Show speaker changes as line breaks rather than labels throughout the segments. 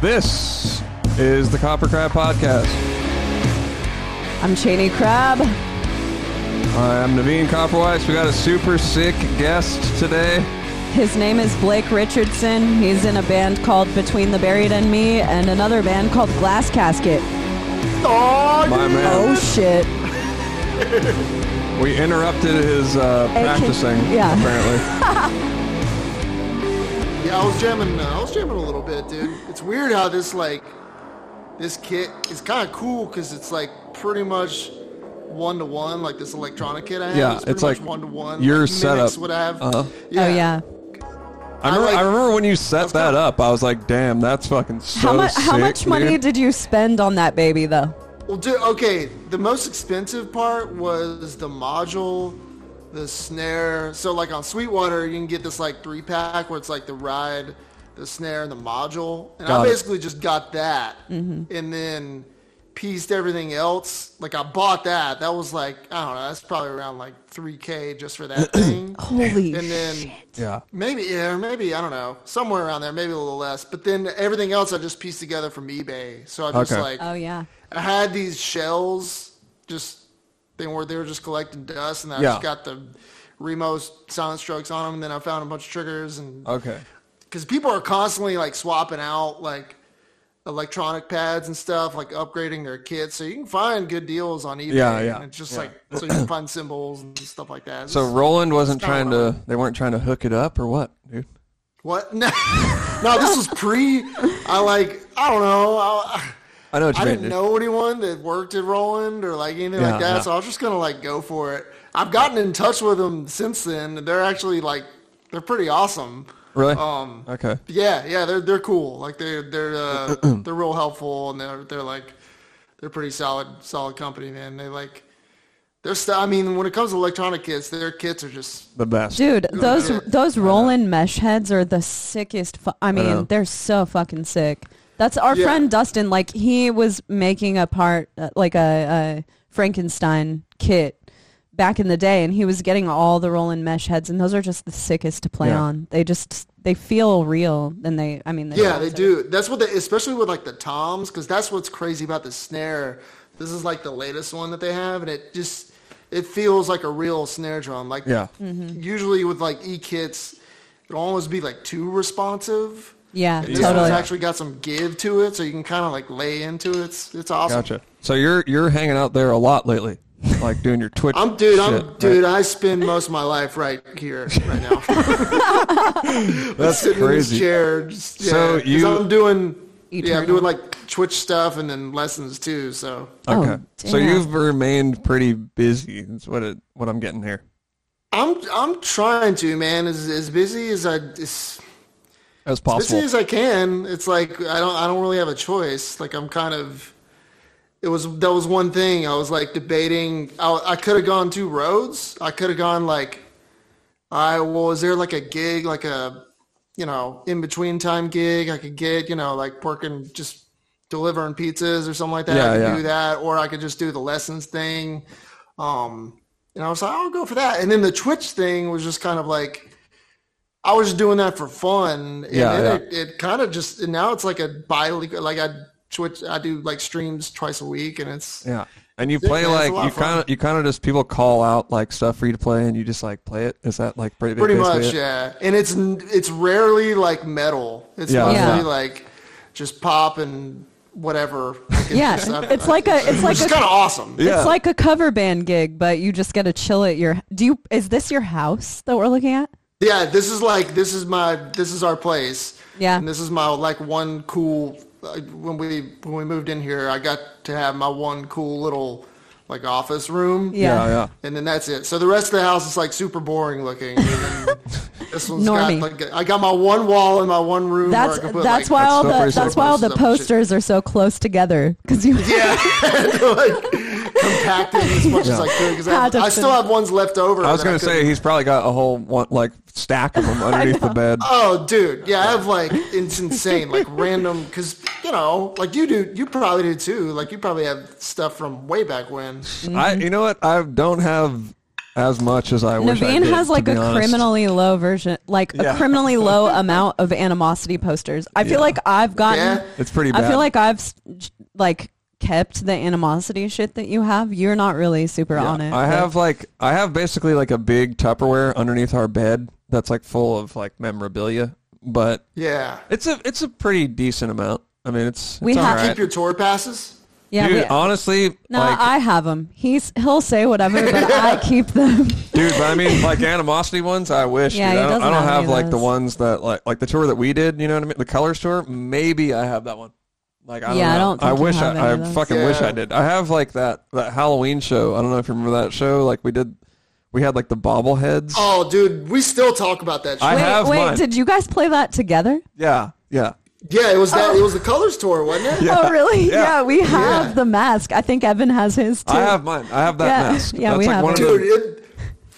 This is the Copper Crab Podcast.
I'm Cheney Crab.
I am Naveen Copperwise. We got a super sick guest today.
His name is Blake Richardson. He's in a band called Between the Buried and Me and another band called Glass Casket.
My
Oh
man.
shit.
We interrupted his uh, practicing,
yeah.
apparently.
Yeah, I was jamming. Uh, I was jamming a little bit, dude. It's weird how this like this kit is kind of cool because it's like pretty much one to one. Like this electronic kit I have.
Yeah,
is pretty
it's like
much one to one.
your
like, mimics
setup.
What I have.
Uh-huh.
Yeah.
Oh yeah.
I remember, I,
like-
remember when you set
Let's go.
that up, I was like, damn, that's fucking so
how much
sick.
how much money
dude.
did you spend on that baby though?
Well, dude. Okay, the most expensive part was the module, the snare. So like on Sweetwater, you can get this like three pack where it's like the ride, the snare, and the module. And
Got
I
it. Mm-hmm.
basically just got that, and then pieced everything else. Like I bought that. That was like I don't know. That's probably around like three k just for that thing.
Holy
And then
Yeah.
maybe yeah, or maybe I don't know, somewhere around there, maybe a little less. But then everything else I just pieced together from eBay. So I just
Okay.
like
Oh yeah.
I had these shells, just they were they were just collecting dust, and I
Yeah.
just got the Remo silent strokes on them, and then I found a bunch of triggers, and
Okay.
because people are constantly like swapping out like electronic pads and stuff, like upgrading their kits, so you can find good deals on eBay.
Yeah, yeah,
and it's just like so you can find symbols and stuff like that.
So
It's-
Roland wasn't
It's not
trying to, they weren't trying to hook it up or what, dude?
What? No, no this was pre. I like. I don't know. I,
I know what you
I
mean,
didn't
dude.
know anyone that worked at Roland or like anything
Yeah,
like that.
yeah.
So I was just gonna like go for it. I've gotten in touch with them since then. They're actually like they're pretty awesome.
Really?
Um.
okay.
Yeah, yeah. They're they're cool. Like they're they're uh, they're real helpful and they're they're like they're pretty solid solid company man. They like they're st- I mean when it comes to electronic kits, their kits are just
The best.
Dude, those those Roland mesh heads are the sickest. Fu- I mean,
know.
they're so fucking sick. That's our
Yeah.
friend Dustin. Like he was making a part, uh, like a, a Frankenstein kit back in the day, and he was getting all the Roland mesh heads, and those are just the sickest to play
Yeah.
on. They just they feel real, and they. I mean,
Yeah, they
sound so-
do. That's what they, especially with like the toms, because that's what's crazy about the snare. This is like the latest one that they have, and it just it feels like a real snare drum. Like
Yeah.
Mm-hmm.
usually with like e kits, it'll almost be like too responsive.
Yeah,
And this
totally.
one's actually got some give to it, so you can kind of like lay into it. It's it's awesome.
Gotcha. So you're you're hanging out there a lot lately, like doing your Twitch.
I'm dude. I'm
shit,
dude.
right?
I spend most of my life right here, right now.
That's
sitting in
crazy.
this chair. Just, yeah,
So
'cause
you-
I'm doing. Yeah,
Eternal.
I'm doing like Twitch stuff and then lessons too. So
Oh,
Okay. so
damn.
you've remained pretty busy. That's what it what I'm getting here.
I'm I'm trying to man as as busy as I as
As
busy
possible.
as I can. It's like I don't I don't really have a choice. Like I'm kind of it was that was one thing I was like debating. I I could have gone two roads. I could have gone like I well is there like a gig like a you know in between time gig I could get you know like working just delivering pizzas or something like that.
Yeah,
I could
yeah.
do that or I could just do the lessons thing. Um, and I was like, I'll go for that. And then the Twitch thing was just kind of like, I was just doing that for fun. And
Yeah,
then
yeah.
It, it kind of just, and now it's like a bi-week, like I Twitch, I do like streams twice a week and it's,
yeah. And you
Yeah,
play
man, it's a
like
lot
you
of fun.
kind of you kind of just people call out like stuff for you to play and you just like play it. Is that like pretty
pretty
basically
much
it?
yeah and it's n- it's rarely like metal it's
Yeah.
mostly
Yeah.
like just pop and whatever like,
Yeah,
just- I-
it's like a it's like
which is
a
kind of awesome
Yeah.
It's like a cover band gig, but you just get to chill at your. Do you? Is this your house that we're looking at?
yeah this is like this is my this is our place
Yeah.
and this is my like one cool like, when we when we moved in here i got to have my one cool little like office room
Yeah,
Yeah.
yeah.
and then that's it. So the rest of the house is like super boring looking. And then this one's
Normie.
got like I got my one wall in my one room. where
That's
I can put,
that's
like,
why all
That's
the
so
that's why all the
pretty.
posters are so close together because you.
Yeah, like compacted as much as I could because I,
Had to
I still
finish.
have ones left over.
I was
that
gonna
couldn't-
say he's probably got a whole one, like stack of them underneath the bed.
Oh, dude, yeah, I have like it's insane, like random, because you know, like you do, you probably do
Mm-hmm.
too. Like you probably have stuff from way back when.
I you know what I don't have as much as I wish. I
Naveen
did,
has
to
like
be
a
honest.
criminally low version, like a
Yeah.
criminally low amount of animosity posters. I feel
Yeah.
like I've gotten.
Yeah.
It's pretty
I
bad.
feel like I've s- j- like kept the animosity shit that you have. You're not really super
Yeah,
on it.
I
but-
have like I have basically like a big Tupperware underneath our bed that's like full of like memorabilia, but
Yeah.
it's a it's a pretty decent amount. I mean, it's,
We
it's all
have-
right.
Keep your tour passes.
Yeah,
dude,
we-
honestly,
no,
like,
I have them. He's he'll say whatever, but I keep them.
dude, but I mean, like animosity ones. I wish.
Yeah,
dude.
he
I don't,
doesn't
I don't
have any
have
of
like the
those.
ones that like like the tour that we did. You know what I mean? The colors tour. Maybe I have that one. Like I don't
Yeah, I
know.
don't think you
wish
have any
I,
of
I
those.
fucking wish
Yeah.
I did. I have like that that Halloween show. I don't know if you remember that show. Like we did, we had like the bobbleheads.
Oh, dude, we still talk about that. Shit.
I
wait,
have
wait,
mine.
did you guys play that together?
Yeah, yeah.
yeah, it was that. It was the Colors tour, wasn't it?
Oh, really?
Yeah.
Yeah, we have
Yeah.
the mask. I think Evan has his too.
I have mine. I have that
Yeah.
mask.
Yeah,
That's
we
like
have
one
it.
of the-
Dude, it,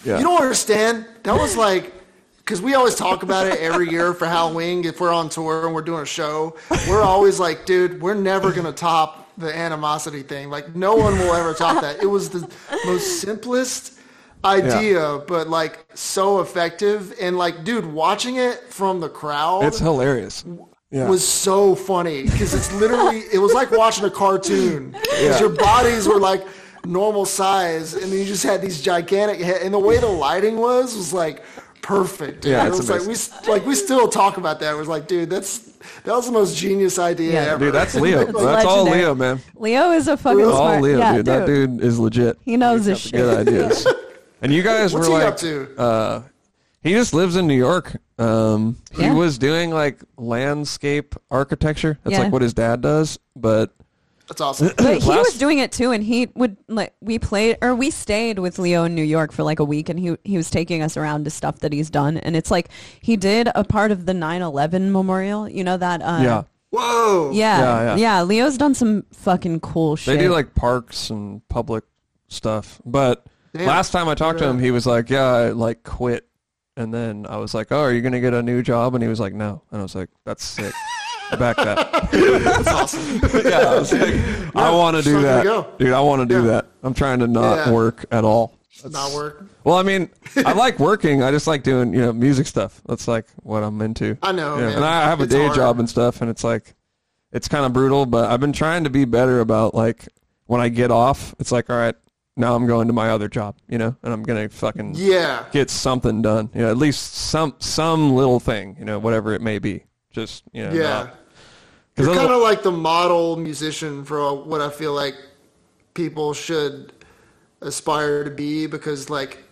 Yeah.
you don't understand. That was like, because we always talk about it every year for Halloween. If we're on tour and we're doing a show, we're always like, dude, we're never going to top the animosity thing. Like, no one will ever top that. It was the most simplest idea, but like so effective. And like, dude, watching it from the crowd
It's hilarious. Yeah.
was so funny because it's literally it was like watching a cartoon 'Cause
Yeah.
your bodies were like normal size and then you just had these gigantic head and the way the lighting was was like perfect dude.
Yeah,
it
it's
was like we s- like we still talk about that it was like dude that's that was the most genius idea
Yeah.
ever
dude, that's Leo.
It's
that's all
legendary.
Leo, man.
Leo is a fucking
All
smart.
Leo,
yeah,
dude. That dude is legit.
He knows his shit.
Good ideas. and you guys
what's
were
he
like,
up to
uh, he just lives in New York. Um, He
Yeah.
was doing like landscape architecture. That's
Yeah.
like what his dad does. But
that's awesome
But he was
Last-
doing it too, and he would like we played or we stayed with Leo in New York for like a week, and he he was taking us around to stuff that he's done, and it's like he did a part of the 9/11 memorial, you know that. Uh,
yeah,
whoa
yeah,
Yeah,
yeah,
yeah.
Leo's done some fucking cool
they
shit.
do like parks and public stuff. But
Damn.
last time I talked to him, he was like, "Yeah, I like quit." And then I was like, "Oh, are you gonna get a new job?" And he was like, "No." And I was like, "That's sick." I Back that.
that's awesome
yeah, I was like, I want to do
something to
that,
go.
dude. I want to do
Yeah.
that. I'm trying to not
Yeah.
work at all.
not work
Well, I mean, I like working. I just like doing, you know, music stuff. That's like what I'm into.
I know,
Yeah,
man.
And I have a
It's
day
hard.
job and stuff, and it's like, it's kind of brutal. But I've been trying to be better about like when I get off. It's like, all right, now I'm going to my other job, you know, and I'm gonna fucking
yeah
get something done. You know, at least some some little thing, you know, whatever it may be. Just you know,
yeah
not-
You're
otherwise-
kind of like the model musician for what I feel like people should aspire to be because like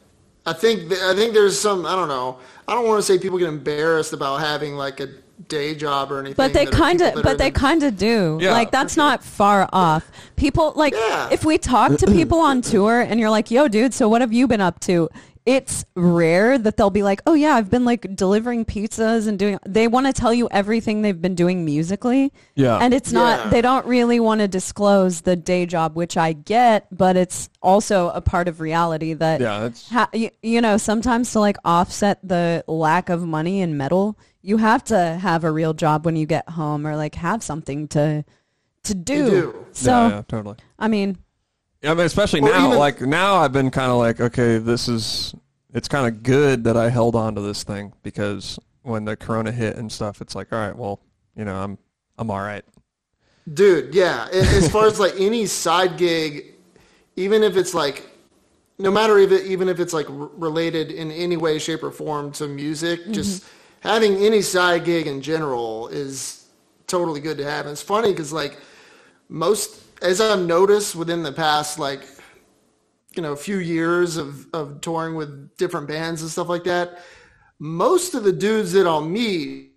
I think th- I think there's some I don't know I don't want to say people get embarrassed about having like a day job or anything
But they
that are
kind
people
of,
that are
but they
the-
kind of do.
Yeah,
like that's not far off. People like
Yeah.
if we talk to people on tour, and you're like, "Yo, dude, so what have you been up to?" It's rare that they'll be like, "Oh yeah, I've been like delivering pizzas and doing." They want to tell you everything they've been doing musically.
Yeah.
and it's
Yeah.
not. They don't really want to disclose the day job, which I get, but it's also a part of reality that
Yeah, it's-
ha- you, you know, sometimes to like offset the lack of money in metal, you have to have a real job when you get home or like have something to to do.
do.
So,
yeah, yeah, totally.
I mean,
I mean, especially
Or
now.
even-
like now, I've been kind of like, okay, this is. It's kind of good that I held on to this thing because when the corona hit and stuff, it's like, all right, well, you know, I'm I'm all right.
dude yeah A- as far as like any side gig even if it's like no matter if it, even if it's like r- related in any way shape or form to music
Mm-hmm.
just having any side gig in general is totally good to have and it's funny because like most as i've noticed within the past like you know few years of, of touring with different bands and stuff like that most of the dudes that i'll meet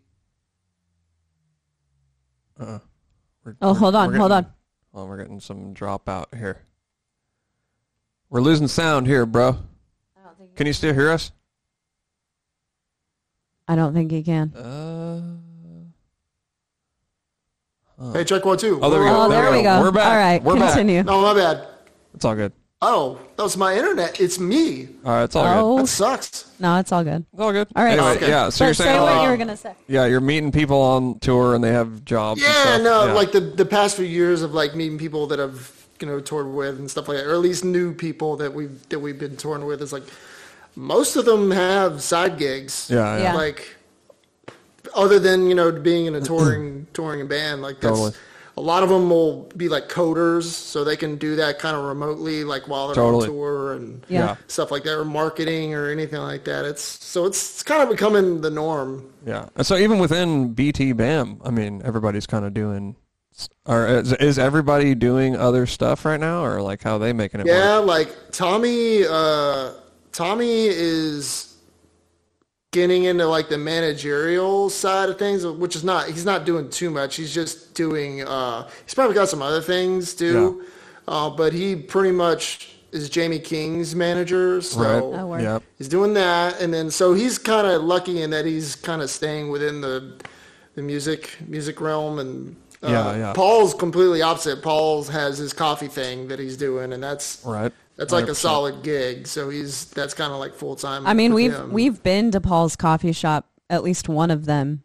We're-
oh, hold on,
we're
hold on.
getting- Well, we're getting some dropout here. We're losing sound here, bro. Can you still hear us?
I don't think he can.
Uh,
hey check one two
oh, there we go.
Oh, there we go.
We're back.
All right,
We're
continue.
no my bad
back. It's all good.
Oh, that was my internet. It's me.
All right, it's all good.
Oh,
That sucks.
no, it's all good.
It's all good.
All right.
Anyway,
Okay.
yeah. So you're
But say
saying
what
like,
you were gonna say.
yeah, you're meeting people on tour and they have jobs. and
Yeah,
stuff.
no, like the the past few years of like meeting people that have you know toured with and stuff like that, or at least new people that we have that we've been touring with is like most of them have side gigs.
Yeah, yeah.
Yeah.
Like other than you know being in a touring touring band, like that's
Totally.
a lot of them will be like coders, so they can do that kind of remotely, like while they're
Totally.
on tour and
Yeah.
Yeah.
stuff like that, or marketing or anything like that. It's so it's, it's kind of becoming the norm.
Yeah. And so even within BT BAM, I mean, everybody's kind of doing, or is, is everybody doing other stuff right now, or like how are they making it
Yeah,
work?
like Tommy, uh, Tommy is getting into like the managerial side of things, which is not he's not doing too much. He's just doing. Uh, he's probably got some other things too, uh, but he pretty much is Jamie King's manager. So.
Oh,
Right.
word.
Yep.
He's doing that, and then so he's kind of lucky in that he's kind of staying within the the music music realm. And uh,
Yeah, yeah.
Paul's completely opposite. Paul's has his coffee thing that he's doing, and that's
Right.
that's like a
100%.
solid gig. So he's that's kind of like full time.
I mean, we've we've been to Paul's coffee shop, at least one of them.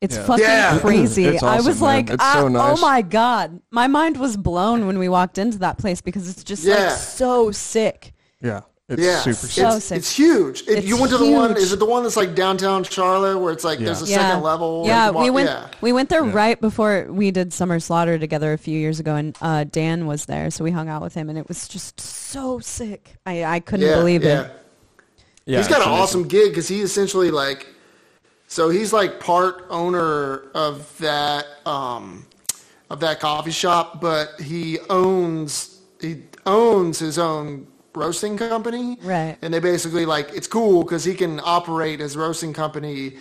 It's fucking
Yeah.
crazy.
It's
I
awesome,
was
man.
like,
It's
ah,
so nice.
oh my god, my mind was blown when we walked into that place because it's just like
Yeah.
so sick.
Yeah. It's
yeah,
super
it's,
sick.
So sick.
it's huge. It,
It's
you went to the one?
huge.
Is it the one that's like downtown Charlotte, where it's like
Yeah.
there's a
yeah.
second level?
Yeah,
You can
we
walk-
went
Yeah.
we went there right before we did Summer Slaughter together a few years ago, and uh, Dan was there, so we hung out with him, and it was just so sick. I I couldn't
Yeah,
believe
yeah.
it.
Yeah,
he's got
it's
an
amazing.
awesome gig because he essentially like, so he's like part owner of that um, of that coffee shop, but he owns he owns his own roasting company,
Right.
And they basically like it's cool because he can operate his roasting company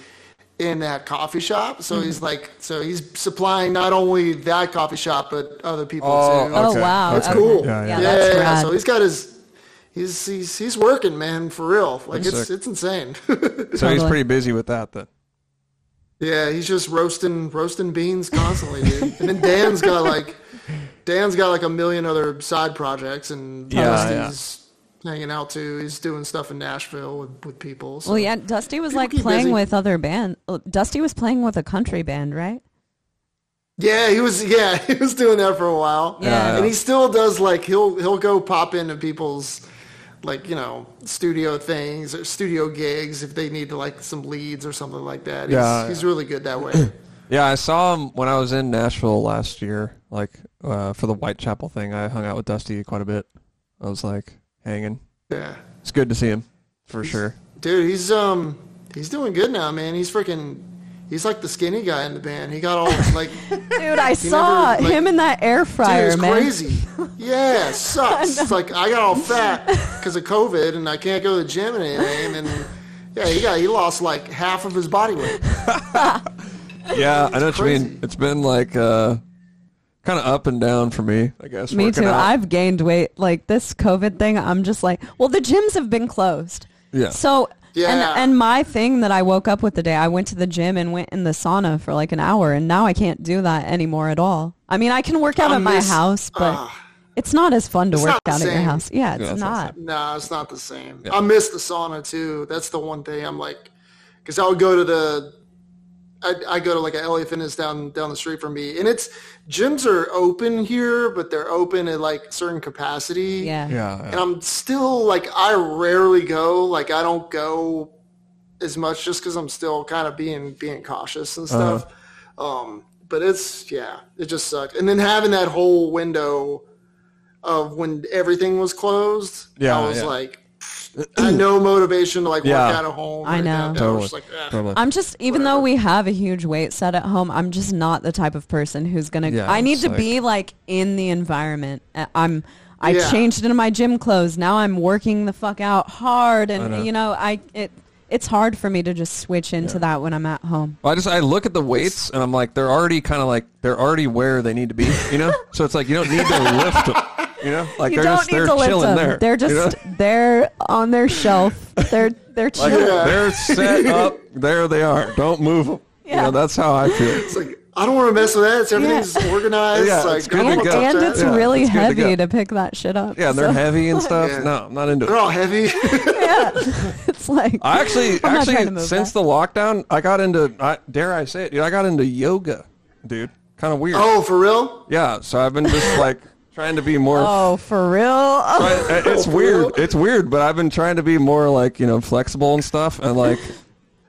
in that coffee shop. So he's like, so he's supplying not only that coffee shop but other people
Oh,
too.
okay.
Oh wow,
That's
okay.
Yeah,
Yeah,
cool.
yeah.
Yeah,
that's
yeah, yeah.
rad.
so he's got his. He's, he's, he's working, man, for real. Like,
That's
it's,
sick.
it's insane.
So he's
Totally.
pretty busy with that then.
Yeah, he's just roasting roasting beans constantly, dude. and then Dan's got like Dan's got like a million other side projects and
Yeah,
Dusty's hanging out too. He's doing stuff in Nashville with, with people. So.
Well, yeah, Dusty was
People
like
keep
playing
busy.
with other band. uh, Dusty was playing with a country band, right?
Yeah, he was yeah, he was doing that for a while.
Yeah.
And he still does like he'll he'll go pop into people's like, you know, studio things or studio gigs if they need to like some leads or something like that. He's,
Yeah,
he's really good that way.
Yeah, I saw him when I was in Nashville last year, like uh, for the Whitechapel thing. I hung out with Dusty quite a bit. I was like hanging.
yeah.
It's good to see him for sure.
Dude, he's um he's doing good now, man. He's freaking he's like the skinny guy in the band. He got all like dude,
Dude, I saw
never, like-
him in that air fryer,
it's
man.
crazy. Yeah, it sucks. It's like I got all fat because of COVID and I can't go to the gym and anything and then yeah, he got he lost like half of his body weight.
Yeah, I know what you mean.
crazy.
It's been like uh, kind of up and down for me, I guess.
Me
working
too.
out.
I've gained weight. Like this COVID thing, I'm just like, well, the gyms have been closed.
Yeah.
So,
Yeah.
and, and my thing that I woke up with the day, I went to the gym and went in the sauna for like an hour, and now I can't do that anymore at all. I mean, I can work out
I
at my
miss- Ah.
house, but it's not as fun to
It's
work
not the
out at your
same.
house. Yeah, it's
it's not the
not.
No, it's not the same. I miss the sauna too. That's the one thing I'm like, because I would go to the, I I go to like a LA Fitness down down the street from me, and it's gyms are open here, but they're open at like certain capacity.
Yeah.
yeah,
And
yeah.
I'm still like I rarely go. Like I don't go as much just because I'm still kind of being being cautious and
Uh-huh.
stuff. Um, but it's yeah, it just sucked. And then having that whole window of when everything was closed,
Yeah,
I was
yeah.
like, I had no motivation to like
Yeah.
work out at home. or
I know.
anything like that. I
totally.
was just like, eh.
totally.
I'm just even though we have a huge weight set at home, I'm just not the type of person who's gonna.
Yeah,
I need
it's
to
like-
be like in the environment. Uh, I'm. I
Yeah.
changed into my gym clothes. Now I'm working the fuck out hard, and
I know.
you know, I it it's hard for me to just switch into that when I'm at home.
Well, I just I look at the weights and I'm like, they're already kind of like they're already where they need to be, you know. so it's like you don't need to lift them, you know. Like
You
they're
don't
just
need
they're
to lift
chilling
them.
there.
They're
you know?
just they're on their shelf. They're they're
like
chilling.
they're set up. There they are. Don't move them. You
Yeah.
know, that's how I feel.
It's like I don't want to mess with that. It's everything's organized.
Yeah,
like,
it's good
I don't
to
wanna
go.
touch
And
that.
it's
Yeah,
really
it's good to go.
heavy to, pick that shit up.
Yeah, and they're
so
heavy and stuff.
Yeah.
No, I'm not into
They're
it.
all heavy.
It's like
I actually,
I'm not trying to
actually,
move
since
that.
the lockdown, I got into. I, dare I say it, dude? I got into yoga, dude. Kind of weird.
oh, for real?
Yeah, so I've been just like trying to be more.
Oh, for real? Oh,
I- I- it's weird. It's weird, but I've been trying to be more like you know flexible and stuff, and like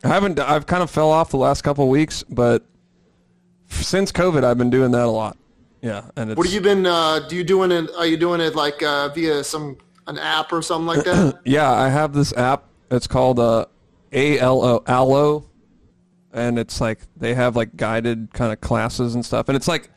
I haven't. I've kind of fell off the last couple weeks, but since COVID, I've been doing that a lot. Yeah, and it's,
What have you been? Uh, do you doing it? Are you doing it like uh, via some an app or something like that?
Yeah, I have this app. It's called uh, ALO Allo, and it's like they have like guided kind of classes and stuff, and it's like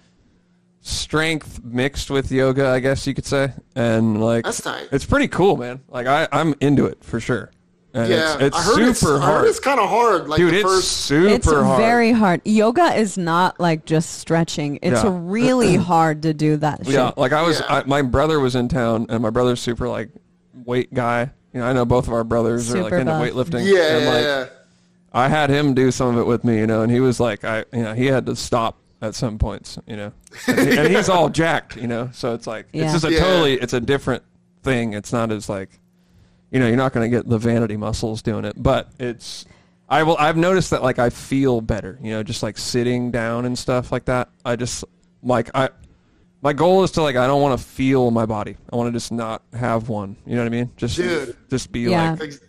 strength mixed with yoga, I guess you could say, and like
That's tight.
It's pretty cool, man. Like I, I'm into it for sure. And
yeah,
it's, it's
I heard
super
it's, I heard
hard,
it's kind of hard. Like
dude.
the
It's
first,
super
it's
hard.
very hard. Yoga is not like just stretching. It's
Yeah.
really hard to do that shit.
Yeah, like I was,
Yeah.
I, my brother was in town, and my brother's super like weight guy. You know, I know both of our brothers are like
Super
into
buff.
weightlifting.
yeah, yeah,
and, like,
yeah.
I had him do some of it with me, you know, and he was like, I, you know, he had to stop at some points, you know, and, he- and he's all jacked, you know, so it's like
Yeah.
it's just a
Yeah.
totally, it's a different thing. It's not as like, you know, you're not going to get the vanity muscles doing it, but it's, I will, I've noticed that like I feel better, you know, just like sitting down and stuff like that. I just like I, my goal is to like I don't want to feel my body. I want to just not have one. You know what I mean? Just,
Dude.
just be
Yeah.
like,
Ex-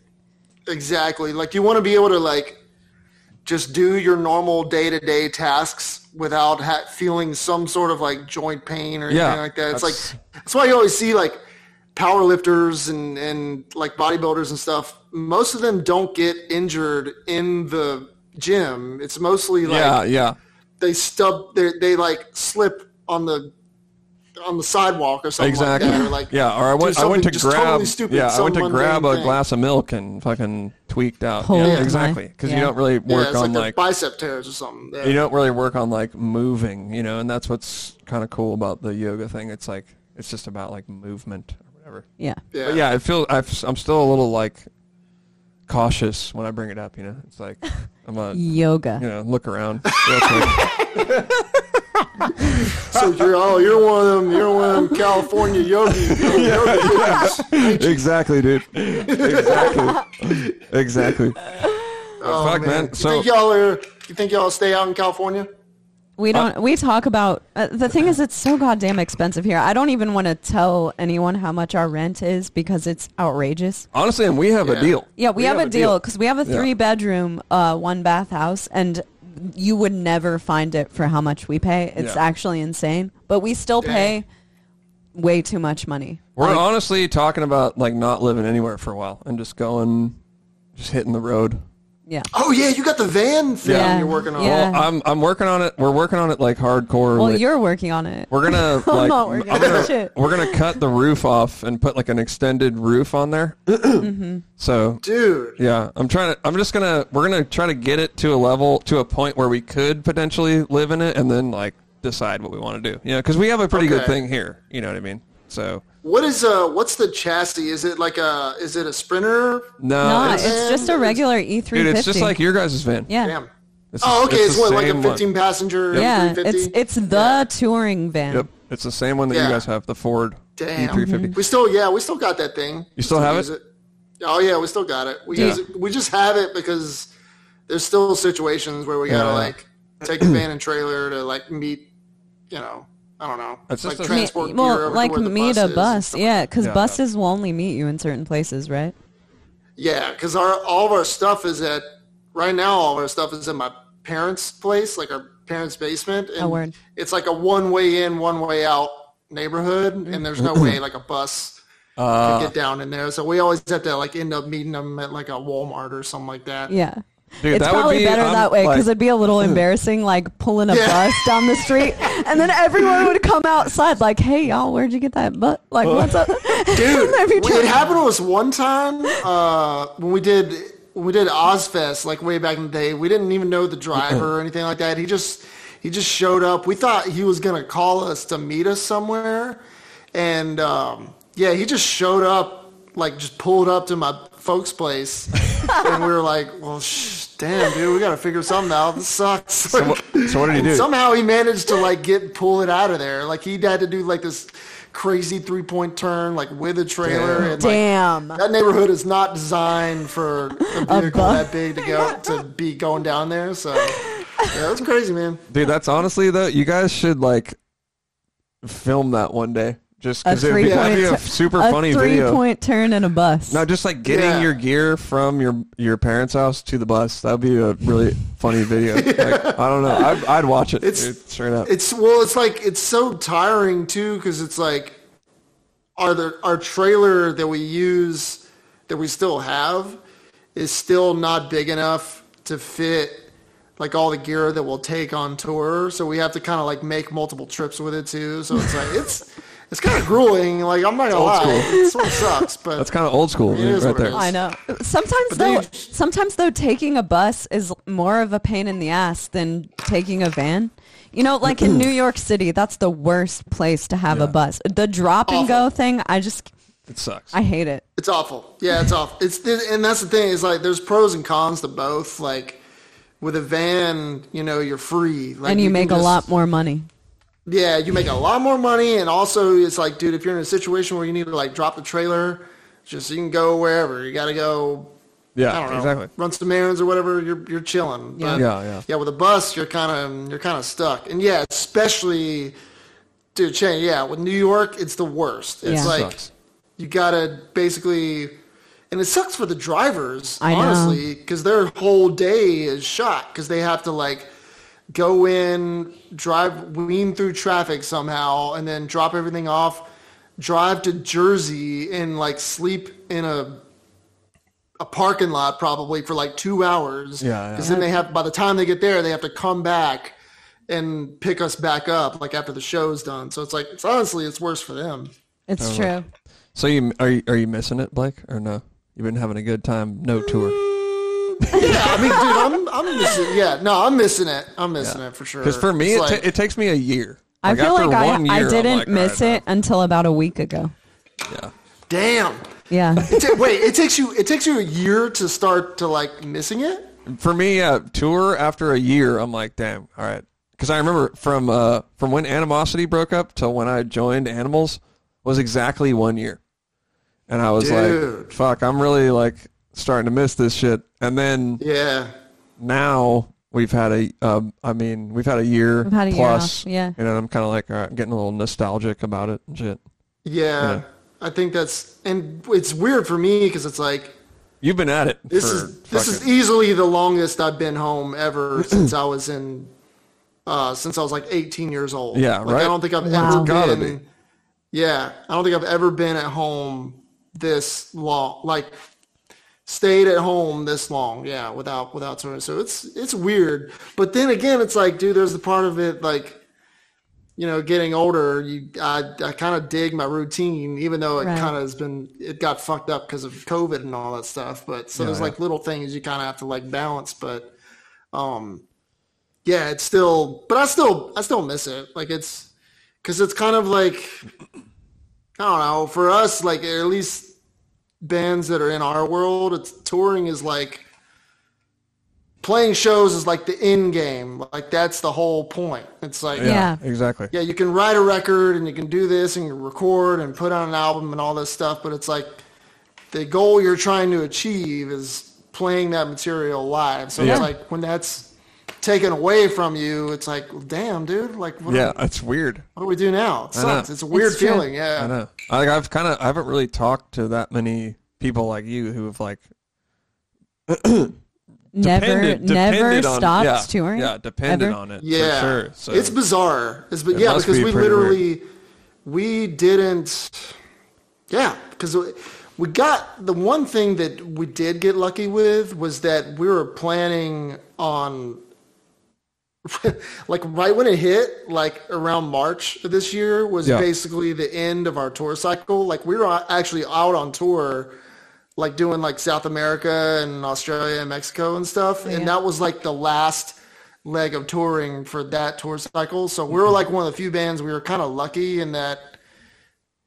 exactly. Like you want to be able to like just do your normal day to day tasks without ha- feeling some sort of like joint pain or anything
Yeah,
like that. It's
that's-
like that's why you always see like power lifters and and like bodybuilders and stuff. Most of them don't get injured in the gym. It's mostly like
yeah, yeah,
they stub they they like slip on the on the sidewalk or something
Exactly.
like that. Or Oh like
yeah, or I
do
went. I went to
something just
grab.
totally stupid,
yeah, I
some
went to
mundane
grab a
thing.
glass of milk and fucking tweaked out.
Holy
yeah,
my.
exactly. Because
Yeah.
you don't really
Yeah,
work
it's like,
on
their
like,
bicep tears or something. Yeah.
you don't really work on like moving, you know, and that's what's kind of cool about the yoga thing. It's like it's just about like movement or whatever.
Yeah.
But yeah, I feel I've, I'm still a little like cautious when I bring it up. You know, it's like I'm a you
Yoga.
know look around. real quick.
So you're oh you're one of them you're one of them California yogi. yogi hippies.
exactly, dude. Exactly. exactly.
Oh,
Fuck, man.
You
So
think y'all are? You think y'all stay out in California?
We don't. we talk about uh, the thing is, it's so goddamn expensive here. I don't even want to tell anyone how much our rent is because it's outrageous.
honestly, and we have a
Yeah.
deal.
Yeah, we, have, a deal because we have a
Yeah.
three bedroom, uh, one bath house, and you would never find it for how much we pay. It's
Yeah.
actually insane, but we still pay
Dang.
way too much money.
We're
Like,
honestly talking about like not living anywhere for a while and just going, just hitting the road.
yeah,
Oh yeah, you got the van thing
Yeah.
you're working on.
Yeah.
I'm I'm working on it. We're working on it like hardcore.
well,
like,
you're working on it.
we're gonna
I'm
like
not working
I'm
on
gonna-
shit.
we're gonna cut the roof off and put like an extended roof on there.
Mm-hmm.
So
Dude,
yeah, I'm trying to. I'm just gonna. We're gonna try to get it to a level to a point where we could potentially live in it and then like decide what we want to do. You know, because we have a pretty good
Okay.
thing here. You know what I mean? So
what is uh what's the chassis? Is it like a is it a sprinter?
no,
no,
it's,
it's, just a regular E350.
dude, it's just like your guys' van.
yeah.
Damn.
It's
Oh
the-
okay, it's,
the
what like a
same one.
15 passenger.
Yeah,
350?
it's it's the touring van.
Yep, it's the same one that you
Yeah.
guys have, the Ford E
Damn.
E350.
Mm-hmm.
We still, yeah, we still got that thing. You
still have it?
Oh yeah, we still got it. We
Yeah.
use it. We just have it because there's still situations where we gotta
Yeah.
like take the van and trailer to like meet, you know, I don't know,
That's
like
just a-
Me-
transport. gear over
well,
to
like
where the
meet
bus
a
is.
bus, yeah, because
Yeah.
buses will only meet you in certain places, right?
Yeah, because our all of our stuff is at right now. All of our stuff is in my parents' place, like our parents' basement. And
Oh, word.
It's like a one way in, one way out neighborhood,
Mm-hmm.
and there's no way like a bus
Uh,
could get down in there. So we always have to like end up meeting them at like a Walmart or something like that.
Yeah.
Dude,
it's
that would
probably
be-
better
I'm
that way
like-
because it'd be a little embarrassing, like pulling a
Yeah.
bus down the street, and then everyone would come outside, like, "Hey, y'all, where'd you get that butt? Like, what's up?"
Dude,
Every
we- it
time.
happened to us one time uh, when we did when we did Ozfest like way back in the day. We didn't even know the driver or anything like that. He just he just showed up. We thought he was gonna call us to meet us somewhere, and um, yeah, he just showed up like just pulled up to my folks' place, and we were like, well, sh- damn, dude, we gotta figure something out. This sucks. Like-
wha- so what did he
and
do?
Somehow he managed to like get pull it out of there. Like he had to do like this crazy three point turn like with a trailer and like,
Damn.
that neighborhood is not designed for a vehicle
bus.
that big to go to be going down there. So yeah, that's crazy, man.
Dude, that's honestly though, you guys should like film that one day. Just
A
because it'd be,
three
that'd
point
be a
tu-
super
a
funny
three
video.
point turn and a bus.
No, just like getting
Yeah.
your gear from your your parents' house to the bus. That'd be a really funny video. Like, I don't know. I'd, I'd watch it.
It's-
It's straight up.
It's well, it's like it's so tiring too because it's like our the, our trailer that we use that we still have is still not big enough to fit like all the gear that we'll take on tour. So we have to kind of like make multiple trips with it too. So it's like it's it's kind of grueling. Like I'm not gonna
old
lie,
school.
it sort of sucks, but
That's kind of old school
It is
right
what it
there.
is.
I know. Sometimes
then
though,
you-
sometimes though, taking a bus is more of a pain in the ass than taking a van. You know, like in New York City, that's the worst place to have
Yeah.
a bus. The drop and go thing, I just,
It sucks.
I hate it.
It's awful. Yeah, it's awful. It's and that's the thing is like there's pros and cons to both. Like with a van, you know, you're free, like,
and you,
can
make a
just-
lot more money.
Yeah, you make a lot more money, and also it's like, dude, if you're in a situation where you need to like drop the trailer, just you can go wherever you got to go.
yeah,
I don't know,
exactly.
run some errands or whatever. You're you're chilling.
Yeah.
But,
Yeah, yeah.
yeah. With a bus, you're kind of you're kind of stuck, and yeah, especially, dude, Shane, yeah, with New York, it's the worst.
Yeah.
It's like
Sucks.
you gotta basically and it sucks for the drivers
I know.
honestly because their whole day is shot because they have to like go in drive wean through traffic somehow and then drop everything off drive to jersey and like sleep in a a parking lot probably for like two hours
Yeah, yeah.
because then they have by the time they get there they have to come back and pick us back up like after the show's done so it's like it's honestly it's worse for them
It's
Oh,
true.
So you are you, are you missing it, Blake, or no? You've been having a good time. No tour.
I mean, dude, I'm, I'm missing. Yeah, no, I'm missing it. I'm missing it for sure.
Because for me,
It's
it,
like-
ta- it takes me a year.
I feel
after
like I,
one
I
year, I'm
didn't
like,
miss
"All
it until about a week ago.
right, Yeah.
damn.
Yeah.
It ta- wait, it takes you. It takes you a year to start to like missing it.
for me, uh, tour after a year, I'm like, damn, all right. Because I remember from uh, from when Animosity broke up till when I joined Animals was exactly one year, and I was like,
Dude.
fuck, I'm really like starting to miss this shit. And then
Yeah,
now we've had a, um, I mean, we've had a year
We've had a year
plus,
off, yeah.
And I'm kind of like, all right, getting a little nostalgic about it and shit.
yeah.
Yeah.
I think that's and it's weird for me because it's like
You've been at it.
this
for
is this is
fucking-
easily the longest I've been home ever since I was in uh, since I was like 18 years old.
Yeah,
like,
right?
I don't think I've
Wow.
ever
Gotta
been.
be.
Yeah, I don't think I've ever been at home this long. Like stayed at home this long. Yeah, without without touring. So it's it's weird. But then again, it's like, dude, there's the part of it like. You know, getting older, you I, I kind of dig my routine, even though it
Right.
kind of has been it got fucked up because of COVID and all that stuff. But so there's
yeah.
like little things you kind of have to like balance. But um, yeah, it's still, but I still, I still miss it. Like it's, cause it's kind of like, I don't know, for us, like at least bands that are in our world, it's touring is like, playing shows is like the end game. Like that's the whole point. It's like, yeah.
yeah,
Yeah.
exactly.
you can write a record and you can do this and you record and put out an album and all this stuff, but it's like the goal you're trying to achieve is playing that material live. So
Yeah.
it's like when that's taken away from you, it's like, well, damn, dude, like what,
Yeah, it's weird.
what do we do now? It
know.
sucks. It's a weird
It's true.
feeling.
I
Yeah.
know. I, like, I've kind of I haven't really talked to that many people like you who have like
never
depended,
never
depended on,
stops
yeah,
touring.
Yeah, depended
ever.
on it.
Yeah.
for sure. So
It's bizarre. It's, but
It
yeah,
must
because
be
we
pretty
literally, we didn't, yeah, because we got the one thing that we did get lucky with was that we were planning on like right when it hit, like around March of this year, was
Yeah.
basically the end of our tour cycle. Like we were o- actually out on tour, like doing like South America and Australia and Mexico and stuff, and
Yeah.
that was like the last leg of touring for that tour cycle. So we were like one of the few bands we were kind of lucky in that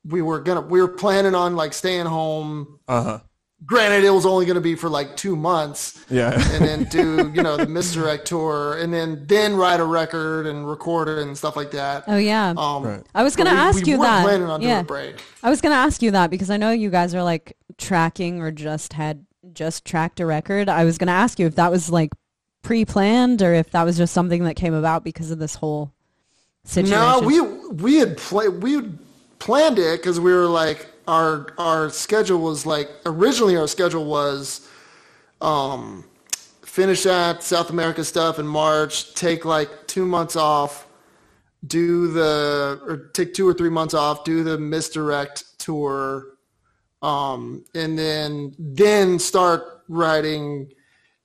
we were gonna we were planning on like staying home.
uh huh.
Granted, it was only gonna be for like two months
Yeah.
and then do you know the misdirect tour and then then write a record and record it and stuff like that
Oh yeah.
um
Right.
I was gonna
but we-
ask
we
you
were
that.
planning on doing
yeah.
a break
I was gonna ask you that because I know you guys are like tracking or just had just tracked a record. I was gonna ask you if that was like pre-planned or if that was just something that came about because of this whole situation.
no we we had played we had planned it because we were like our our schedule was like originally our schedule was um, finish that South America stuff in March, take like two months off, do the or take two or three months off, do the misdirect tour, um, and then then start writing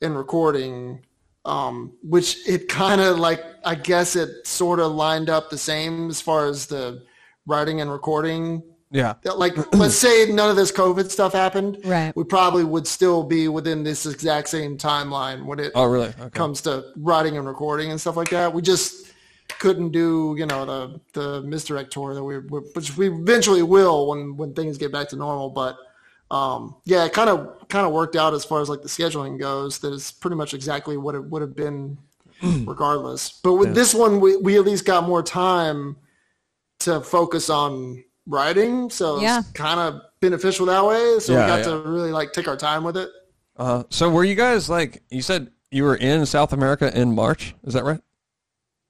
and recording. Um, which it kind of like I guess it sort of lined up the same as far as the writing and recording
Yeah.
that, like let's say none of this COVID stuff happened,
Right.
We probably would still be within this exact same timeline when it
Oh, really? Okay.
comes to writing and recording and stuff like that. We just couldn't do you know the the misdirect tour that we we- which we eventually will when when things get back to normal. But um, yeah, it kind of kind of worked out as far as like the scheduling goes. That is pretty much exactly what it would have been regardless. But with this one, we, we at least got more time to focus on writing. So
Yeah.
it's kind of beneficial that way. So
Yeah,
we got
yeah.
to really like take our time with it.
Uh, so were you guys like you said you were in South America in March? Is that right?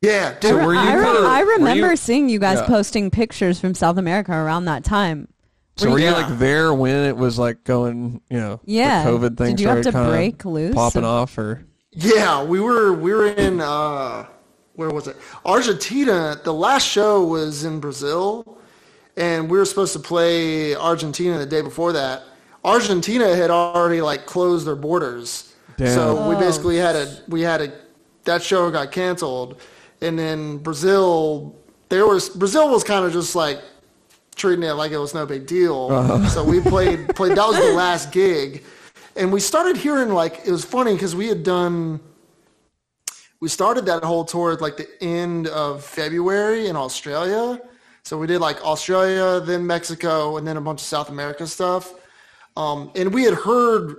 Yeah.
So
Dude,
were you?
I, re-
kinda-
I
were you-
remember seeing you guys
Yeah.
posting pictures from South America around that time.
so were you like
yeah.
there when it was like going? You know,
Yeah.
The COVID thing
Did you have
started
to
kinda
break loose
popping
and-
off, or
yeah, we were we were in uh where was it? Argentina. The last show was in Brazil and we were supposed to play Argentina the day before that. Argentina had already like closed their borders. So
Damn.
we basically had a we had a that show got canceled and then Brazil there was Brazil was kind of just like treating it like it was no big deal. So we played played that was the last gig, and we started hearing like it was funny because we had done we started that whole tour at like the end of February in Australia. So we did like Australia, then Mexico, and then a bunch of South America stuff. Um, and we had heard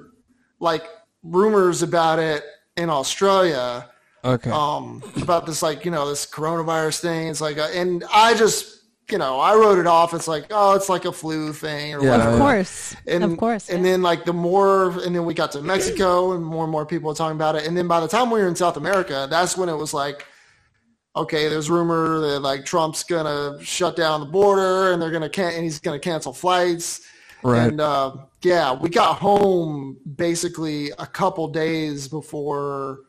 like rumors about it in Australia
okay,
um, about this like you know this coronavirus thing. It's like, uh, and I just you know I wrote it off. It's like oh, it's like a flu thing or
Yeah,
whatever.
Of course.
And,
of course.
And then like the more, and then we got to Mexico, and more and more people were talking about it. And then by the time we were in South America, that's when it was like, okay, there's rumor that like Trump's gonna shut down the border, and they're gonna can- and he's gonna cancel flights.
Right.
And uh, yeah, we got home basically a couple days before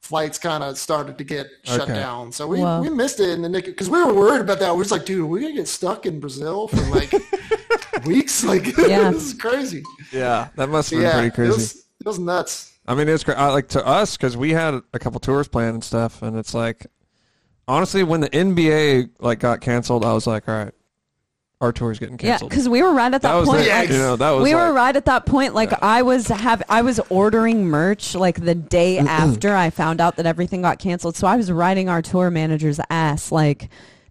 flights kind of started to get shut
Okay.
down. So we,
Wow.
we missed it in the nick because we were worried about that. We are just like, dude, we're gonna get stuck in Brazil for like weeks. Like
Yeah.
this is crazy.
yeah, that must have been
yeah,
pretty crazy.
It, was, it was nuts.
I mean, it's cra- I like to us because we had a couple tours planned and stuff, and it's like, honestly, when the NBA like got canceled, I was like, all right, our tour's getting
yeah,
canceled.
because we were right at that,
that was
point.
like,
Yes.
you know that was
we were
like-
right at that point. Like I was have I was ordering merch like the day after I found out that everything got canceled. So I was riding our tour manager's ass. Like,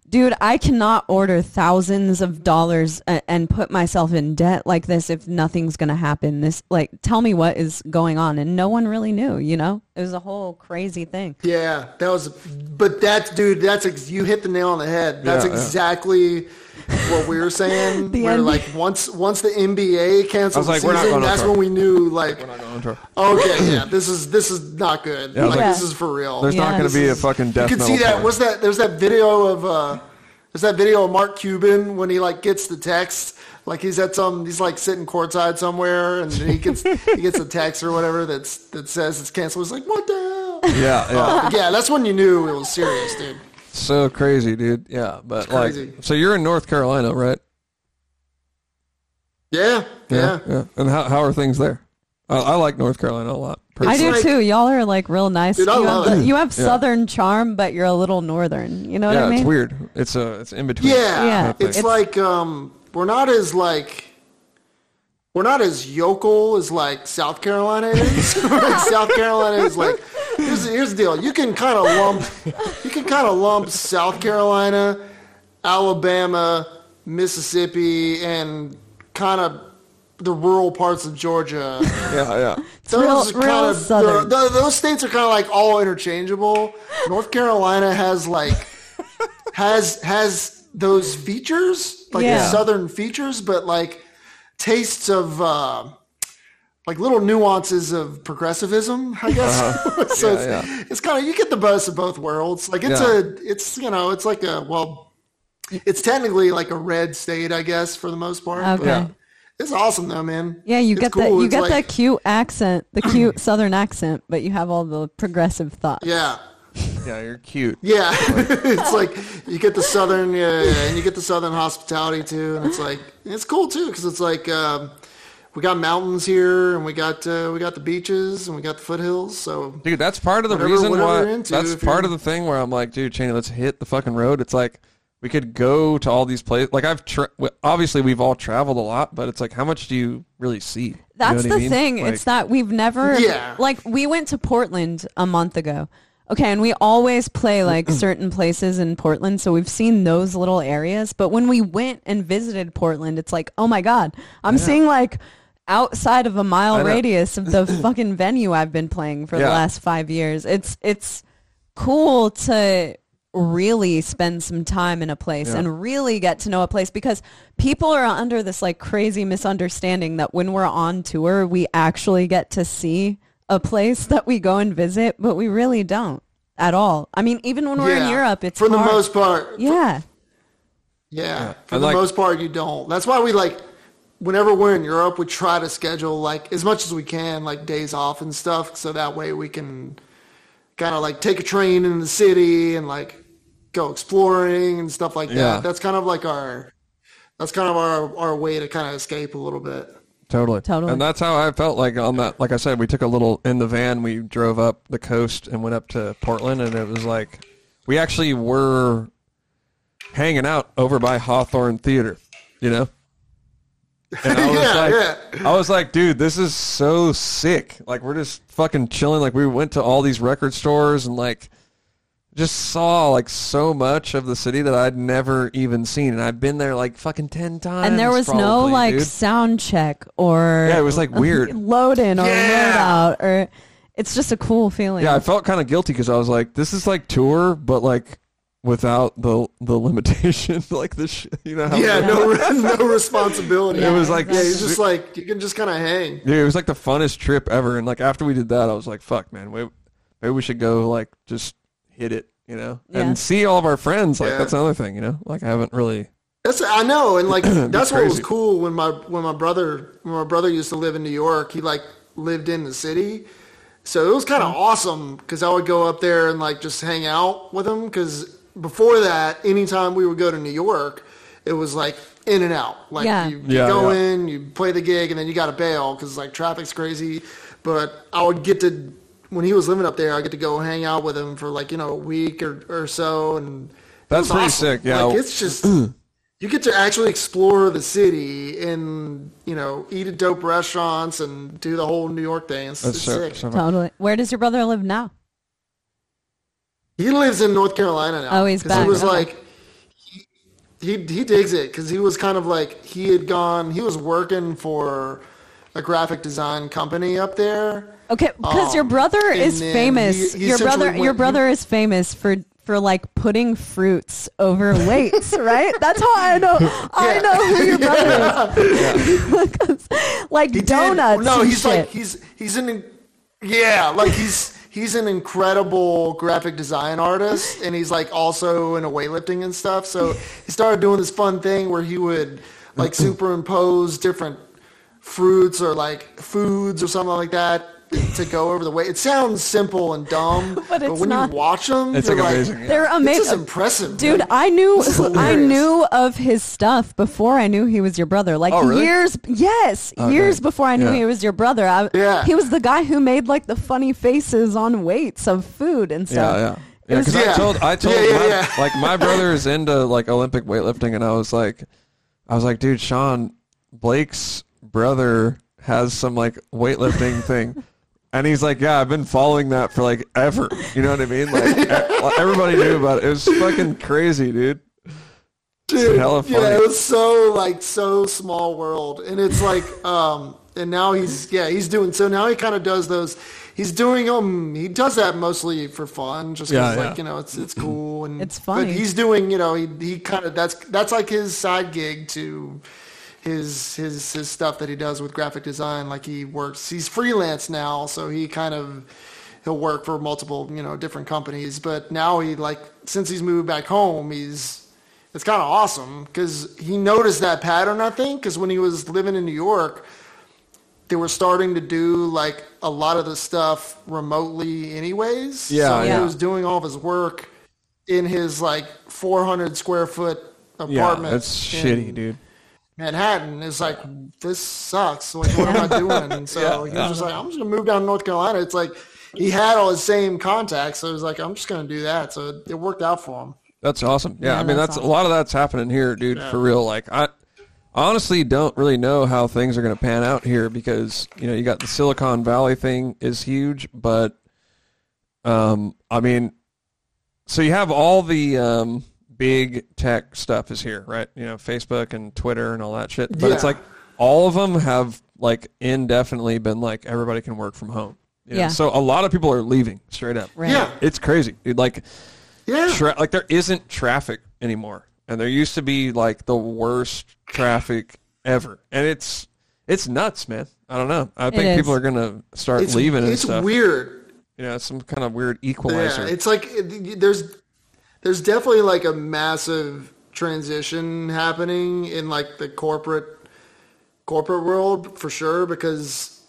dude, I cannot order thousands of dollars a- and put myself in debt like this if nothing's gonna happen. This like, tell me what is going on, and no one really knew. You know, it was a whole crazy thing.
Yeah, that was. But that dude, that's ex- you hit the nail on the head. That's
Yeah, yeah.
exactly what we were saying.
The
we were
NBA.
like, once once the NBA canceled
I was like,
the
we're not
season,
going on
that's
tour.
when we knew like,
on tour.
okay, yeah, this is this is not good.
I was
like,
like,
this is for real.
There's not
Yeah.
going to be a fucking death
you can
metal
see that.
tour.
Was that there's that video of uh, there's that video of Mark Cuban when he like gets the text, like he's at some, he's like sitting courtside somewhere, and he gets he gets a text or whatever that's that says it's canceled. He's like, what the hell?
yeah, yeah.
Uh, but yeah, that's when you knew it was serious, dude.
So crazy, dude. Yeah, but like,
crazy.
so you're in North Carolina, right?
Yeah, yeah.
yeah. And how, how are things there? I, I like North Carolina a lot.
I do
like-
too. Y'all are like real nice.
Dude, I
you,
love
have
it.
you have southern charm, but you're a little northern. You know what
yeah,
I mean?
it's weird. It's a it's in between.
Yeah,
Yeah.
Kind of thing.
It's,
It's-
like um, we're not as like we're not as yokel as like South Carolina is. South Carolina is like here's the, here's the deal. You can kind of lump you can kind of lump South Carolina, Alabama, Mississippi, and kind of the rural parts of Georgia.
yeah, yeah.
real-
Those are
real
kind of
southern.
those, those states are kind of like all interchangeable. North Carolina has like has has those features, like
Yeah.
the southern features, but like tastes of uh, like little nuances of progressivism, I guess.
Uh-huh.
so
Yeah,
it's,
yeah.
it's kind of you get the best of both worlds. Like it's
Yeah.
a it's you know it's like a well It's technically like a red state, I guess, for the most part.
Okay. Yeah.
It's awesome though, man.
Yeah, you
It's
get
cool.
the you
It's
get
like-
the cute accent, the cute southern accent, but you have all the progressive thoughts.
Yeah.
Yeah, you're cute.
Yeah. it's like you get the southern yeah, yeah, and you get the southern hospitality too and it's like it's cool too cuz it's like um, we got mountains here and we got uh, we got the beaches and we got the foothills. So
Dude, that's part of the
Whatever-
reason
whatever
why.
you're into,
that's
if
part
you're-
of the thing where I'm like, dude, Cheney, let's hit the fucking road. It's like we could go to all these places. Like I've tra- w- obviously we've all traveled a lot, but it's like how much do you really see? You know
That's
what I
the
mean?
thing.
Like,
it's that we've never
Yeah.
like we went to Portland a month ago. Okay, and we always play like certain places in Portland, so we've seen those little areas. But when we went and visited Portland, it's like, oh my god, I'm seeing like outside of a
I
mile
know.
radius of the fucking venue I've been playing for the
Yeah.
last five years. It's it's cool to really spend some time in a place and really get to know a place because people are under this like crazy misunderstanding that when we're on tour we actually get to see a place that we go and visit but we really don't at all i mean even when we're
yeah.
in europe it's
for the
hard.
most part.
yeah
Yeah, for
I
the
like-
most part, you don't. That's why we like, whenever we're in Europe, we try to schedule like as much as we can, like days off and stuff, so that way we can kind of like take a train in the city and like go exploring and stuff like
Yeah.
that. That's kind of like our, that's kind of our our way to kind of escape a little bit.
Totally.
Totally.
And that's how I felt like on that. Like I said, we took a little in the van. We drove up the coast and went up to Portland, and it was like we actually were hanging out over by Hawthorne Theater. You know. And I was
Yeah,
like, I was like, dude, this is so sick. Like we're just fucking chilling. Like we went to all these record stores and like just saw like so much of the city that I'd never even seen, and I've been there like fucking ten times.
and there was no
probably,
like
dude.
sound check or
Yeah, it was like weird.
load in or
Yeah.
load out or it's just a cool feeling
Yeah, I felt kind of guilty because I was like, this is like tour, but like without the the limitation, like this, sh- you know? How
Yeah, no no responsibility.
It was like-
yeah, it's just like you can just kind of hang.
Dude, it was like the funnest trip ever. And like after we did that, I was like, fuck, man, we, maybe we should go like just hit it, you know,
Yeah.
and see all of our friends. Like
Yeah.
that's another thing, you know. Like I haven't really.
That's I know, and like that's what was
crazy.
cool when my when my brother when my brother used to live in New York. He like lived in the city, so it was
Mm-hmm.
kind of awesome because I would go up there and like just hang out with him. Because before that, anytime we would go to New York, it was like in and out. Like
Yeah.
you, you
Yeah,
go
yeah.
in, you play the gig, and then you got to bail because like traffic's crazy. But I would get to when he was living up there, I get to go hang out with him for like you know a week or, or so, and it
That's
was
pretty
awesome.
sick, yeah.
Like, it's just you get to actually explore the city and you know eat at dope restaurants and do the whole New York thing. It's, it's
so-
sick.
so-
totally where does your brother live now
He lives in North Carolina now.
Oh, he's
'Cause
back.
He was
Okay.
like he he, he digs it because he was kind of like he had gone. He was working for a graphic design company up there.
Okay, because your
Um,
brother
and
is
then
famous.
he- he
your brother,
essentially
your
went-
brother is famous for for like putting fruits over weights, right? That's how I know. I
Yeah.
know who your brother is. 'Cause, like
He did-
donuts.
no,
and
he's
shit.
like he's he's an yeah, like he's he's an incredible graphic design artist, and he's like also into weightlifting and stuff. So he started doing this fun thing where he would like superimpose different fruits or like foods or something like that to go over the weight. It sounds simple and dumb,
But
but,
it's
when
not.
you watch them,
It's,
you're
like,
like
amazing, yeah.
They're
This
amazing.
is impressive,
Dude,
man.
I knew
This is
I
hilarious.
knew of his stuff before I knew he was your brother. Like
Oh, really?
years yes, years before I knew
Yeah.
he was your brother. I,
Yeah.
He was the guy who made like the funny faces on weights of food and stuff.
Yeah, yeah.
It
Yeah,
was
because I
Yeah.
told I told
Yeah, yeah,
my,
yeah.
like my brother is into like Olympic weightlifting, and I was like, I was like, dude, Sean Blake's brother has some like weightlifting thing, and he's like, yeah, I've been following that for like ever. You know what I mean? Like e- everybody knew about it. It was fucking crazy, dude.
Dude,
hella funny.
Yeah, it was so like so small world, and it's like, um, and now he's yeah he's doing so now he kind of does those. He's doing um he does that mostly for fun, just 'cause,
Yeah, yeah.
like you know it's it's cool and
It's funny.
But he's doing you know he he kind of that's that's like his side gig to his his his stuff that he does with graphic design. Like he works, he's freelance now, so he kind of he'll work for multiple you know different companies. But now he like since he's moved back home, he's it's kind of awesome because he noticed that pattern, I think, because when he was living in New York, they were starting to do like a lot of the stuff remotely, anyways.
Yeah,
so
yeah.
he was doing all of his work in his like 400 square foot
Yeah,
apartment.
that's
in
shitty, dude.
Manhattan. It's like this sucks. Like what am I doing? And so he was just like, I'm just gonna move down to North Carolina. It's like he had all his same contacts, so he was like, I'm just gonna do that. So it, it worked out for him.
That's awesome. Yeah,
Yeah,
I mean that's,
that's
a lot of that's happening here, dude, for real. Like I honestly don't really know how things are going to pan out here because, you know, you got the Silicon Valley thing is huge, but um I mean so you have all the um big tech stuff is here, right? You know, Facebook and Twitter and all that shit. But it's
Yeah.
like all of them have like indefinitely been like everybody can work from home. You know?
Yeah.
So a lot of people are leaving straight up.
Right.
Yeah,
It's crazy, dude. Like
yeah.
tra- like there isn't traffic anymore and there used to be like the worst traffic ever and it's it's nuts man i don't know i think
is.
people are gonna start
It's,
leaving and
it's
stuff
weird.
you know it's some kind of weird
Yeah,
equalizer
it's like it- there's there's definitely like a massive transition happening in like the corporate corporate world for sure because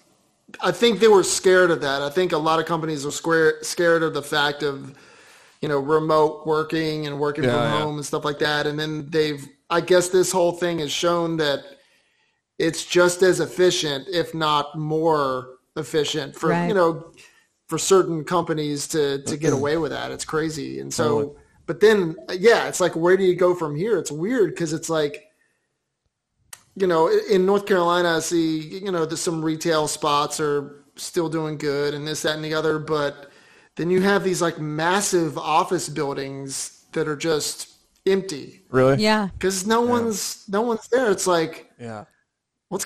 I think they were scared of that. I think a lot of companies are square, scared of the fact of you know remote working and working
Yeah,
from
yeah.
home and stuff like that. And then they've I guess this whole thing has shown that it's just as efficient, if not more efficient, for
Right.
you know for certain companies to to get away with that. It's crazy. And so,
Totally.
but then yeah, it's like where do you go from here? It's weird because it's like you know, i- in North Carolina, I see, you know, there's some retail spots are still doing good and this, that, and the other. But then you have these like massive office buildings that are just empty
really
Yeah.
because no one's, no one's there. It's like,
yeah
what's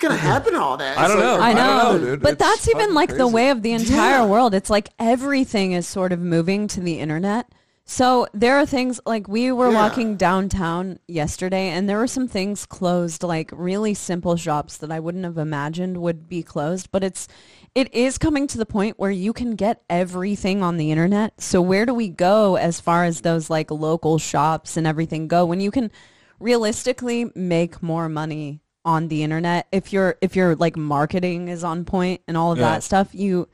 going to happen to all that?
I
It's
don't
like-
know.
I know,
I don't know, dude.
but
It's
that's even
fucking
like the
crazy.
way of the entire
Yeah.
world. It's like everything is sort of moving to the internet. So there are things like we were
Yeah.
walking downtown yesterday, and there were some things closed, like really simple shops that I wouldn't have imagined would be closed. But it's it is coming to the point where you can get everything on the internet. So where do we go as far as those like local shops and everything go when you can realistically make more money on the internet if your if your like marketing is on point and all of
Yeah.
that stuff you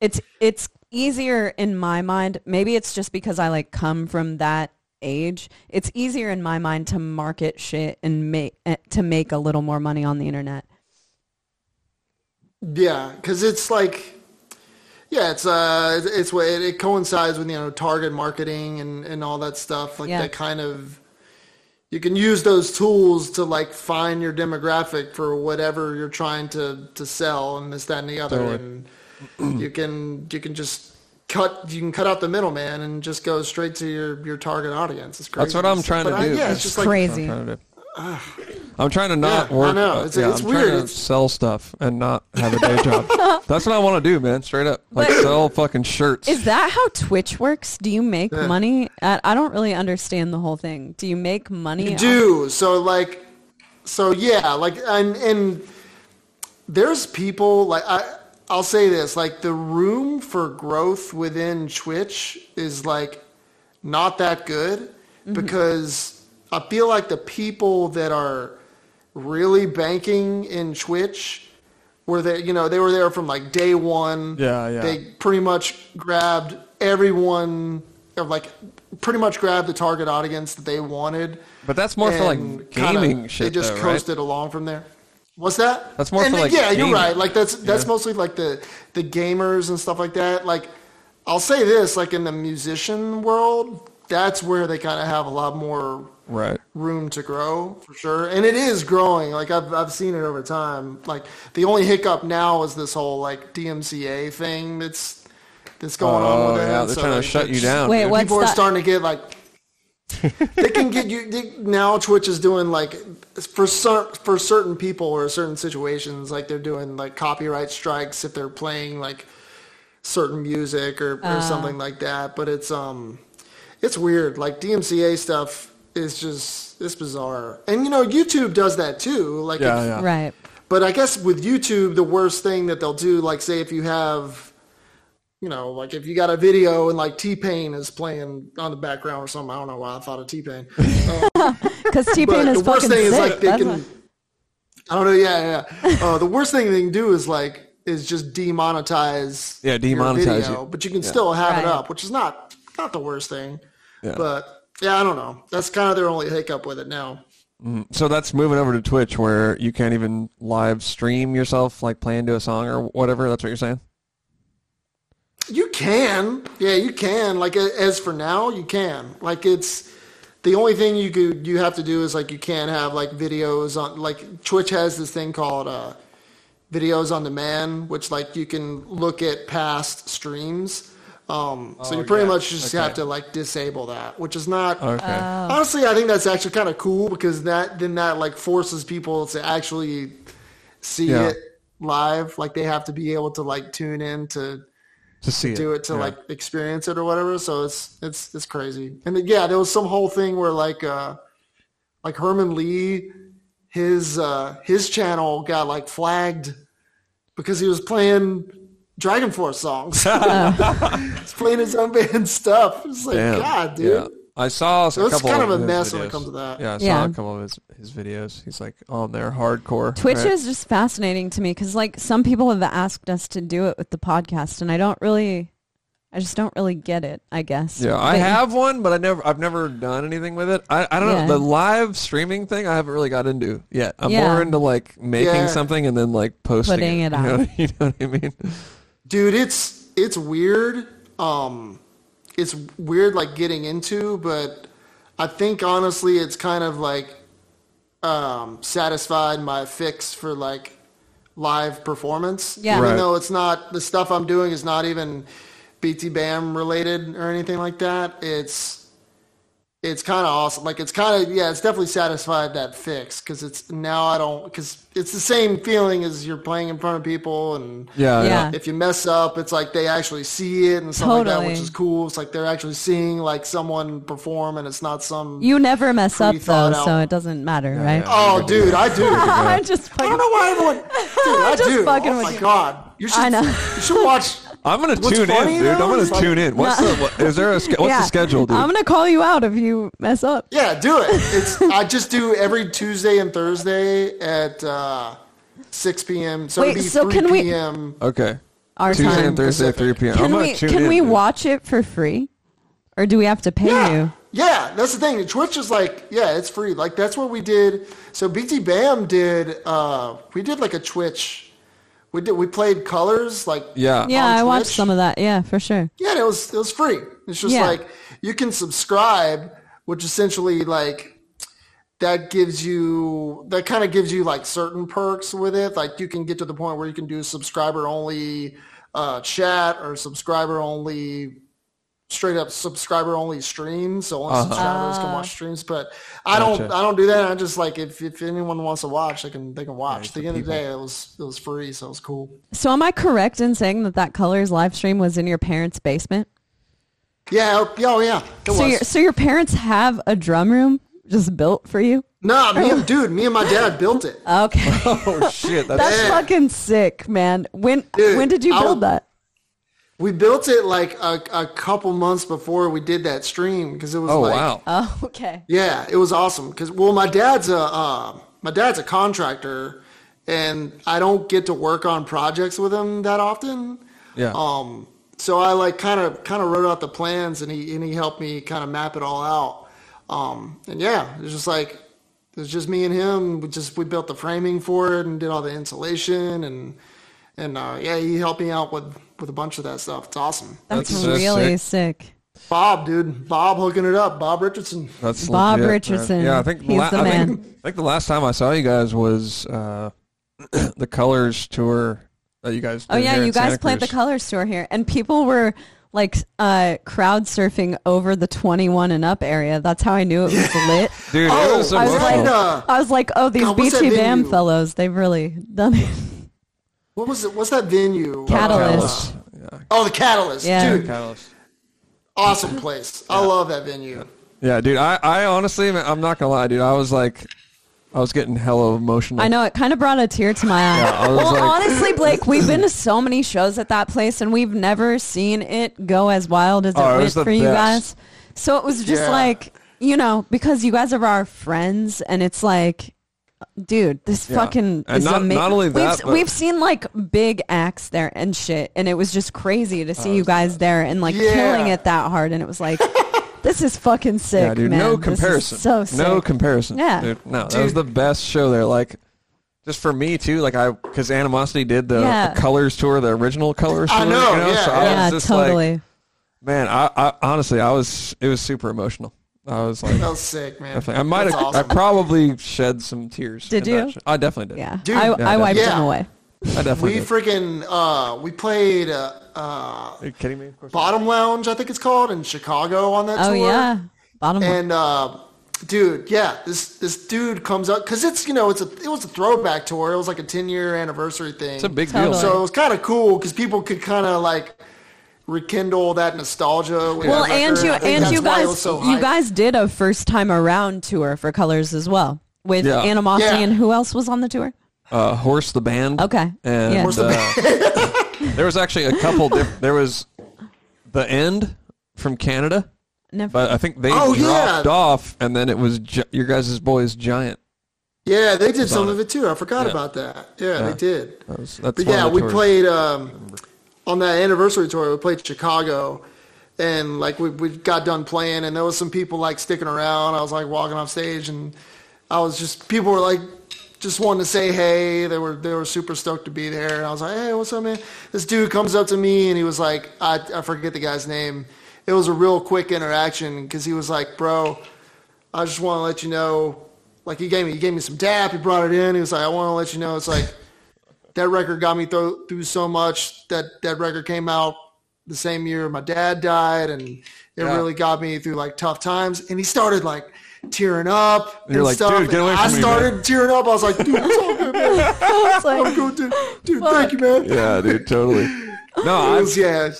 it's it's easier in my mind maybe it's just because i like come from that age it's easier in my mind to market shit and make eh, to make a little more money on the internet
Yeah, because it's like, yeah, it's uh, it's- it's what it, it coincides with you know target marketing and and all that stuff like
Yeah.
that kind of. You can use those tools to like find your demographic for whatever you're trying to to sell and this that and the other, and you can you can just cut you can cut out the middleman and just go straight to your your target audience. It's crazy.
That's what I'm
It's-
trying to
but I-
do.
yeah,
It's
it's just like
crazy
I'm trying to, I'm trying to not
Yeah, I
work.
know.
uh,
It's-
yeah,
it's
I'm
weird.
Trying to
It's-
sell stuff and not have a day job. That's what I want to do, man. Straight up, like
But-
sell fucking shirts.
is that how twitch works do you make money I, I don't really understand the whole thing do you make money
You
off-
do so like so yeah like and and there's people like I I'll say this like the room for growth within Twitch is like not that good because I feel like the people that are really banking in Twitch were there you know they were there from like day one
Yeah, yeah.
they pretty much grabbed everyone or like pretty much grabbed the target audience that they wanted
But that's more for like
and
gaming
kinda-
shit,
They just
though, right?
coasted along from there. What's that?
That's more for,
And,
like,
yeah,
gaming.
you're right. Like that's that's mostly like the the gamers and stuff like that. Like I'll say this, like in the musician world, that's where they kind of have a lot more
Right.
room to grow for sure, and it is growing. Like I've I've seen it over time. Like the only hiccup now is this whole like DMCA thing that's that's going on
Oh
with it.
yeah, they're
So,
trying to
like,
shut you
it's-
down.
Wait,
dude.
what? What's
people are
that?
starting to get like they can get you they, now twitch is doing like for cer- for certain people or certain situations like they're doing like copyright strikes if they're playing like certain music or, or something like that but it's um it's weird like dmca stuff is just it's bizarre and you know youtube does that too like if-
Yeah, yeah.
right
but I guess with YouTube, the worst thing that they'll do, like say if you have, you know, like if you got a video and like T Pain is playing on the background or something. I don't know why I thought of T Pain.
Because T Pain
But
is fucking
the worst thing
sick.
is like they
That's
can.
what-
I don't know. Yeah, yeah. yeah. Uh, the worst thing they can do is like is just demonetize.
Yeah,
your
demonetize
video,
it.
But you can still have
Right.
it up, which is not not the worst thing.
Yeah.
But yeah, I don't know. That's kind of their only hiccup with it now.
So that's moving over to Twitch where you can't even live stream yourself like playing to a song or whatever. That's what you're saying?
You can, yeah, you can. Like a- as for now, you can. Like it's the only thing you could you have to do is like you can't have like videos on like Twitch has this thing called uh, videos on demand, which like you can look at past streams. Um, so you pretty
Oh, yeah.
much just have to like disable that, which is not
Okay.
Uh,
honestly. I think that's actually kind of cool because that then that like forces people to actually see
Yeah.
it live. Like they have to be able to like tune in to
to see it.
do it to
Yeah.
like experience it or whatever. So it's it's it's crazy. And then, yeah, there was some whole thing where like uh like Herman Lee, his uh his channel got like flagged because he was playing Dragon Force songs. He's playing his own band stuff. It's like
Damn.
God, dude.
Yeah. I saw a
it's
couple
kind of a
his
mess when it
videos.
comes to that.
Yeah, I saw
Yeah.
a couple of his, his videos. He's like on there hardcore.
Twitch
right?
is just fascinating to me because like some people have asked us to do it with the podcast, and I don't really, I just don't really get it. I guess.
Yeah, I
But-
have one, but I never I've never done anything with it. I, I don't
Yeah.
know. The live streaming thing I haven't really got into yet. I'm
Yeah.
more into like making
Yeah.
something and then like posting
Putting it
You know,
out.
you know what I mean?
dude it's it's weird um it's weird like getting into but i think honestly it's kind of like um satisfied my fix for like live performance
Yeah.
even
Right.
though it's not the stuff i'm doing is not even bt bam related or anything like that it's it's kind of awesome like it's kind of yeah it's definitely satisfied that fix because it's now i don't because it's the same feeling as you're playing in front of people and
Yeah,
Yeah.
yeah.
if you mess up, it's like they actually see it and stuff like that, which
Totally.
is cool. It's like they're actually seeing like someone perform, and it's not some.
You never mess up though,
Pre-thought
so
out.
it doesn't matter,
yeah.
right?
oh, dude, I do. I
I'm just fucking.
don't know why everyone. Dude, I
Just
do.
fucking
Oh
with
my
you.
god, you should.
I know.
You should watch.
I'm gonna
What's
tune in,
funny,
dude.
though,
I'm gonna
is, like-
tune in. What's the what, is there a sch- what's
Yeah.
the schedule, dude?
I'm gonna call you out if you mess up.
Yeah, do it. It's I just do every Tuesday and Thursday at uh, 6 p.m. So it'd
Wait,
be
so
3
can we-
p.m.
okay.
Our
Tuesday
time.
and Thursday at 3
Pacific.
p.m. I'm
Can
gonna
we
tune
can
in,
we
dude.
watch it for free, or do we have to pay you?
Yeah, that's the thing. Twitch is like, yeah, it's free. Like that's what we did. So BT Bam did. Uh, we did like a Twitch. We did. We played Colors. Like
Yeah.
Yeah,
on
I watched
Twitch?
some of that. Yeah, for sure.
yeah, and it was it was free. It's just
Yeah.
like you can subscribe, which essentially like that gives you that kind of gives you like certain perks with it. Like you can get to the point where you can do subscriber only uh, chat or subscriber only straight up subscriber only streams. So only subscribers can watch streams. But I don't
Gotcha.
I don't do that. I just like if, if anyone wants to watch, they can they can watch. At the end of the day, it was it was free, so it was cool.
So am I correct in saying that that colors live stream was in your parents' basement?
Yeah, oh oh, yeah. It
So
was.
your so your parents have a drum room just built for you?
No, me and, dude, me and my dad built it.
Okay.
Oh shit, that's,
That's fucking sick, man. When
Dude,
when did you build
I'll-
that?
We built it like a, a couple months before we did that stream because it was
Oh
like,
wow.
Oh, okay.
yeah, it was awesome. Because well, my dad's a uh, my dad's a contractor, and I don't get to work on projects with him that often.
yeah.
Um, so I like kind of kind of wrote out the plans, and he and he helped me kind of map it all out. Um, and yeah, it's just like it was just me and him. We just we built the framing for it and did all the insulation and and uh, yeah, he helped me out with with a bunch of that stuff. It's awesome.
That's,
That's so
really
sick.
sick.
Bob, dude, Bob hooking it up. Bob Richardson.
That's legit,
Bob
man.
Richardson.
Yeah, I think the
He's
la-
the
I think-
man.
I think the last time I saw you guys was uh, the Colors tour that you guys.
Oh
did
yeah,
here in
you guys
Santa
played the
Cruz.
colors tour here and people were like uh, crowd surfing over the 21 and up area. That's how I knew it was lit.
Dude,
Oh,
it was
I was
emotional.
like,
And, uh,
I was like, oh, these
God, what's that
BT Bam
venue?
fellows, they've really done it.
What was it? What's that venue?
Catalyst.
Oh, the Catalyst,
Yeah.
dude. Awesome place. I love that venue.
Yeah, dude. I, I honestly, I'm not gonna lie, dude. I was like, I was getting hella emotional.
I know it kind of brought a tear to my eye.
Yeah, I was
well,
like-
honestly, Blake, we've been to so many shows at that place, and we've never seen it go as wild as
Oh, it
it went
was
for
the
you guys.
best.
So it was just
Yeah.
like you know because you guys are our friends, and it's like, dude, this
Yeah.
fucking
And
is
not-
amazing.
not only that,
we've,
but-
we've seen like big acts there and shit, and it was just crazy to see you guys there and like
Yeah.
killing it that hard, and it was like. This is fucking sick,
Yeah, dude.
man.
No
This is
comparison.
So sick.
No comparison.
Yeah.
dude. No, that was the best show there. Like, just for me too. Like I, because Animosity did the,
Yeah.
the Colors tour, the original Colors
I
tour.
know,
You know?
yeah,
so I
yeah,
was just
totally.
like, man, I, I honestly, I was, it was super emotional. I was like,
That was sick, Oh, man.
definitely- I might have,
That's awesome.
I probably shed some tears.
Did
in that
you?
show. I definitely did.
Yeah.
Dude,
I,
yeah,
I wiped
definitely.
him
Yeah.
away.
I definitely.
we
did.
freaking uh, we played uh, uh,
Are you kidding me? Of course.
Bottom Lounge, I think it's called, in Chicago on that
Oh,
tour.
yeah. Bottom line.
And uh, dude, yeah, this this dude comes up because it's you know it's a it was a throwback tour. It was like a ten year anniversary thing.
It's a big
Totally.
deal.
So it was kind of cool because people could kind of like rekindle that nostalgia. With
well,
that
and
record.
you
I think
and
that's
you
why it
guys
was so
you
hyped.
guys did a first time around tour for Colors as well with
Yeah.
Animosity
Yeah.
and who else was on the tour?
uh, Horse the Band.
Okay.
And,
Yeah. Horse the
uh, there was actually a couple. Diff- there was the end from Canada,
Never.
but I think they
Oh,
dropped
yeah.
off, and then it was gi- your guys' boys Giant.
yeah, they did some
on
of it too. I forgot about that. Yeah, they did.
That was, that's
But
one of
yeah,
the
we
tours.
played um, on that anniversary tour. We played Chicago, and like we we got done playing, and there was some people like sticking around. I was like walking off stage, and I was just people were like just wanting to say hey. They were they were super stoked to be there, and I was like, hey, what's up, man? This dude comes up to me, and he was like, I I forget the guy's name. It was a real quick interaction because he was like, bro. I just want to let you know, like he gave me, he gave me some dap. He brought it in. He was like, I want to let you know, it's like that record got me through through so much. That that record came out the same year my dad died, and it
Yeah.
really got me through like tough times. And he started like tearing up
You're
and
like,
stuff.
"Dude, get away
and
from
I
me,
started tearing up. I was like, dude, it's all good, man.
It's like-
I'm good, dude. Dude, thank you, man.
Yeah, dude, totally. No,
It
I,
was, yeah.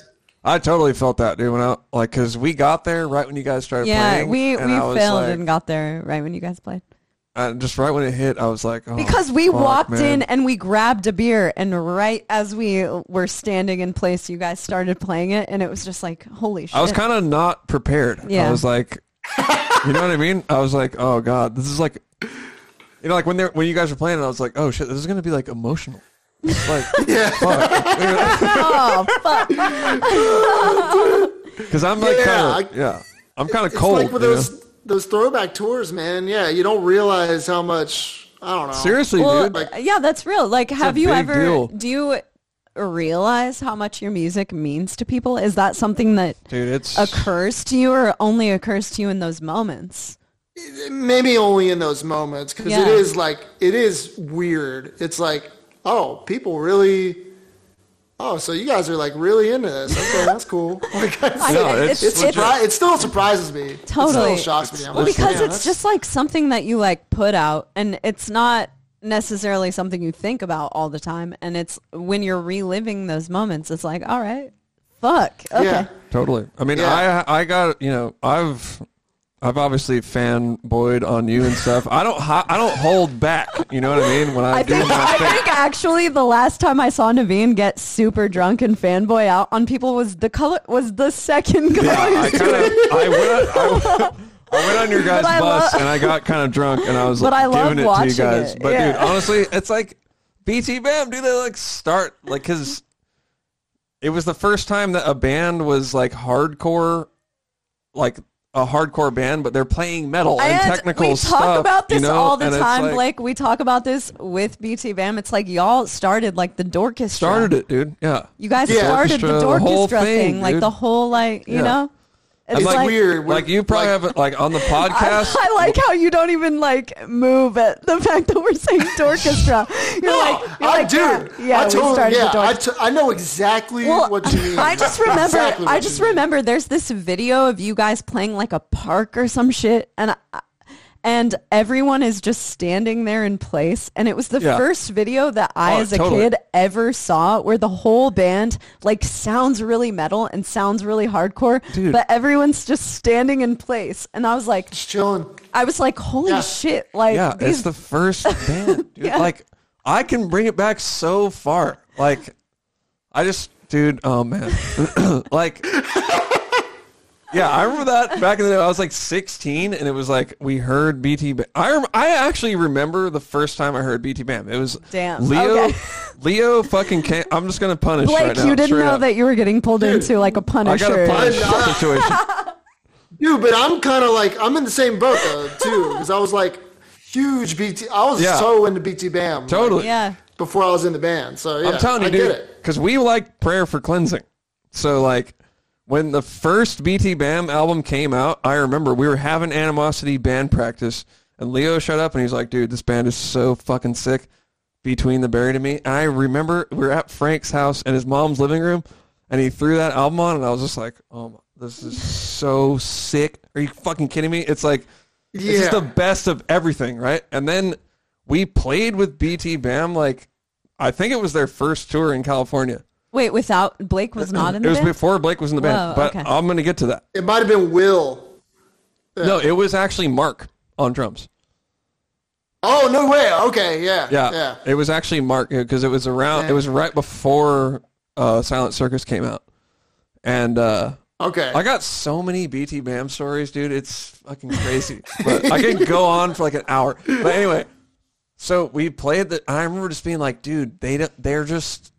I totally felt that, dude. When I like, cause we got there right when you guys started
yeah,
playing.
we we
and I
failed
was like-
and got there right when you guys played.
I- just right when it hit, I was like, oh,
Because we
fuck,
walked in
man.
and we grabbed a beer and right as we were standing in place you guys started playing it and it was just like holy shit.
I was kind of not prepared.
Yeah.
I was like, you know what I mean? I was like, oh god, this is like, you know, like when they are when you guys were playing, I was like, oh shit, this is gonna be like emotional. Like, fuck.
oh, fuck.
Because I'm like,
Yeah,
kind of, yeah, I'm kind of
It's
cold.
like with
you know?
those those throwback tours, man. Yeah, you don't realize how much. I don't know.
Seriously,
Well,
dude.
yeah, that's real. Like, have you
big
ever
deal.
do you realize how much your music means to people? Is that something that
Dude, it's
occurs to you, or only occurs to you in those moments?
maybe only in those moments because
Yeah.
it is like it is weird. It's like, oh, people really. Oh, so you guys are like really into this? Okay, that's cool. Like, it's,
I-
No,
it's-
it's
it's
it's-
surpri- it still surprises me.
Totally.
it still shocks me. I'm
well,
like,
because
"Damn,
it's
that's-
just like something that you like put out, and it's not necessarily something you think about all the time. And it's when you're reliving those moments, it's like, all right, fuck, okay,
yeah,
Totally. I mean,
Yeah.
I I got you know I've I've obviously fanboyed on you and stuff. I don't hi- I don't hold back. You know what I mean? When I,
I
do
think,
my
I
thing.
think actually the last time I saw Naveen get super drunk and fanboy out on people was the color was the second color.
Yeah, I kind of I went on, I, went- I went on your guys'
But I
bus
lo-
and I got kind of drunk and I was
But
like
I love
giving it to
watching
you guys.
it,
But dude,
yeah.
honestly, it's like BT Bam. Do they like start like because it was the first time that a band was like hardcore, like a hardcore band, but they're playing metal and, technical
we talk
stuff.
about
you
this
know?
all the
And it's
time,
like-
Blake. We talk about this with BT Bam. It's like y'all started like the Dorkestra.
Started it, dude. Yeah.
You guys
Yeah.
started the
Dorkestra, the whole
Dorkestra thing,
thing,
like
dude.
the whole like you
Yeah.
know. It's
And,
like, weird.
Like you probably
Like-
haven't like on the
I,
podcast.
I like how you don't even like move at the fact that we're saying Dorkestra. You're like,
Oh,
you're
I
like,
do.
yeah, yeah,
I
we
totally,
started
yeah,
the Dorkestra.
I, t- I know exactly
Well,
what you mean.
I just remember.
Exactly what
I
you
just
mean.
remember. There's this video of you guys playing like a park or some shit, and I, and everyone is just standing there in place. And it was the
Yeah.
first video that I,
Oh,
as a
totally.
kid, ever saw where the whole band like sounds really metal and sounds really hardcore,
Dude.
but everyone's just standing in place. And I was like,
Just chilling.
I was like, holy
Yeah.
shit! Like
yeah,
these
it's the first band. Dude.
Yeah.
Like I can bring it back so far. Like I just dude, oh man. like Yeah, I remember that back in the day. I was like 16 and it was like we heard BT Bam. I rem- I actually remember the first time I heard BT Bam. It was
Damn,
Leo
okay.
Leo fucking came. I'm just going to punish right
Blake,
now.
you didn't
straight
know
up.
that you were getting pulled into like a
I got
Punisher.
a punish
Sure.
situation.
Dude, but I'm kind of like I'm in the same boat though too, because I was like huge BT. I was
Yeah.
so into BT Bam
Totally.
yeah,
like, before I was in the band. So yeah,
I'm telling you,
I get
dude,
it.
because we like prayer for cleansing. So like, when the first BT Bam album came out, I remember we were having animosity band practice, and Leo showed up and he's like, "Dude, this band is so fucking sick." Between the buried and me, and I remember we were at Frank's house in his mom's living room, and he threw that album on, and I was just like, "Oh, my, this is so sick! Are you fucking kidding me?" It's like it's just
Yeah.
the best of everything, right? And then we played with BT Bam like I think it was their first tour in California.
wait, without Blake was not in
it
the
was
band?
before Blake was in the band,
Whoa,
but
okay.
I'm going to get to that.
It might have been Will.
No, it was actually Mark on drums.
Oh no way. Okay, yeah,
Yeah,
yeah.
it was actually Mark because it was around. It was right before uh, Silent Circus came out, and uh,
Okay.
I got so many BT Bam stories, dude. It's fucking crazy. but I could go on for like an hour. But anyway, so we played the. I remember just being like, dude, they don't, they're just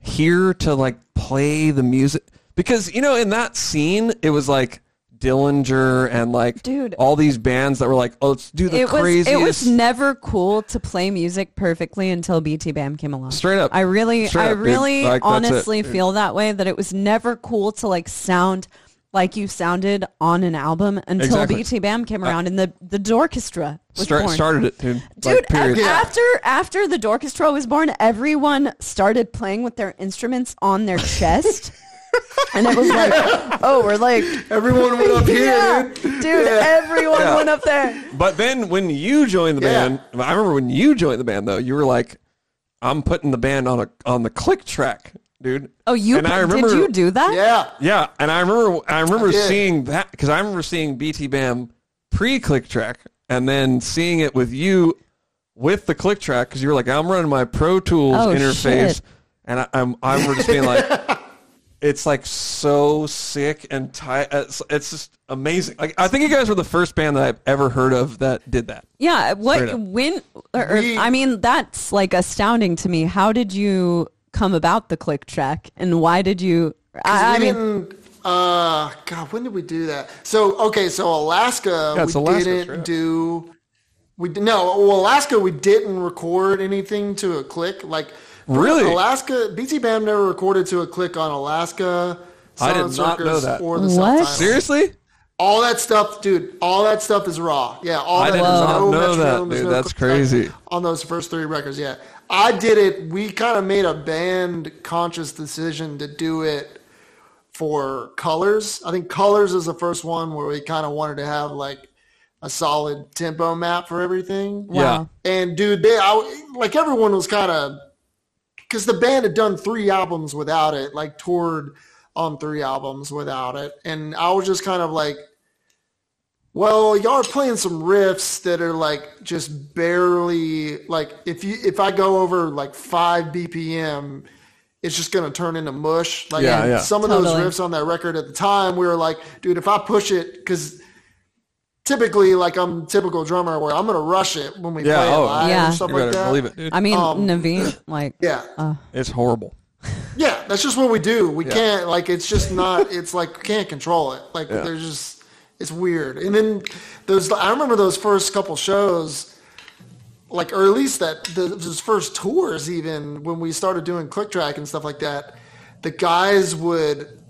here to like play the music because you know in that scene it was like Dillinger and like
Dude.
all these bands that were like, oh, let's do the
it was
craziest.
it was never cool to play music perfectly until BT Bam came along.
Straight up.
I really
Straight
I
up, dude.
really
Like, that's it.
honestly feel that way that it was never cool to like sound like you sounded on an album until
Exactly.
BT Bam came around and the the Dorchestra was
Stra-
born.
started it, dude.
Dude,
Like, period.
af- after after the Dorchestra was born, everyone started playing with their instruments on their chest. and it was like, oh, we're like
Everyone went up here,
yeah,
dude.
dude, everyone
Yeah.
went up there.
But then when you joined the
Yeah.
band, I remember when you joined the band though, you were like, "I'm putting the band on a on the click track, dude."
Oh, you
and I
put-
remember,
did you do that?
Yeah.
Yeah, and I remember I remember
did.
seeing that because I remember seeing BT Bam pre click track, and then seeing it with you with the click track because you were like, "I'm running my Pro Tools
Oh,
interface,"
shit.
and I, I'm I were just being like. It's like so sick and tight. It's, it's just amazing. Like I think you guys were the first band that I've ever heard of that did that.
Yeah,
Straight
what
up.
when or, or-
We-
I mean that's like astounding to me. How did you come about the click track and why did you I, I
we
mean
didn't, uh, God, when did we do that? So okay, so Alaska,
Yeah,
we
it's Alaska,
didn't
sure, yeah.
do. We d- no, well, Alaska, we didn't record anything to a click. Like
Really?
Alaska, BT Bam never recorded to a click on Alaska.
I did
Silent
not know
Circus,
that.
Or the
What?
Self-Titled.
Seriously?
All that stuff, dude. All that stuff is raw. Yeah, all
I
that.
did
there's
not
no
know that,
metronome, there's
dude.
no
That's
click track
crazy.
On those first three records, yeah. I did it. We kind of made a band conscious decision to do it for Colors. I think Colors is the first one where we kind of wanted to have like a solid tempo map for everything.
Yeah.
And dude, they I, like everyone was kind of because the band had done three albums without it, like toured on three albums without it, and I was just kind of like, well, y'all are playing some riffs that are like just barely like if you if I go over like five BPM. It's just gonna turn into mush. Like
Yeah, yeah.
some of
Totally.
those riffs on that record at the time, we were like, "Dude, if I push it, because typically like I'm typical drummer where I'm gonna rush it when we
Yeah,
play it
oh,
live
Yeah.
and stuff
You
like
better
that.
believe it, dude.
I mean
um,
Naveen like
Yeah,
It's horrible.
yeah, that's just what we do. We can't like it's just not. It's like we can't control it. Like there's just it's weird. And then those I remember those first couple shows. Like or at least that the, those first tours, even when we started doing click track and stuff like that, the guys would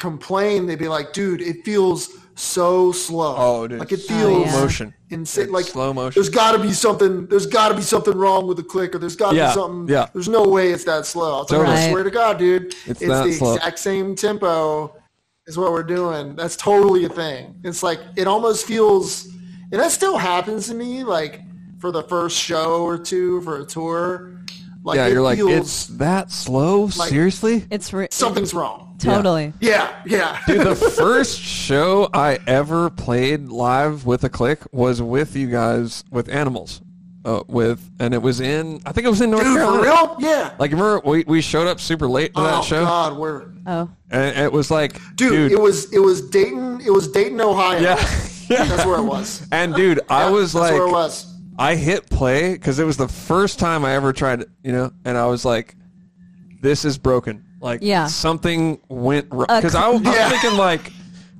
complain. They'd be like, "Dude, it feels so slow.
Oh, dude,
like it
slow
feels
motion.
insane.
Dude,
Like
slow motion.
There's got to be something. There's got to be something wrong with the click, or there's got to
Yeah,
be something.
yeah.
There's no way it's that slow. I was like,
Totally.
I swear to God, dude,
It's
it's,
that
the
slow.
exact same tempo is what we're doing. That's totally a thing. It's like it almost feels. and that still happens to me. Like for the first show or two for a tour, like
yeah,
it
you're like,
feels
it's that slow?
like-
Seriously?
It's re-
something's wrong.
totally.
Yeah, yeah.
Dude, the first show I ever played live with a click was with you guys with animals, uh, with and it was in I think it was in North
Dude, for
Carolina.
real? Yeah.
Like remember we, we showed up super late to
oh
that show,
God, we're
Oh,
and it was like,
dude, It was it was Dayton. It was Dayton, Ohio.
yeah, yeah.
that's where it was.
And dude, I was
that's
like,
where it was.
I hit play because it was the first time I ever tried, it, you know, and I was like, this is broken. Like,
Yeah.
something went wrong.
A
Because I, am
Yeah.
thinking, like,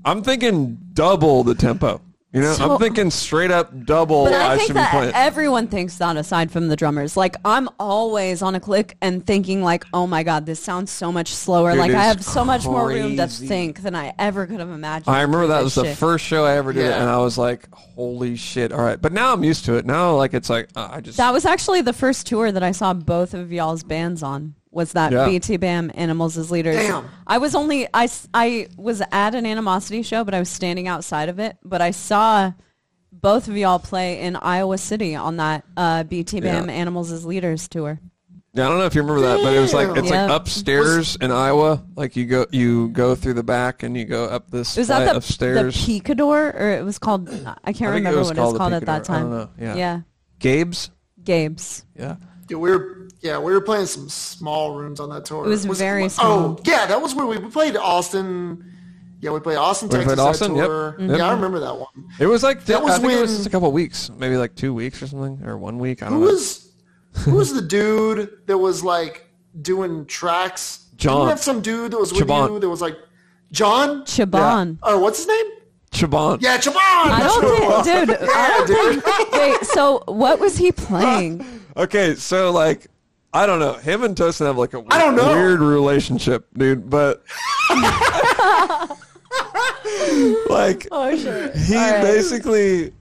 I'm thinking double the tempo. You know,
So-
I'm thinking straight up double
But
I,
I think
should be
that
playing.
everyone thinks that aside from the drummers. Like I'm always on a click and thinking like, oh my God, this sounds so much slower.
Dude,
like I have
it's
so much more room to
crazy.
think than I ever could have imagined.
I remember
through
that
this
was the
shit.
first show I ever did it,
Yeah.
and I was like, holy shit. All right. But now I'm used to it. Now, like, it's like, uh, I just.
That was actually the first tour that I saw both of y'all's bands on. Was that
Yeah.
BT Bam Animals as Leaders?
Damn.
I was only I, s- I was at an Animosity show, but I was standing outside of it. But I saw both of y'all play in Iowa City on that uh, BT Bam
Yeah.
Animals as Leaders tour.
Yeah, I don't know if you remember that, but it was like it's
Yeah.
like upstairs in Iowa. Like you go you go through the back and you go up this
It was
flight
that the,
of stairs.
the Picador, or it was called, I can't
I think it
remember
was
what it
called
was
the
called at that
Picador. I
time.
don't know. Yeah.
yeah.
Gabe's.
Gabe's.
Yeah.
Yeah, we were yeah we were playing some small rooms on that tour.
It was very small.
Oh yeah, that was where we, we played Austin. Yeah, we played Austin,
played
Texas. that
Austin, yep, Mm-hmm.
tour.
yep.
Yeah, I remember that one.
It was like
That
I
was
think it was
when-
just a couple weeks, maybe like two weeks or something, or one week. I
Who
don't know.
was who was the dude that was like doing tracks? Didn't
John.
You have some dude that was with
Chabon.
you that was like John.
Chabon.
Or what's his nname?
Chabon.
Yeah, Chabon.
I
That's
don't
who it was.
think, dude. I don't
dude.
think. Wait, so what was he playing?
Okay, so like I don't know. Him and Tosin have like a
I don't know.
weird relationship, dude, but like
Oh shit.
he basically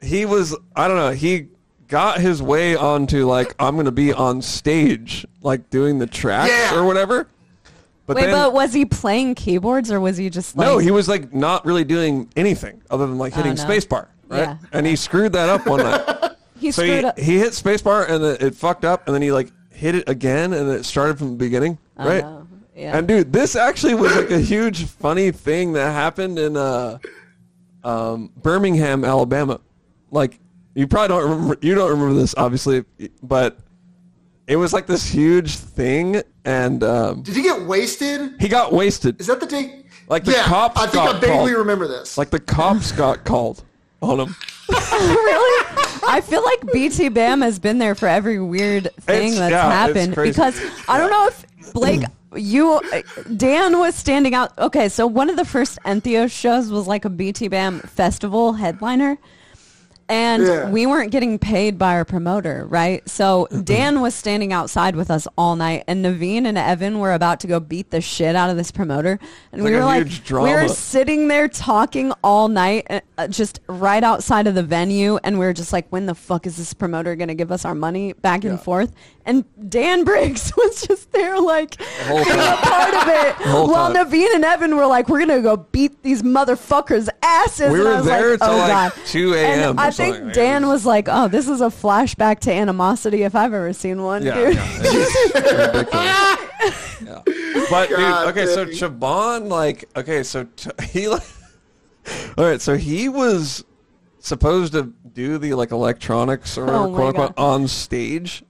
he was I don't know he got his way onto like I'm gonna be on stage like doing the tracks
Yeah.
or whatever. But
Wait,
then
but was he playing keyboards or was he just like? Oh,
no, he was like not really doing anything other than like hitting
no.
spacebar, right?
Yeah.
And he screwed that up one night.
he
so
screwed
he,
up.
he hit spacebar and it, it fucked up, and then he like hit it again, and it started from the beginning, right?
Oh, no. Yeah.
And dude, this actually was like a huge funny thing that happened in uh, um, Birmingham, Alabama. Like you probably don't remember, you don't remember this obviously, but it was like this huge thing, and um,
Did he get wasted?
he got wasted.
Is that the day?
Like the
yeah,
cops
I think
got
I vaguely
called.
remember this.
Like the cops got called on him.
really? I feel like BT Bam has been there for every weird thing
It's-
that's
yeah, it's
happened
crazy.
because I don't know if Blake, you, Dan was standing out. Okay, so one of the first Entheos shows was like a BT Bam festival headliner. And
Yeah.
we weren't getting paid by our promoter, right? So Dan was standing outside with us all night, and Naveen and Evan were about to go beat the shit out of this promoter, and
Like
we
a
were like,
huge
we were
drama.
sitting there talking all night, uh, uh, just right outside of the venue, and we were just like, when the fuck is this promoter gonna give us our money back and
Yeah.
forth? And Dan Briggs was just there, like
whole
being a
time.
part of it,
whole
while
time.
Naveen and Evan were like, we're gonna go beat these motherfuckers' asses.
We
and
were
I was
there
like,
till,
oh,
like,
God.
2 a.m.
And
or
I think
something. Like, it
Dan
was-
was like, oh, this is a flashback to animosity if I've ever seen one,
Yeah,
dude.
yeah, it's ridiculous. Yeah. But
God
dude, okay, so
dang.
Chabon, like, okay, so t- he, like, all right, so he was supposed to do the like electronics or whatever,
Oh my
quote unquote
God.
on stage.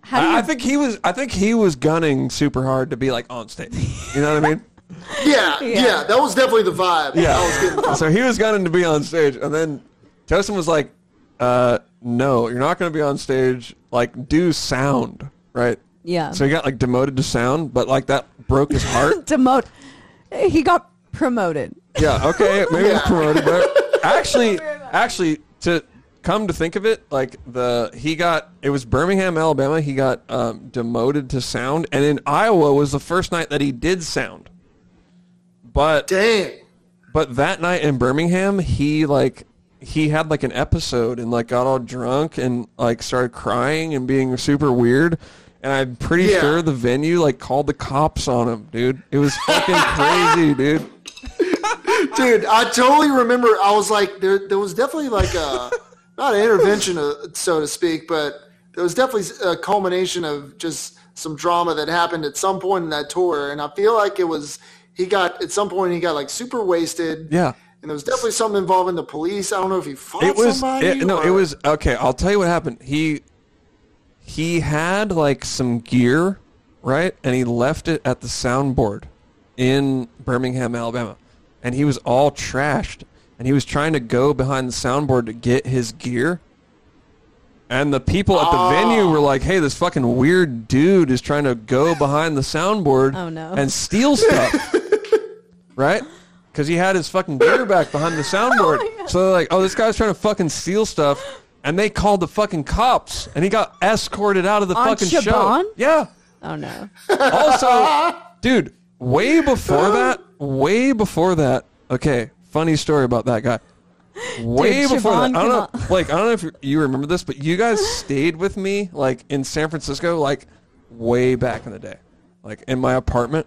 How do
I,
you
I think he was, I think he was gunning super hard to be like on stage. You know what I mean?
yeah, yeah, that was definitely the vibe. I was getting
Yeah. so he was gunning to be on stage, and then Tosin was like, uh, "No, you're not going to be on stage. Like, do sound, right?"
Yeah.
So he got like demoted to sound, but like that broke his heart.
demote? He got promoted.
yeah. Okay. Maybe it was
Yeah.
promoted, but actually, actually, to come to think of it, like the he got it was Birmingham, Alabama. He got um, demoted to sound, and in Iowa was the first night that he did sound. But
dang.
But that night in Birmingham, he like he had like an episode and like got all drunk and like started crying and being super weird. And I'm pretty
Yeah.
sure the venue like called the cops on him, dude. It was fucking crazy, dude.
dude. I totally remember. I was like, there, there was definitely like a not an intervention, uh, so to speak, but there was definitely a culmination of just some drama that happened at some point in that tour, and I feel like it was he got at some point he got like super wasted.
Yeah.
And there was definitely something involving the police. I don't know if he fought
it was
somebody.
it, no
or-
it was okay i'll tell you what happened he he had like some gear right and he left it at the soundboard in birmingham alabama and he was all trashed and he was trying to go behind the soundboard to get his gear and the people at the venue
Oh.
were like, "Hey, this fucking weird dude is trying to go behind the soundboard
Oh, no.
and steal stuff." right? Cuz he had his fucking gear back behind
Oh
the soundboard. so they're like, "Oh, this guy's trying to fucking steal stuff." And they called the fucking cops, and he got escorted out of the
On
fucking
Chabon?
show. Yeah.
Oh no.
Also, dude, way before that, way before that. Okay, funny story about that guy. Way
Dude,
before
Siobhan
that, I don't know.
cannot-
Like I don't know if you- you remember this, but you guys stayed with me like in San Francisco, like way back in the day, like in my apartment.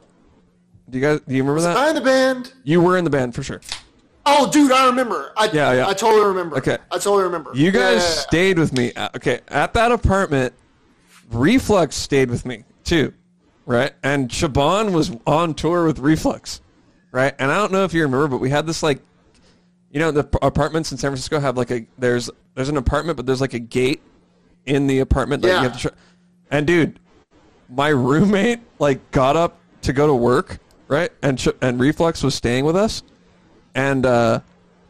Do you guys? Do you remember that?
I in the band.
You were in the band for sure.
Oh, dude, I remember. I,
Yeah, yeah.
I totally remember.
Okay.
I totally remember.
You guys
Yeah, yeah, yeah.
stayed with me. Uh, Okay, at that apartment, Reflux stayed with me too, right? And Chabon was on tour with Reflux, right? And I don't know if you remember, but we had this like, you know, the p- apartments in San Francisco have like a there's there's an apartment, but there's like a gate in the apartment that
Yeah.
you have to. Tr- and dude, my roommate like got up to go to work, right? And Ch- and Reflux was staying with us, and uh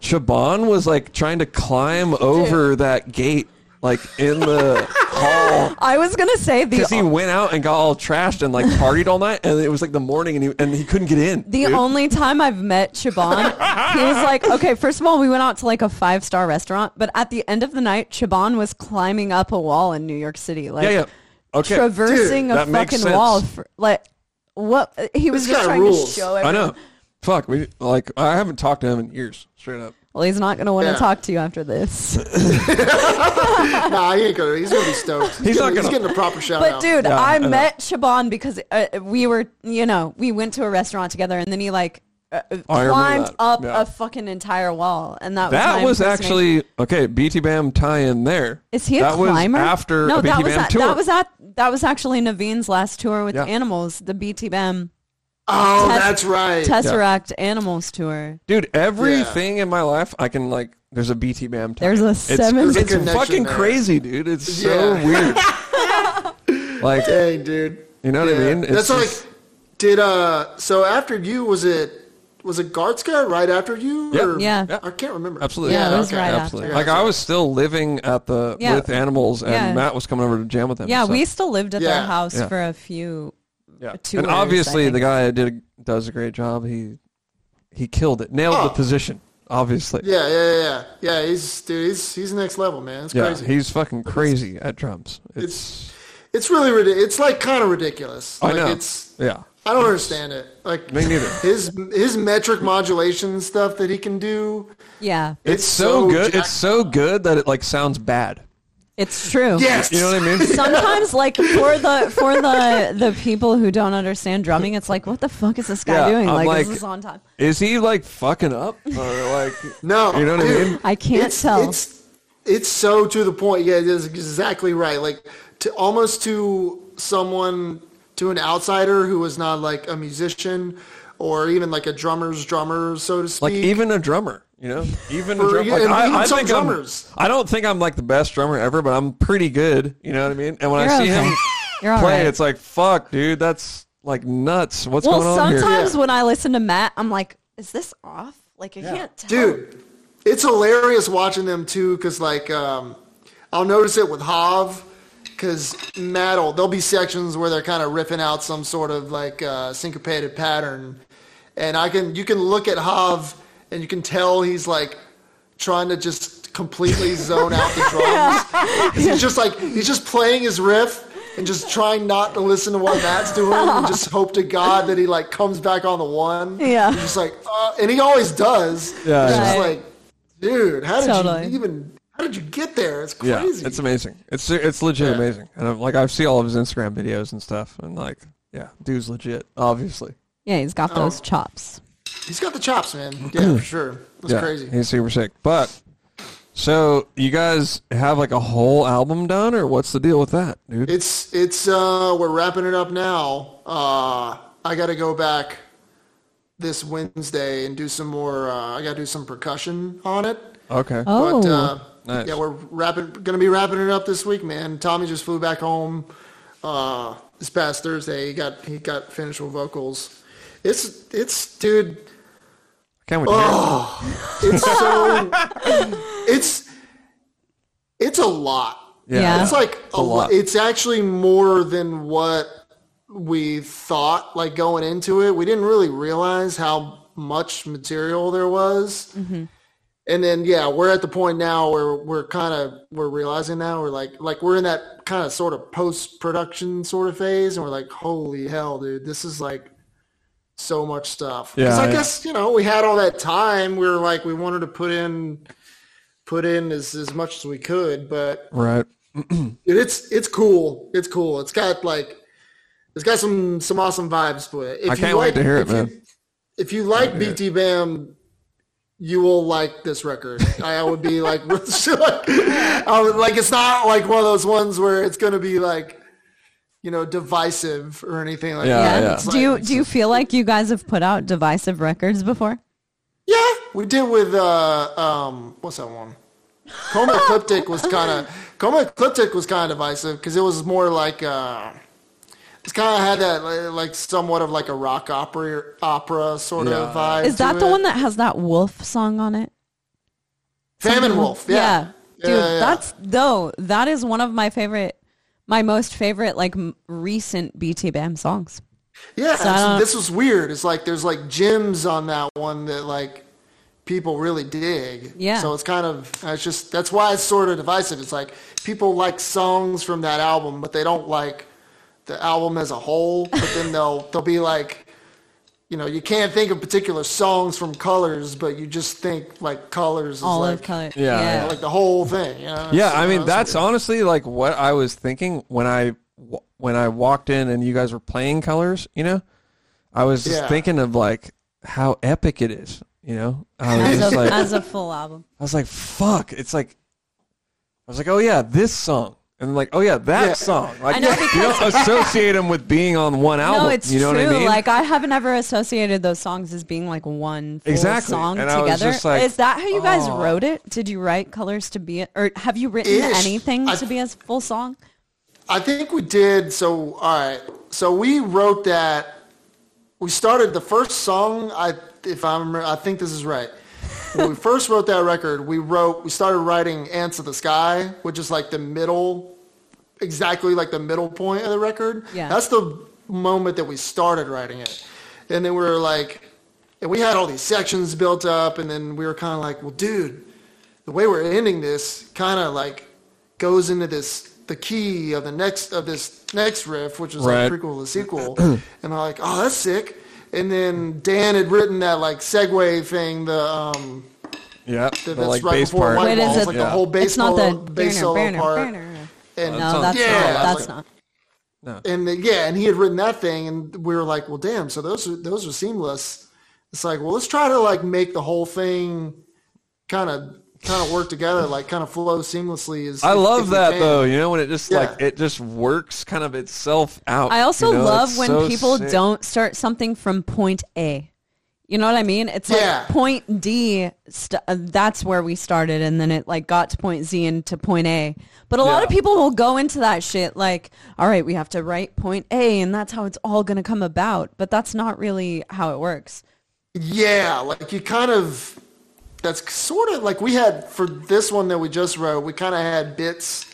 Chabon was like trying to climb over that gate, like in the hall.
I was gonna say
Because he
the
went out and got all trashed and like partied all night, and it was like the morning, and he and he couldn't get in.
the
dude.
only time I've met Chabon, he was like, okay, first of all, we went out to like a five star restaurant, but at the end of the night, Chabon was climbing up a wall in New York City, like
yeah, yeah, okay,
traversing
Dude,
a
that makes
fucking
sense.
wall. For, like what he was
This
just
guy
trying
rules.
to show.
I
Everyone.
know. Fuck, we like I haven't talked to him in years, straight up.
Well, he's not gonna want to
Yeah.
talk to you after this.
Nah, he ain't gonna. He's gonna be stoked. He's,
not gonna-
gonna, He's getting a proper shout
But
out.
dude,
Yeah,
I,
I know.
met Shaban because uh, we were, you know, we went to a restaurant together, and then he like uh,
Oh, remember
climbed
that.
up
Yeah.
a fucking entire wall, and that was
That
my
was
impersonation.
actually okay. BT Bam tie in there.
Is he a
that
climber?
Was after
no,
a BT
that was
Bam
at,
tour.
that was at that was actually Naveen's last tour with
Yeah.
Animals, the BT Bam
oh,
Tess-
that's right.
Tesseract Animals tour.
Dude, everything in my life, I can like. There's a BT Bam. Time.
There's a seven-
It's,
There's
a
it's
connection
fucking
there.
crazy, dude. It's so
Yeah.
weird. like,
Dang, dude.
you know what I
Yeah.
mean? It's
That's
just-
like. Did uh? So after you was it? Was it Gartska right after you?
Yeah.
Or,
Yeah.
Yeah.
I can't remember.
Absolutely.
Yeah, it was
okay.
right after.
absolutely.
Yeah.
Like, I was still living at the
Yeah.
with animals, and
Yeah.
Matt was coming over to jam with them.
Yeah,
so-
we still lived at their
Yeah.
house
Yeah.
for a few.
Yeah.
tours,
and
I
obviously, the
think.
guy did does a great job. He he killed it, nailed the
Oh.
position. Obviously.
Yeah, yeah, yeah, yeah. Yeah, he's dude. He's he's next level, man. It's
Yeah,
crazy.
he's fucking crazy at drums. It's,
It's really ridiculous. It's like kind of ridiculous.
I
like,
know.
It's
yeah.
I don't understand it. Like
Me neither.
His his metric modulation stuff that he can do.
Yeah,
It's, so, good.
jacked-
it's so good that it like sounds bad.
it's true.
yes.
You know what I mean?
sometimes like for the for the the people who don't understand drumming it's like what the fuck is this guy
Yeah,
doing
I'm
like,
like-
is this on time
Is he like fucking up or like
No,
You know what I
dude,
mean?
i can't
It's,
tell
it's it's so to the point. Yeah, it is exactly right. Like to almost to someone to an outsider who is not like a musician or even like a drummer's drummer, so to speak.
like even a drummer? You know, even a
For-
drummer.
yeah,
Like,
and even
I, I
some
think I'm-
drummers.
I don't think I'm like the best drummer ever, but I'm pretty good. You know what I mean? And when I
You're
see
okay.
him
You're all
play,
right.
it's like fuck, dude. That's like nuts. What's
well
going on here?
sometimes
Yeah.
when i listen to matt i'm like is this off like i can't tell
dude it's hilarious watching them too because like um, i'll notice it with hav because matt will there'll be sections where they're kind of riffing out some sort of like uh, syncopated pattern and i can you can look at hav and you can tell he's like trying to just completely zone out the drums 'Cause he's just like he's just playing his riff and just trying not to listen to what Matt's doing, and just hope to God that he like comes back on the one.
Yeah.
He's just like, uh, and he always does.
Yeah,
It's
yeah.
just
Right.
like, dude, how did
Totally.
you even? How did you get there? It's
yeah,
crazy.
it's amazing. It's it's legit
Yeah.
amazing. And I'm, like I see all of his Instagram videos and stuff, and like yeah, dude's legit, obviously.
Oh.
yeah he's got those chops
He's got the chops, man. Yeah, for sure. That's
yeah,
crazy.
He's super sick. But so you guys have like a whole album done, or what's the deal with that, dude?
It's it's uh we're wrapping it up now. Uh I gotta go back this Wednesday and do some more uh I gotta do some percussion on it.
okay.
Oh.
But uh
Nice.
yeah, we're wrapping gonna be wrapping it up this week, man. Tommy just flew back home uh this past Thursday. He got he got finished with vocals. It's it's dude
Can't wait. to hear it.
Oh. it's so it's it's a lot.
Yeah.
It's like a,
lot.
lot. It's actually more than what we thought. Like going into it, we didn't really realize how much material there was. And then yeah, we're at the point now where we're kind of we're realizing now we're like like we're in that kind of sort of post production sort of phase, and we're like, holy hell, dude, this is like so much stuff. Because
Yeah,
I
yeah.
guess you know we had all that time. We were like we wanted to put in put in as as much as we could, but
Right.
Dude, it's it's cool. It's cool. It's got like it's got some some awesome vibes to it. If
I can't wait to hear it,
if you-
man.
if you like BT Bam, you will like this record. I, I would be like, I would, like it's not like one of those ones where it's gonna be like, you know, divisive or anything like
Yeah,
that.
yeah.
yeah.
It's
Do you
like-
do you feel like you guys have put out divisive records before?
Yeah, we did with uh um what's that one? Coma Ecliptic was kind of Coma Ecliptic was kind of divisive because it was more like uh it's kind of had that li- like somewhat of like a rock opera opera sort
Yeah.
of vibe.
Is that
to
the
it.
one that has that wolf song on it?
Famine Wolf? Yeah,
Dude,
Yeah, yeah.
that's though that is one of my favorite my most favorite like m- recent BT Bam songs.
yeah.
I
it's-
don't-
this was weird. It's like there's like gems on that one that like people really dig.
Yeah.
So it's kind of it's just that's why it's sort of divisive. It's like people like songs from that album, but they don't like the album as a whole. But then they'll they'll be like, you know, you can't think of particular songs from Colors, but you just think like Colors is
Olive
like,
color.
Yeah, yeah.
like the whole thing. You know?
Yeah,
So
I mean
that's-
that's honestly like what I was thinking when I w- when I walked in and you guys were playing colors. You know, I was just
Yeah.
thinking of like how epic it is. You know, I was
As
just
a,
like, I
as a full album.
was like, fuck. It's like, I was like, oh yeah, this song, and like, oh yeah, that
Yeah.
song. Like,
I know,
you don't associate them with being on one album.
no, it's
Oh, you know
true.
what I mean?
Like I haven't ever associated those songs as being like one full
Exactly.
song
And I was
together.
just like,
is that how you guys wrote it? Did you write colors to be or have you written
Ish.
anything
I-
to be a full song?
I think we did. So, all right. So we wrote that. We started the first song. I, if I'm, I think this is right. When we first wrote that record, we wrote, we started writing "Ants of the Sky," which is like the middle, exactly like the middle point of the record.
Yeah.
That's the moment that we started writing it, and then we were like, and we had all these sections built up, and then we were kind of like, well, dude, the way we're ending this kind of like goes into this the key of the next of this next riff, which is
Right.
like prequel to sequel. and I'm like, oh, that's sick. And then Dan had written that like segue thing, the um,
yeah, the,
the, that's
like
right
bass
before
part.
White
Wait, is
Walls,
it-
like
Yeah.
the whole bass
it's not
solo,
the
bass solo
banner,
part.
banner, banner.
Uh,
And
No, that's
yeah,
not. That's
like-
not.
and the, yeah, and he had written that thing, and we were like, well, damn, so those are, those are seamless. It's like, well, let's try to like make the whole thing kind of kind of work together, like kind of flow seamlessly. As
I
if-
love
if we
that
can.
though. You know when it just
Yeah.
like it just works kind of itself out.
I also
you know?
love
It's
when
so
people
sick.
don't start something from point A. You know what I mean? It's
Yeah.
like point D. St- uh, that's where we started, and then it like got to point Z and to point A. But a lot of
Yeah.
people will go into that shit like, "All right, we have to write point A, and that's how it's all gonna come about." But that's not really how it works.
Yeah, like you kind of that's sort of like we had for this one that we just wrote, we kind of had bits.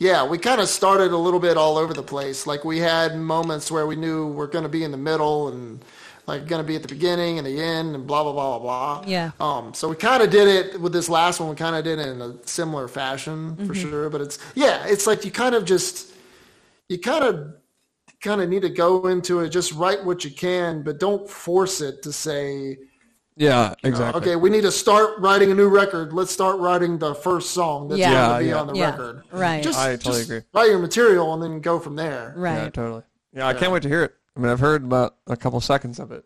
Yeah, we kind of started a little bit all over the place. Like we had moments where we knew we're going to be in the middle and like going to be at the beginning and the end and blah blah blah blah blah.
Yeah.
Um so we kind of did it with this last one, we kind of did it in a similar fashion for sure, but it's yeah, it's like you kind of just you kind of kind of need to go into it just write what you can, but don't force it to say
Yeah, exactly.
Okay, we need to start writing a new record. Let's start writing the first song that's
Yeah.
going to
Yeah,
be
yeah.
on the
Yeah,
record.
right.
Just,
I totally
just
agree.
Write your material and then go from there.
Yeah,
Right.
totally. Yeah, I can't wait to hear it. I mean, I've heard about a couple seconds of it.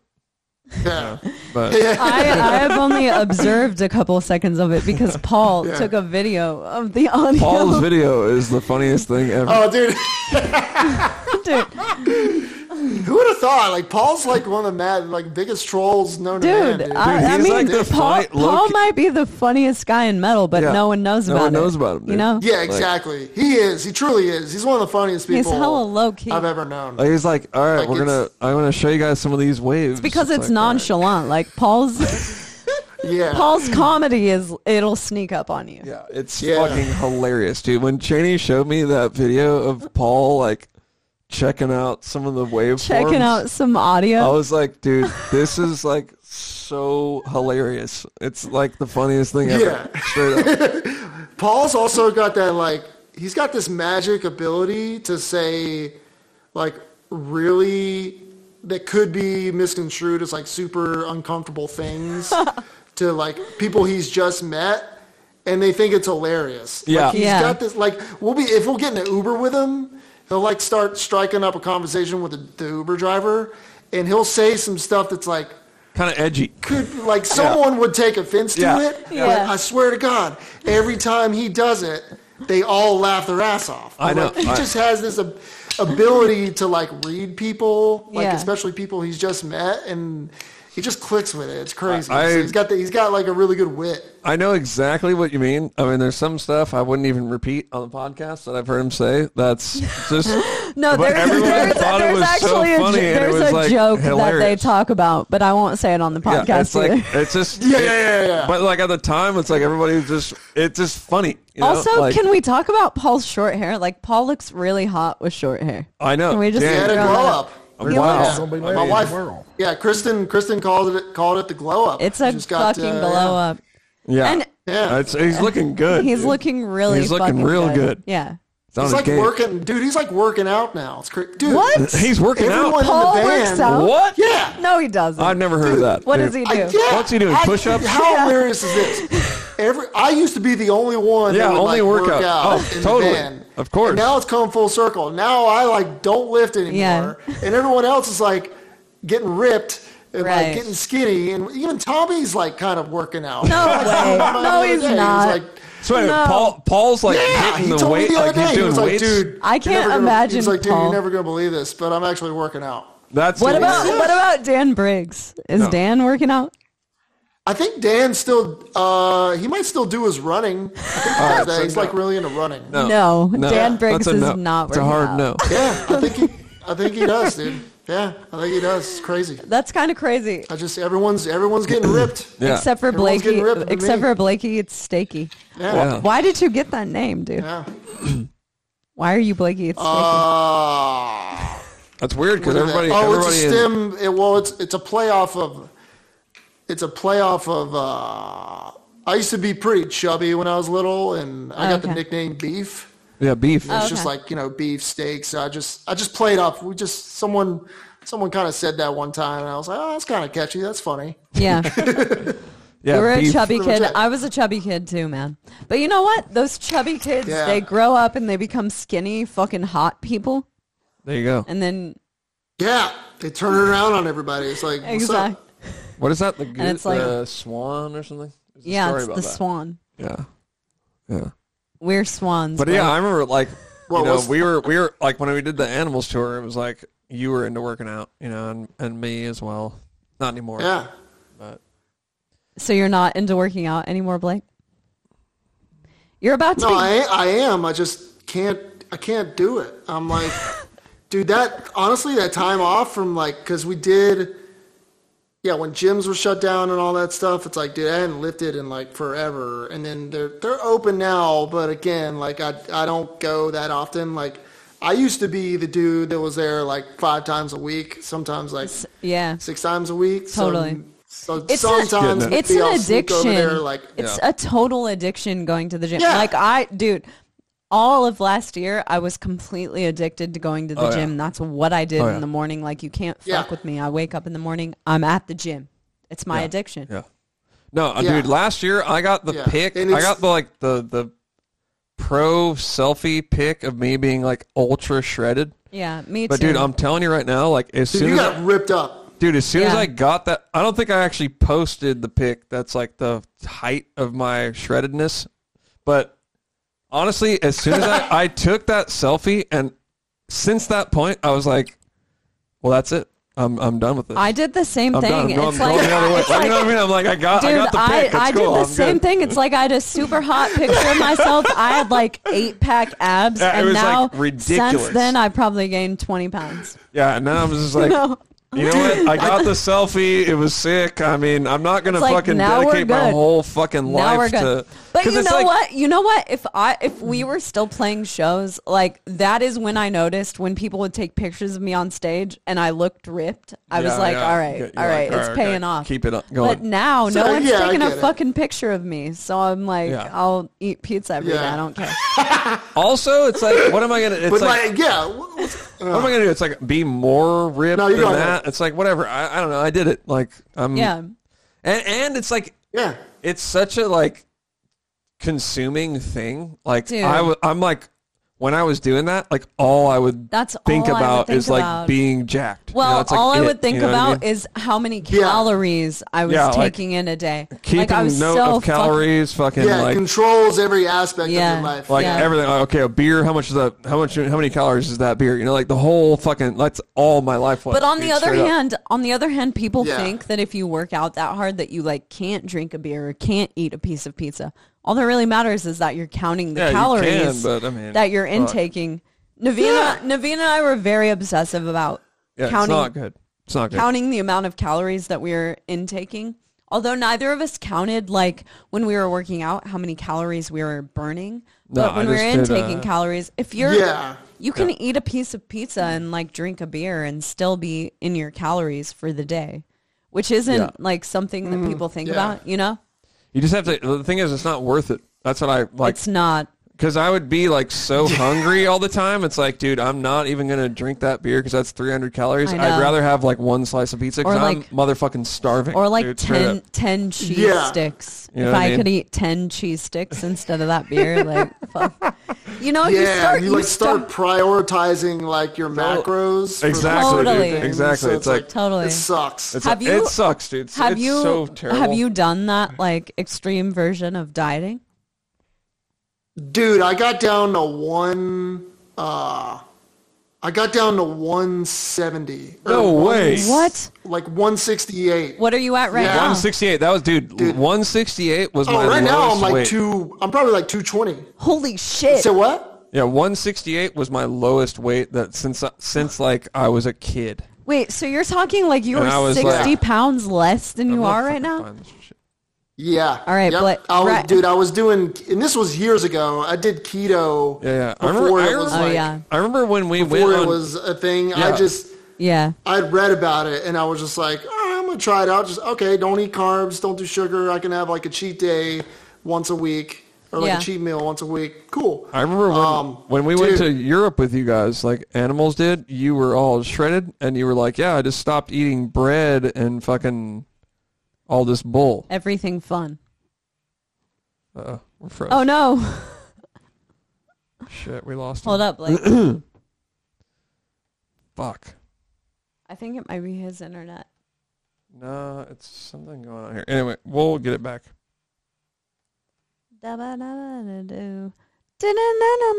Yeah.
But
I, I have only observed a couple seconds of it because Paul
Yeah.
took a video of the audio.
Paul's video is the funniest thing ever.
Oh, dude.
Dude,
Who would have thought? Like Paul's like one of the mad, like biggest trolls known to man.
dude,
Dude,
I, I
he's
mean,
like the
Paul,
funny- low
Paul
key-
might be the funniest guy in metal, but
Yeah.
no one knows
No
about
one
it.
knows about him, dude.
You know?
yeah, exactly. he is. He truly is. He's one of the funniest
He's
people
hella low-key.
I've ever known.
Like, he's like, all right,
Like,
we're gonna,
it's-
I'm gonna show you guys some of these waves.
Because it's
like, all right.
nonchalant. Like Paul's
yeah.
Paul's comedy is it'll sneak up on you.
Yeah, it's
Yeah.
fucking hilarious, dude. When Cheney showed me that video of Paul like checking out some of the waveforms,
Checking out some
I
audio.
was like, dude, this is like so hilarious. It's like the funniest thing ever.
Yeah.
Straight up.
Paul's also got that like he's got this magic ability to say like really that could be misconstrued as like super uncomfortable things to like people he's just met and they think it's hilarious.
Yeah.
Like, he's
Yeah.
got this like we'll be if we'll get in an Uber with him, he'll like start striking up a conversation with the, the Uber driver and he'll say some stuff that's like
kind of edgy.
could like someone would take offense to
Yeah.
it.
Yeah.
But I swear to God, every time he does it, they all laugh their ass off.
I know.
Like, he
I-
just has this ab- ability to like read people, like
Yeah.
especially people he's just met, and he just clicks with it. It's crazy.
I-
So he's got the, he's got like a really good wit.
I know exactly what you mean. I mean, there's some stuff I wouldn't even repeat on the podcast that I've heard him say. That's just
No,
But
there's,
everyone
there's,
thought it
there's
was so
actually a,
funny
jo-
and it
there's
was,
a
like,
joke that they
hilarious.
talk about, but I won't say it on the podcast
yeah. It's
either.
like it's just
Yeah, yeah, yeah, yeah.
But like at the time, it's like everybody's just it's just funny. you know?
also,
Like,
can we talk about Paul's short hair? Like Paul looks really hot with short hair.
I know.
Can we just
Yeah.
He had a
throw that
glow
out?
up.
He looks-
Wow.
Somebody
My
lady in
wife-
the world.
Yeah, Kristen. Kristen called it called it the glow up.
It's a
Just got,
fucking
uh,
glow
yeah.
up.
Yeah.
And-
Yeah.
It's, he's looking good.
He's
dude.
looking really.
He's looking
fucking
real good.
Yeah.
It's on
It's
his
like
game.
working, dude. He's like working out now. It's crazy, dude.
What?
He's working
Everyone
out.
Paul
in the band.
works out.
What?
Yeah.
No, he doesn't.
I've never heard of that.
what
dude.
does he
I-
do?
yeah,
What's he doing,
I-
push-ups?
How hilarious is this? Every I used to be the only one.
Yeah,
that would,
only
like,
workout.
Work out
Oh,
in
totally.
The van.
Of course.
And now it's come full circle. Now I like don't lift anymore, and everyone else is like getting ripped and
Right.
like getting skinny, and even Tommy's like kind of working out.
No way.
I saw him the
No,
other
he's
day. He was
not.
like,
So wait,
No.
Paul, Paul's like
yeah,
hitting
he
the
told
weight,
me the other
like he's
day. he
doing
was like,
weights.
dude,
I
you're
can't
never gonna-
imagine
He's like, dude,
Paul.
you're never gonna believe this, but I'm actually working out.
That's
what
the
about
worst.
what about Dan Briggs? Is
No.
Dan working out?
I think Dan still, uh, he might still do his running. I think he does that. he's like really into running.
No, Dan Briggs
That's a
is
no.
not
It's a
working
hard
out.
no.
Yeah, I think he, I think he does, dude. Yeah, I think he does. It's crazy.
That's kind of crazy.
I just everyone's everyone's getting ripped.
Yeah.
Except for
Everyone's
Blakey.
getting ripped to
Except
me.
for Blakey, it's Stakey.
Yeah.
Why did you get that name, dude?
Yeah.
Why are you Blakey? It's Stakey.
Uh,
That's weird because everybody,
oh,
everybody,
it's a
in-
stem. It, well, it's it's a playoff of. It's a playoff of. Uh, I used to be pretty chubby when I was little, and I got
Okay.
the
Oh,
nickname Beef.
yeah, beef.
It's
Okay.
just like you know beef steaks. I just I just played up. We just someone someone kind of said that one time, and I was like, oh, that's kind of catchy. That's funny.
Yeah.
yeah,
you were a
beef.
chubby
Pretty much
kid.
it.
I was a chubby kid too, man. But you know what? Those chubby kids,
Yeah.
they grow up and they become skinny, fucking hot people.
There you go.
And then,
Yeah, they turn it around on everybody. It's like what's up?
exactly.
What is that? The good,
it's like-
uh, swan or something? There's a
Yeah,
story
it's the
about that.
swan.
Yeah, yeah.
We're swans.
But
bro.
yeah, I remember like
Well,
you know
what's-
we were we were like when we did the animals tour, it was like you were into working out, you know, and, and me as well. Not anymore.
Yeah.
But
So you're not into working out anymore, Blake? You're about to
No,
be.
I I am. I just can't. I can't do it. I'm like, dude. That honestly, that time off from like because we did. Yeah, when gyms were shut down and all that stuff, it's like, dude, I hadn't lifted in like forever. And then they're they're open now, but again, like I I don't go that often. Like I used to be the dude that was there like five times a week, sometimes like
yeah.
six times a week. So-
Totally.
So,
It's, a-
sometimes
it's
maybe
an
I'll sneak
addiction.
Over there, like
it's a total addiction going to the gym.
Yeah.
Like I, dude, all of last year I was completely addicted to going to the
Oh, yeah.
gym. That's what I did
Oh, yeah.
in the morning. Like you can't fuck
Yeah.
with me. I wake up in the morning, I'm at the gym. It's my addiction.
yeah. No, uh,
Yeah.
dude. Last year I got the
Yeah.
pick.
And
I
it's-
got the like the the pro selfie pick of me being like ultra shredded.
Yeah, me too.
But dude, I'm telling you right now, like as
dude,
soon
you
as I-
got ripped up.
Dude, as soon as
Yeah.
I got that, I don't think I actually posted the pic that's like the height of my shreddedness. But honestly, as soon as I, I took that selfie, and since that point, I was like, well, that's it. I'm, I'm done with this.
I did the same
I'm
thing.
done. I'm going,
it's
going
like,
the other way.
it's like
you know what I mean? I'm like, I got,
Dude,
I got the pic.
I,
It's
I did
cool.
the
I'm
same
good.
thing. It's like I had a super hot picture of myself. I had like eight pack abs,
Yeah, it
and
was, like,
now
ridiculous.
since then I probably gained twenty pounds.
Yeah, and then I was just like,
No.
you know what? I got the selfie. It was sick. I mean, I'm not gonna
It's like,
fucking
now we're
dedicate my
good.
whole fucking
now
life
we're
to.
good. But
'cause
you
it's
know
like-
what? You know what? If I if we were still playing shows, like that is when I noticed when people would take pictures of me on stage and I looked ripped. I was
Yeah,
like,
yeah.
all right,
You're
all right,
like,
it's
all right,
paying
okay.
off.
Keep it up-
But
going.
now
So,
no one's
yeah, I
taking a
get it.
fucking picture of me, so I'm like,
Yeah.
I'll eat pizza every day.
Yeah.
I don't care.
Also, it's like, what am I gonna? It's
But
like,
like, yeah, wh- what's- uh,
what am I gonna do? It's like be more ripped
No, you're
than
going
that. It's like whatever. I, I don't know. I did it. Like I'm.
yeah.
And and it's like
yeah.
it's such a like consuming thing. Like
Dude.
I was, I'm like when I was doing that, like all I would
That's
think
all I would
about
think
is like
about.
being jacked. You know,
Well,
it's like
all I
it,
would think
you know what I
about
mean?
is how many
Yeah.
calories I was
Yeah, like,
taking in a day.
keeping
like I was
note
so
of calories, fucking,
Yeah,
like
controls every aspect
Yeah.
of your life.
like
Yeah.
everything. Like, okay, a beer. How much is that? How much? How many calories is that beer? You know, like the whole fucking. That's all my life was.
But on the
dude,
other
straight up.
hand, on the other hand, people
Yeah.
think that if you work out that hard that you like can't drink a beer or can't eat a piece of pizza. All that really matters is that you're counting the
Yeah, you can,
calofuries
but, I mean,
that you're
fuck.
intaking. Navina, Navina and I were very obsessive about
yeah, it's
counting
not good. It's not good.
counting the amount of calories that we were intaking. Although neither of us counted like when we were working out how many calories we were burning,
No,
but when
I
we were
just did,
intaking
uh,
calories, if you're
Yeah.
you can eat a piece of pizza and like drink a beer and still be in your calories for the day, which isn't
Yeah.
like something that people think
Mm-hmm. yeah.
about, you know?
You just have to. The thing is, it's not worth it. That's what I like.
it's not.
Because I would be like so hungry all the time. It's like, dude, I'm not even gonna drink that beer because that's 300 calories.
I
I'd
know.
rather have like one slice of pizza because
Or,
I'm
like-
motherfucking starving.
Or like
dude, straight
ten,
up.
10 cheese
Yeah.
sticks.
You know
if
what
I
I mean?
could eat 10 cheese sticks instead of that beer, like, fuck. You know, you
Yeah,
start,
you, like
start,
start prioritizing like your macros. for
Exactly,
dude. Totally.
everything.
Exactly. It's like-
Totally.
it sucks.
It's
Have
like-
you-
it sucks, dude. It's,
have
it's
you
so terrible.
have you done that like extreme version of dieting?
Dude, I got down to one. Uh, I got down to 170. or
No
one-
way.
What?
Like 168.
What are you at right
Yeah.
now?
168. That was, dude. 168 was my
Oh, right now
lowest
I'm like
weight.
two. I'm probably like 220.
Holy shit.
So what?
Yeah, 168 was my lowest weight that since since like I was a kid.
Wait, so you're talking like you
And I
were
was
60
like-
pounds less than you are right now?
Yeah.
All right,
Yep.
but-
I was,
right-
dude, I was doing, and this was years ago. I did keto.
Yeah, yeah. I
Before
remember, I
it was
remember-
Oh,
like,
yeah.
I remember when we went
before it
on-
was a thing.
Yeah.
I just,
Yeah.
I read about it and I was just like, all right, I'm gonna try it out. Just okay, don't eat carbs, don't do sugar. I can have like a cheat day once a week or like
Yeah.
a cheat meal once a week. Cool.
I remember when,
Um,
when we went
dude.
to Europe with you guys, like animals did, you were all shredded and you were like, yeah, I just stopped eating bread and fucking all this bull.
Everything fun.
Uh, we're froze.
Oh no.
Shit, we lost
Hold
him.
up, like
Fuck.
I think it might be his internet.
No, it's something going on here. Anyway, we'll get it back.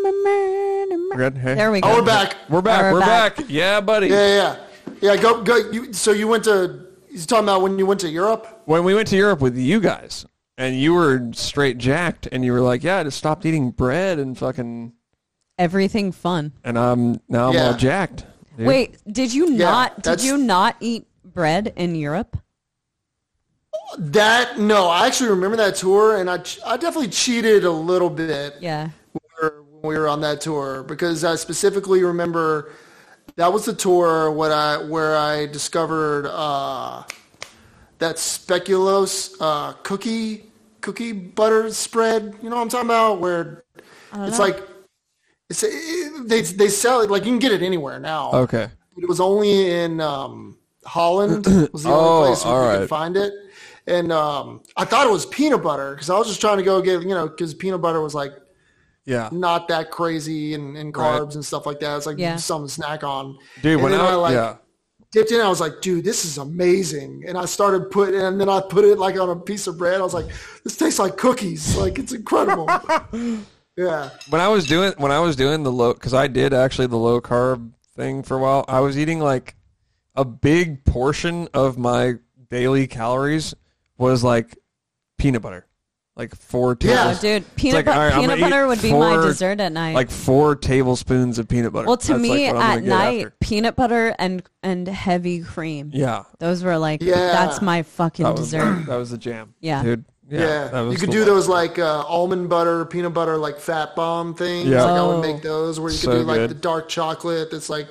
There
Good? Hey?
we go.
Oh, we're back.
We're back.
We're
We're back.
back.
Yeah, buddy.
Yeah, yeah, yeah. Go, go. You, so you went to? He's talking about when you went to Europe.
when we went to Europe with you guys and you were straight jacked and you were like, yeah, I just stopped eating bread and fucking,
Everything fun.
and I'm now I'm
Yeah.
all jacked. dude.
Wait, did you not did
that's-
you not eat bread in Europe?
That no, I actually remember that tour, and I, ch- I definitely cheated a little bit.
Yeah.
were- when we were on that tour because I specifically remember that was the tour what I where I discovered uh, that speculoos uh, cookie cookie butter spread. You know what I'm talking about? Where it's like it's it, they they sell it like you can get it anywhere now.
Okay.
It was only in um, Holland was the only
Oh,
place where
all
you
right.
could find it. And um, I thought it was peanut butter because I was just trying to go get you know because peanut butter was like
Yeah.
not that crazy and, and carbs and stuff like that. It's like
Yeah.
something to snack on.
Dude,
and
when
then
I,
like,
yeah.
dipped in. I was like, dude, this is amazing. And I started putting, and then I put it like on a piece of bread. I was like, this tastes like cookies. Like it's incredible. yeah.
when I was doing when I was doing the low because I did actually the low carb thing for a while. I was eating like a big portion of my daily calories was like peanut butter, like four
Yeah.
tablespoons.
Oh, dude, peanut,
like,
bu-
all right, I'm
peanut
gonna eat
butter would be my
four-
dessert at night.
Like four tablespoons of peanut butter.
well, to
That's,
me,
like, what I'm gonna
at
get
night,
after.
peanut butter and and heavy cream.
yeah,
Those were like,
Yeah.
that's my fucking
that was
dessert.
that was the jam.
Yeah.
dude. Yeah,
Yeah,
that was
you could
the
do
one.
those like uh, almond butter, peanut butter, like fat bomb things.
Yeah.
Like I would
Oh.
make those where you could
So
do like
good.
the dark chocolate that's like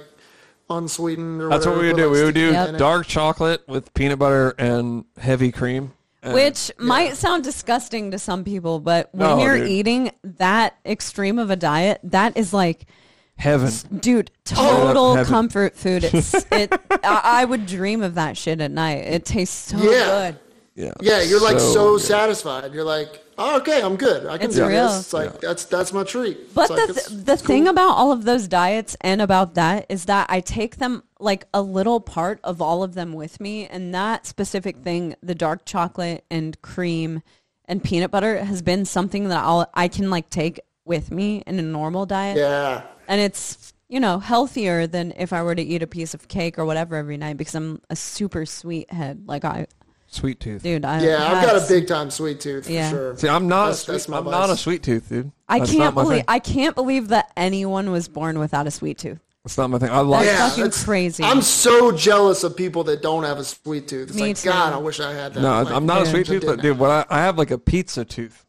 unsweetened or
That's what
whatever.
we would
but,
do.
like,
We would do
sticking in it.
dark chocolate with peanut butter and heavy cream. And-
Which might sound disgusting to some people, but when
No,
you're
dude.
eating that extreme of a diet, that is like,
heaven.
dude,
up
total
heaven.
comfort food. It's, it, I, I would dream of that shit at night. It tastes so
Yeah.
good.
Yeah,
Yeah, you're like so,
good.
satisfied. You're like, oh, okay, I'm good. I can
It's
do
real.
this. It's like that's that's my treat.
But
It's like,
the,
it's-
th- the thing about all of those diets and about that is that I take them like a little part of all of them with me. And that specific thing, the dark chocolate and cream and peanut butter has been something that I'll, I can like take with me in a normal diet.
yeah,
And it's, you know, healthier than if I were to eat a piece of cake or whatever every night because I'm a super sweet head. Like I,
Sweet tooth.
dude, I
yeah, I've got a
had-
big time sweet tooth for
Yeah.
sure.
See, I'm not. a
That's-
sweet,
that's my
I'm not a
vice.
sweet tooth, dude.
I
That's
can't
not my
believe
Thing.
I can't believe that anyone was born without a sweet tooth.
That's not my thing. I like.
Yeah.
Yeah.
fucking
that's-
crazy.
I'm so jealous of people that don't have a sweet tooth. It's
Me
like,
too.
God, I wish I had that.
No,
Like,
I'm not a
Yeah.
sweet tooth, but dude, what I, I have like a pizza tooth.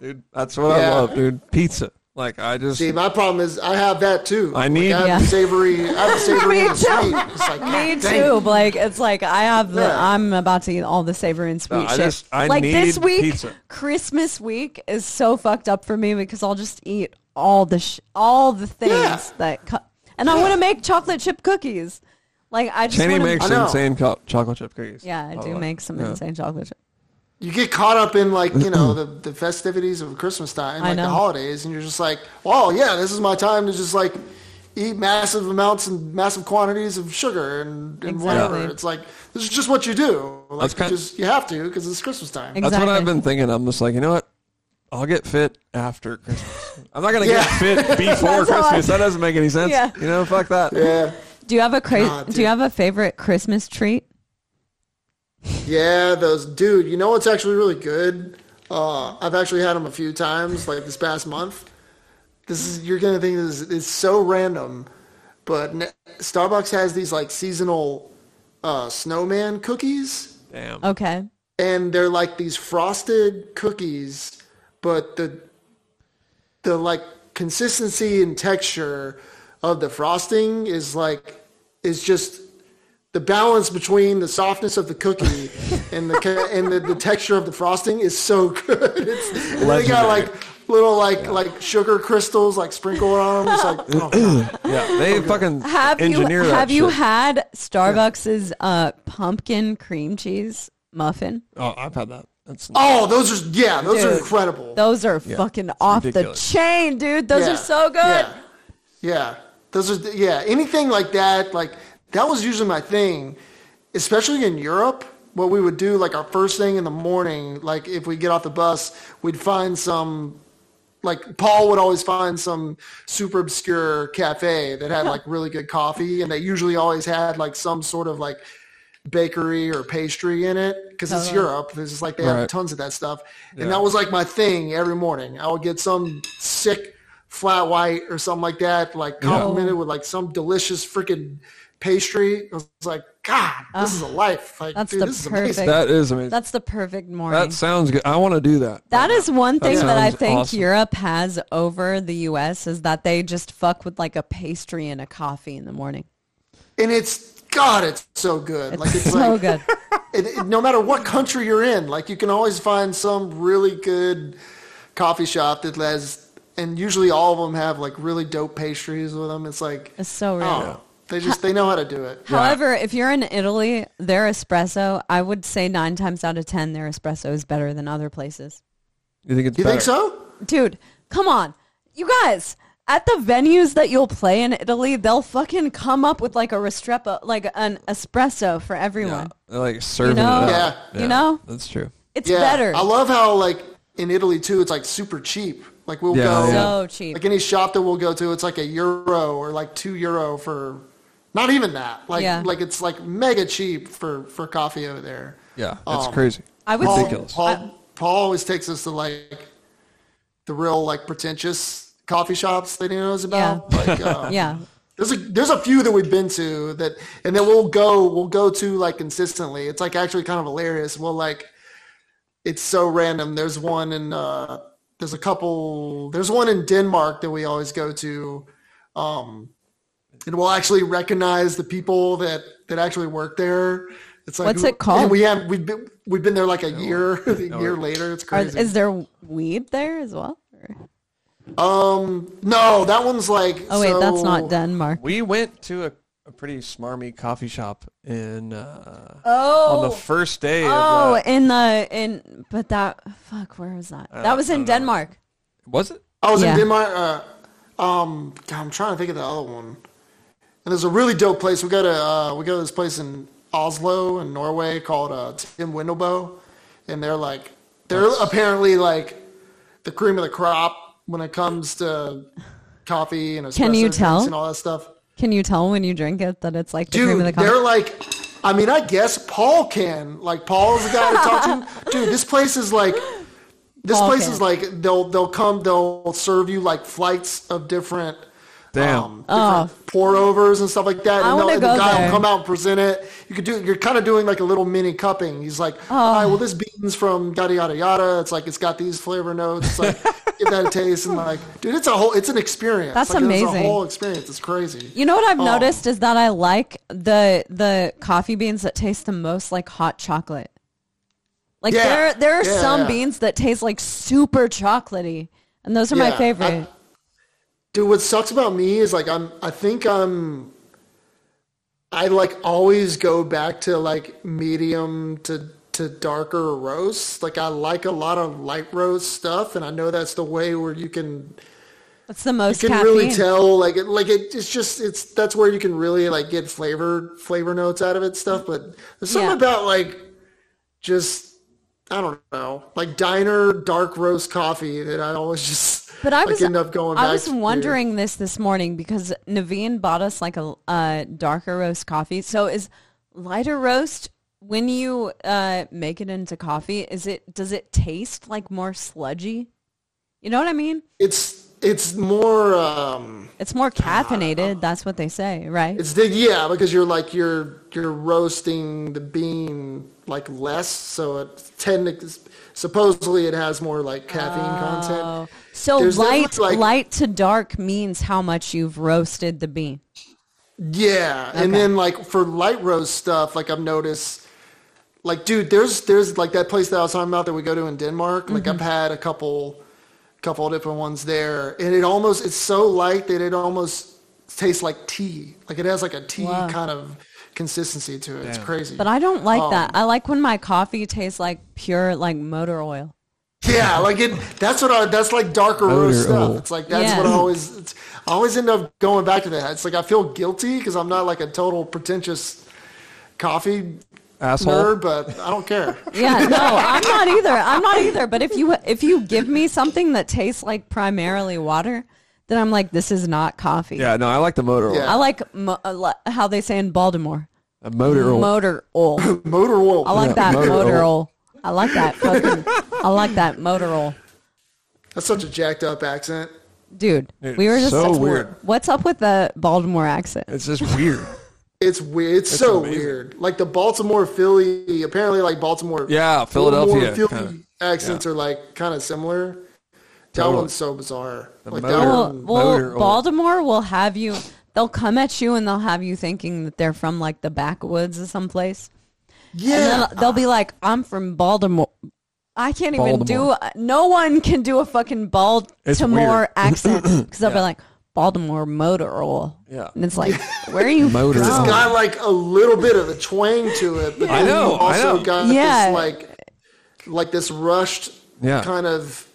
dude, that's what I
Yeah.
love, dude. Pizza. Like I just.
See, my problem is I have that too.
I need-
like, I have
Yeah.
savory. I have savory
Me
and sweet. It's like,
Me
God
too.
dang.
Like it's like I have the
Yeah.
I'm about to eat all the savory and sweet
I
shit.
just- I
like this
need
week,
pizza.
Christmas week is so fucked up for me because I'll just eat all the sh- all the things
Yeah.
that co- and I want to make chocolate chip cookies. Like I just
Kenny
wanna,
makes
I know.
insane co- chocolate chip cookies.
yeah, I do
like-
make some
yeah.
insane chocolate chip.
You get caught up in like you know the, the festivities of Christmas time,
I
like the
know.
holidays, and you're just like, oh yeah, this is my time to just like eat massive amounts and massive quantities of sugar and, and whatever.
Exactly.
It's like this is just what you do. Like
That's kind-
you just you have to because it's Christmas time.
Ex-
That's what I've
Exactly.
been thinking. I'm just like, you know what? I'll get fit after Christmas. I'm not gonna
Yeah.
get fit before
That's how I-
Christmas. That doesn't make any sense.
Yeah.
You know, fuck that.
Yeah,
Do you have a cra-
God,
do
dude.
you have a favorite Christmas treat?
yeah, those dude. You know what's actually really good? Uh, I've actually had them a few times, like this past month. This is you're gonna think this is it's so random, but n- Starbucks has these like seasonal uh, snowman cookies.
Damn.
Okay.
and they're like these frosted cookies, but the the like consistency and texture of the frosting is like is just the balance between the softness of the cookie and the ca- and the, the texture of the frosting is so good. It's, and then they got like little like like sugar crystals like sprinkled on them. It's like oh, God.
Yeah. They fucking
Have
engineer
you
that
have you
shit.
had Starbucks's uh, pumpkin cream cheese muffin?
oh, I've had that. That's
oh those are yeah those are
Dude.
incredible.
Those are fucking off
ridiculous.
the chain, dude. Those
Yeah.
are so good.
Yeah. Yeah. Those are yeah, anything like that, like that was usually my thing, especially in Europe. What we would do, like our first thing in the morning, like if we get off the bus, we'd find some, like Paul would always find some super obscure cafe that had like really good coffee, and they usually always had like some sort of like bakery or pastry in it because it's
Totally.
Europe. It's just like they have
Right.
tons of that stuff,
Yeah.
and that was like my thing every morning. I would get some sick flat white or something like that, like complimented with like some delicious freaking pastry. I was like, God, this is a life. Like,
that's
dude,
the
this is
perfect-
amazing.
that is amazing.
That's the perfect morning.
That sounds good. I want to do that.
that is one thing that, I
sounds
think
awesome.
Europe has over the US is that they just fuck with like a pastry and a coffee in the morning.
And it's God, it's so good.
It's
like it's
so
like
good.
it, it- no matter what country you're in, like you can always find some really good coffee shop that has, and usually all of them have like really dope pastries with them. It's like,
It's so real.
oh, they just they know how to do it.
However, if you're in Italy, their espresso, I would say nine times out of ten, their espresso is better than other places.
You think it's
You
better?
think so?
Dude, come on. You guys, at the venues that you'll play in Italy, they'll fucking come up with like a restrepo, like an espresso for
Yeah,
everyone.
they're, like serving
know?
it up.
Yeah.
You know?
that's true.
It's
yeah,
better.
I love how like in Italy too, it's like super cheap. Like we'll
Yeah,
go
yeah.
so cheap.
like any shop that we'll go to, it's like a euro or like two euro for not even that. Like
Yeah.
like it's like mega cheap for for coffee over there.
Yeah, that's
Um,
crazy.
I would say-
ridiculous.
Paul, Paul always takes us to like the real like pretentious coffee shops that he knows about. Like, uh,
yeah.
There's a there's a few that we've been to that, and then we'll go we'll go to like consistently. It's like actually kind of hilarious. We'll like, it's so random. There's one in uh, there's a couple. There's one in Denmark that we always go to, um, and we'll actually recognize the people that that actually work there. It's like
What's
who-
it called?
and we have we've been we've been there like a year a year later. It's
Are,
crazy.
is there weed there as well? Or-
um, no, that one's like
Oh wait, that's
so-
not Denmark.
we went to a, a pretty smarmy coffee shop in uh,
Oh.
on the first day.
Oh,
of, uh,
in the in but that fuck, where was that? that was in Denmark.
was it?
I was
Yeah.
in Denmark. Uh, um, God, I'm trying to think of the other one. And there's a really dope place. We go to uh, we go to this place in Oslo in Norway called uh, Tim Wendelbo, and they're like they're apparently like the cream of the crop when it comes to coffee and espresso
Can you
drinks
tell?
and all that stuff.
Can you tell when you drink it that it's like the cream
Dude,
of the
they're
crop?
like, I mean, I guess Paul can. Like, Paul's the guy to talk to. Dude, this place is like, this
Paul
place
can.
is like, they'll they'll come, they'll serve you like flights of different, um,
Damn.
different pour overs and stuff like that.
Oh. I
and they'll-
wanna
and the
go
guy
there.
will come out and present it. You could do, you're kind of doing like a little mini cupping. He's like,
Oh.
all right, well, this beans from yada yada yada. It's like it's got these flavor notes. It's like give that a taste and like, dude, it's a whole, it's an experience.
That's
like, It's a
amazing.
whole experience. It's crazy.
You know what
Oh.
I've noticed is that I like the the coffee beans that taste the most like hot chocolate. Like
Yeah.
there there are
Yeah,
some
yeah.
beans that taste like super chocolatey, and those are
Yeah,
my
I-
favorite.
Dude, what sucks about me is like I'm. I think I'm. I like always go back to like medium to to darker roasts. Like I like a lot of light roast stuff, and I know that's the way where you can
It's the most
can
caffeine.
really tell. Like it, like it, it's just it's that's where you can really like get flavor flavor notes out of it stuff. But there's something
Yeah.
about like just I don't know like diner dark roast coffee that I always just
But I
like,
was
end up going.
I
back
was
to.
wondering this this morning because Naveen bought us like a uh, darker roast coffee. So is lighter roast when you uh, make it into coffee? Is it does it taste like more sludgy? You know what I mean?
it's it's more um
It's more caffeinated. That's what they say, right?
it's the yeah because you're like you're you're roasting the bean like less so it tend to supposedly it has more like caffeine content
so
there's definitely,
light
like-
light to dark means how much you've roasted the bean.
yeah and
Okay.
then like for light roast stuff like i've noticed like dude there's there's like that place that i was talking about that we go to in denmark like
Mm-hmm.
i've had a couple couple different ones there and it almost it's so light that it almost tastes like tea like it has like a tea
Wow.
kind of consistency to it it's crazy
But I don't like that. I like when my coffee tastes like pure like motor oil.
Yeah, like it. That's what I. That's like darker roast
Motor
stuff.
oil.
It's like that's
Yeah.
what I always. It's, I always end up going back to that. It's like I feel guilty because I'm not like a total pretentious coffee
Asshole.
nerd, but I don't care.
Yeah, no, I'm not either. I'm not either. But if you if you give me something that tastes like primarily water, then I'm like, this is not coffee.
Yeah, no, I like the motor oil.
Yeah.
I like mo- uh, li- how they say in Baltimore,
A motor oil.
motor oil.
Motor oil.
I like
Yeah,
that
motor
motor,
oil.
oil. I like that fucking. I like that motor oil,
that's such a jacked up accent.
dude.
Dude,
we were just
so weird.
What's up with the Baltimore accent?
It's just weird.
It's weird. It's, so
amazing.
weird. Like the Baltimore Philly. Apparently, like Baltimore.
Yeah, Philadelphia,
Philly
kinda.
accents are like kind of similar.
Totally.
That one's so bizarre. Like
motor-
that
Well,
one.
well,
motor oil.
Baltimore will have you. They'll come at you and they'll have you thinking that they're from like the backwoods or someplace.
Yeah.
And then they'll be like, I'm from Baltimore. I can't even do,
Baltimore.
no one can do a fucking
It's
Baltimore
weird.
accent because they'll be like, Baltimore motor oil.
Yeah.
And it's like, where are you
Motor
from?
It's
oil.
got like a little bit of a twang to it, but
Oh. I
then
know,
you
I
also
know.
got
Yeah.
this like like this rushed
Yeah.
kind of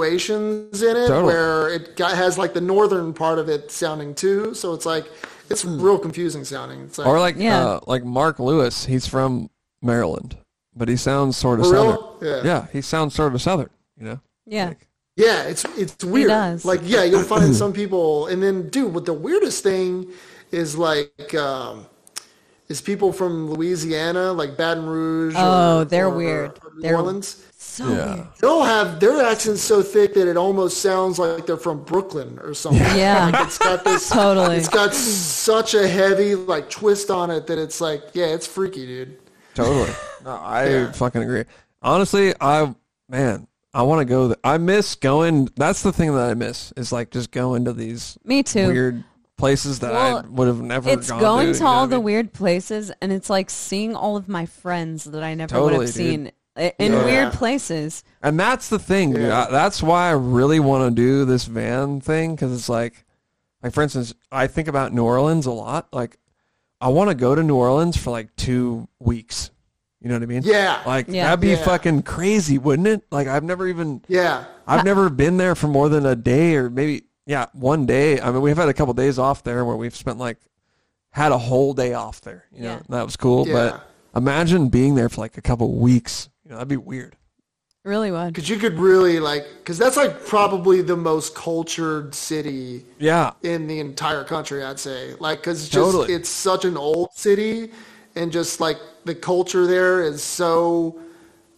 fluctuations in it
Totally.
where it got, has like the northern part of it sounding too. So it's like it's real confusing sounding. It's like,
Hmm. Or like
Yeah.
uh, like Mark Lewis, he's from Maryland, but he sounds sort of
For
southern.
real? Yeah.
yeah, he sounds sort of southern. You know,
Yeah.
Yeah, it's it's weird.
does.
Like yeah, you'll find some people, and then dude, what the weirdest thing is like um, is people from Louisiana, like Baton Rouge.
Oh, they're weird.
or New
They're-
Orleans.
So
yeah,
They'll have their accents so thick that it almost sounds like they're from Brooklyn or something.
weird. Yeah.
It's got this.
totally.
It's got such a heavy like twist on it that it's like yeah, it's freaky, dude.
totally. No, I
uh,
fucking agree. Honestly, I man, I want to go. Th- I miss going. That's the thing that I miss is like just going to these
Me too.
weird places that I
Well,
would have never.
It's
gone
going
to,
to
you know
all
what I
the
mean?
weird places, and it's like seeing all of my friends that I never would
Totally,
have
dude.
seen i- in
Yeah.
weird places.
And that's the thing, dude.
Yeah.
I, that's why I really want to do this van thing because it's like, like for instance, I think about New Orleans a lot. Like, I want to go to New Orleans for like two weeks. You know what I mean?
Yeah.
Like
Yeah.
that'd be
Yeah.
fucking crazy, wouldn't it? Like I've never even,
Yeah.
I've never been there for more than a day or maybe yeah, one day. I mean, we've had a couple days off there where we've spent like had a whole day off there. You know,
Yeah.
that was cool.
Yeah.
But imagine being there for like a couple weeks. You know, that'd be weird.
Really would.
Cause you could really like, cause that's like probably the most cultured city
Yeah.
in the entire country, I'd say. Like, cause just
Totally.
it's such an old city, and just like the culture there is so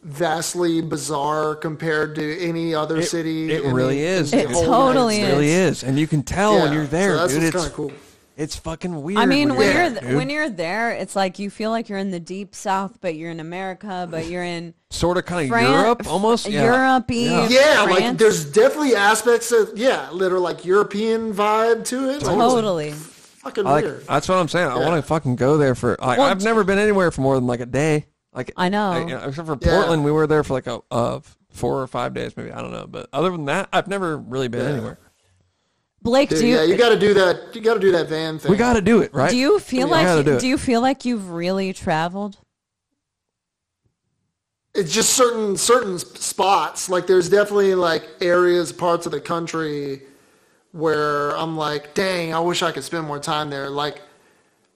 vastly bizarre compared to any other
It-
city.
it
in
really
the-
is,
in the
dude. It
whole
totally
It
United
really
States.
is, and you can tell when
Yeah,
you're there,
so that's
dude.
what's
It's
kinda cool.
it's fucking weird.
I mean, when you're
there,
th-
dude.
when you're there, it's like you feel like you're in the deep south, but you're in America, but you're in
sort of kind of
Fran-
Europe almost. Yeah.
Europe
Yeah.
Yeah, like
France.
there's definitely aspects of yeah, that are like European vibe to it. Like, it's
totally.
fucking
I like,
weird.
that's what I'm saying. I want to fucking go there for. Like,
Well,
I've never been anywhere for more than like a day. Like
I know.
you except for
Yeah.
Portland, we were there for like a uh, four or five days, maybe. I don't know, but other than that, I've never really been anywhere.
Blake,
Dude,
do you,
yeah, you got to do that. You got to do that van thing.
We got to do it, right?
do you feel
We gotta
like
do it.
do you feel like you've really traveled?
it's just certain certain spots. Like there's definitely like areas, parts of the country where I'm like, dang, I wish I could spend more time there. Like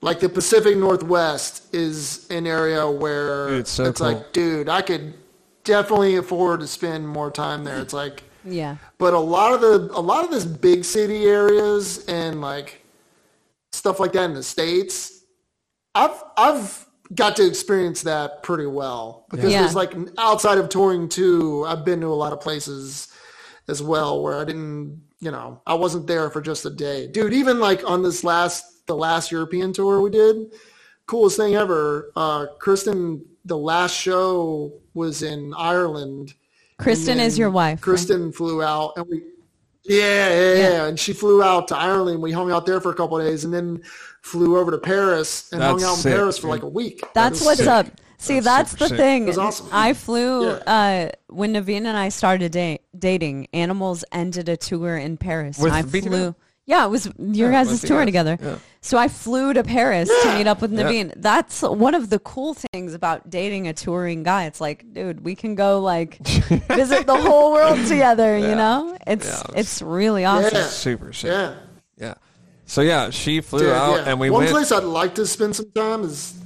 like the Pacific Northwest is an area where
Dude, it's so cool.
like, dude, I could definitely afford to spend more time there. It's like
Yeah.
but a lot of the a lot of this big city areas and like stuff like that in the states i've i've got to experience that pretty well because
Yeah.
there's like outside of touring too i've been to a lot of places as well where i didn't you know i wasn't there for just a day dude even like on this last the last european tour we did coolest thing ever uh kristen the last show was in ireland
Kristen is
then
your wife. right?
Kristen flew out, and we, yeah, yeah, yeah,
Yeah.
and she flew out to Ireland. We hung out there for a couple of days, and then flew over to Paris and hung
That's
out in
sick,
Paris for
dude.
like a week.
That's
It was
what's
sick.
up. See, that's,
super
the
sick.
thing.
That's awesome.
I flew uh, when Naveen and I started da- dating. Animals ended a tour in Paris.
With
and I
BTW?
flew. Yeah, it was your
Yeah,
guys'
with you
tour
guys.
together.
Yeah.
So I flew to Paris to meet up with
Yeah.
Naveen. That's one of the cool things about dating a touring guy. It's like, dude, we can go like visit the whole world together. You know, it's
Yeah,
it's, really awesome.
Yeah.
Super sick. Yeah.
Yeah.
So yeah, she flew
Dude,
out,
yeah.
and we
One
went.
place I'd like to spend some time is.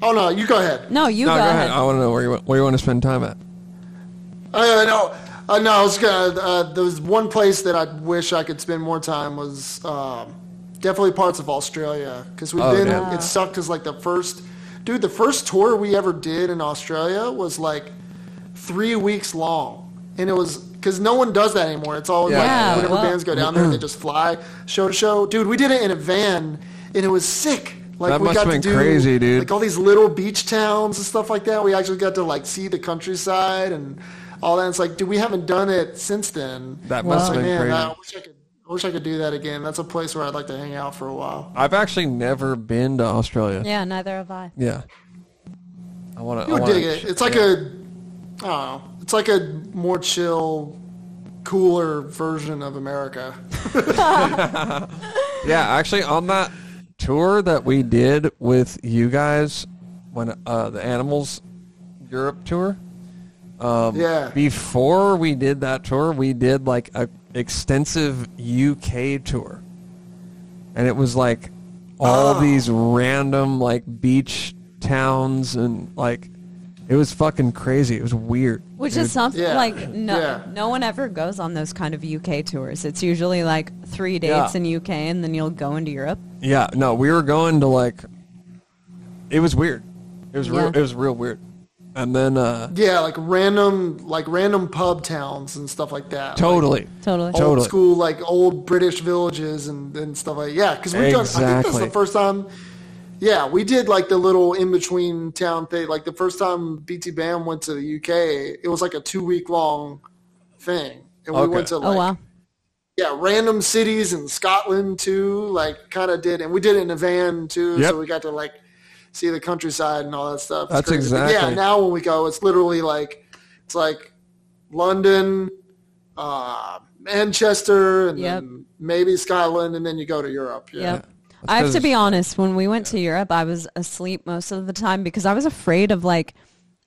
Oh no, you go ahead.
No, you
no,
go, ahead.
I want to know where you want- where you want to spend time at.
Uh, no, uh, no, I was gonna. Uh, there was one place that I wish I could spend more time was um, definitely parts of Australia because we've
Oh,
been.
yeah.
It sucked because like the first, dude, the first tour we ever did in Australia was like three weeks long, and it was because no one does that anymore. It's all
Yeah.
like
Yeah,
whenever
well-
bands go down there, they just fly show to show. Dude, we did it in a van, and it was sick. Like
That
we
must
got
have
to
been
do
crazy, dude.
like all these little beach towns and stuff like that. We actually got to like see the countryside and all that. It's like, dude, we haven't done it since then.
That
Wow.
must have
Like,
been
Oh, man,
crazy.
I wish I could. I wish I could do that again. That's a place where I'd like to hang out for a while.
I've actually never been to Australia.
yeah, neither have I.
Yeah. I want to.
You'll dig it. It's like a, I don't know. It's like a more chill, cooler version of America.
Yeah, actually, on that tour that we did with you guys when uh, the Animals Europe tour, Um,
Yeah.
Before we did that tour, we did like a extensive UK tour, and it was like all
Ah.
these random like beach towns and like it was fucking crazy. It was weird.
Which
dude.
is something
Yeah.
like no,
Yeah.
no one ever goes on those kind of UK tours. It's usually like three
Yeah.
dates in UK and then you'll go into Europe.
Yeah, no, we were going to like. It was weird. It was real.
Yeah.
It was real weird. And then uh
Yeah, like random, like random pub towns and stuff like that.
totally,
Totally.
Like, old
totally.
school, like old British villages and, and stuff like yeah. Because we done. I think that's
Exactly.
the first time. Yeah, we did like the little in between town thing. Like the first time BT Bam went to the UK, it was like a two week long thing, and we
Okay.
went to
oh
like
wow.
yeah, random cities in Scotland too, like kind of did, and we did it in a van too,
Yep.
so we got to like see the countryside and all that stuff. It's
That's
crazy. But
exactly-
Yeah, now when we go, it's literally like it's like London, uh, Manchester, and
Yep.
then maybe Scotland, and then you go to Europe. Yeah,
Yep. I have to
'cause-
be honest, when we went to Europe, I was asleep most of the time because I was afraid of like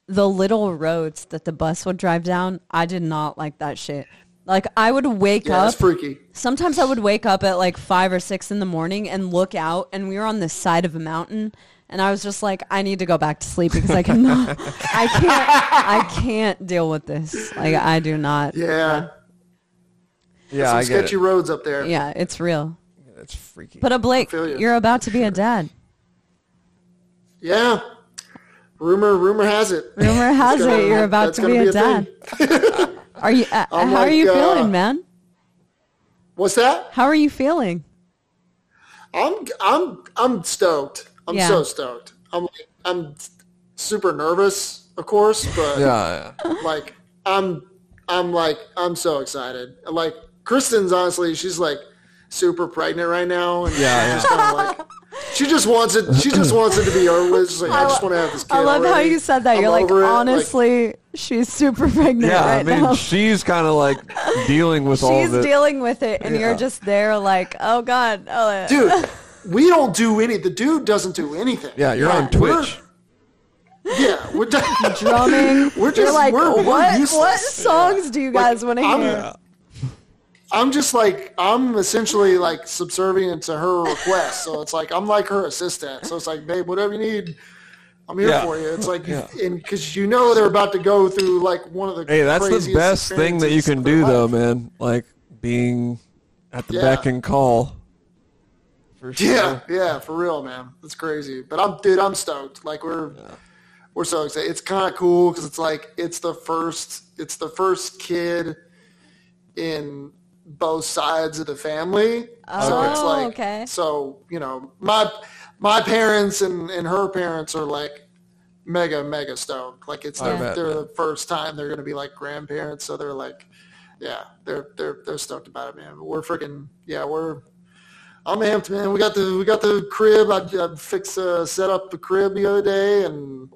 the little roads that the bus would drive down. I did not like that shit. Like I would wake
yeah,
up
it's freaky.
Sometimes I would wake up at like five or six in the morning and look out, and we were on the side of a mountain, and I was just like, I need to go back to sleep because I cannot, I can't, I can't deal with this. Like I do not.
Yeah,
Yeah,
some
I get
sketchy
it.
roads up there.
Yeah, it's real.
That's freaky.
But a Blake,
feel you.
you're about to be a dad.
Yeah. rumor rumor has it.
Rumor has
It's gonna-
it you're about
that's
to
gonna
be a
thing.
dad. Are you? Uh, how
I'm
are
like,
you
uh,
feeling, man?
What's that?
How are you feeling?
I'm I'm I'm stoked. I'm
Yeah.
so stoked. I'm like, I'm super nervous, of course, but
yeah, yeah.
like I'm I'm like I'm so excited. Like Kristen's honestly, she's like super pregnant right now, and
Yeah,
she's just kind of like. She just wants it. She just wants it to be over with. She's like, I, just want to have this kid.
I love how
already.
you said that.
I'm
you're like,
over it."
honestly, she's super pregnant
yeah
right
I mean,
now.
she's kind of like dealing with all
She's
the.
dealing with it, and
Yeah.
you're just there, like, oh god, oh, uh,
dude. We don't do any. The dude doesn't do anything.
yeah, you're on
We're-
Twitch.
Yeah, we're done.
drumming.
We're
you're
just-
like,
we're- we're
what?
useless.
what songs do you guys want to
I'm-
hear?
I'm just like I'm essentially like subservient to her request. So it's like I'm like her assistant. So it's like, babe, whatever you need, I'm here
Yeah.
for you. It's like,
Yeah.
and because you know they're about to go through like one of the
Hey, that's the
craziest
best thing that you
experiences
can
of their
do, though,
life.
man. Like being at the
Yeah.
beck and call. For sure.
Yeah, yeah, for real, man. That's crazy. But I'm, dude, I'm stoked. Like we're, we're so excited. It's kind of cool because it's like it's the first, it's the first kid in both sides of the family. so it's
Oh,
like,
okay.
So you know, my my parents and and her parents are like mega mega stoked. Like it's
I
their,
bet.
they're the first time they're gonna be like grandparents, so they're like, yeah, they're they're they're stoked about it, man. We're freaking yeah, we're I'm amped, man. We got the we got the crib. I, I fixed uh, set up the crib the other day, and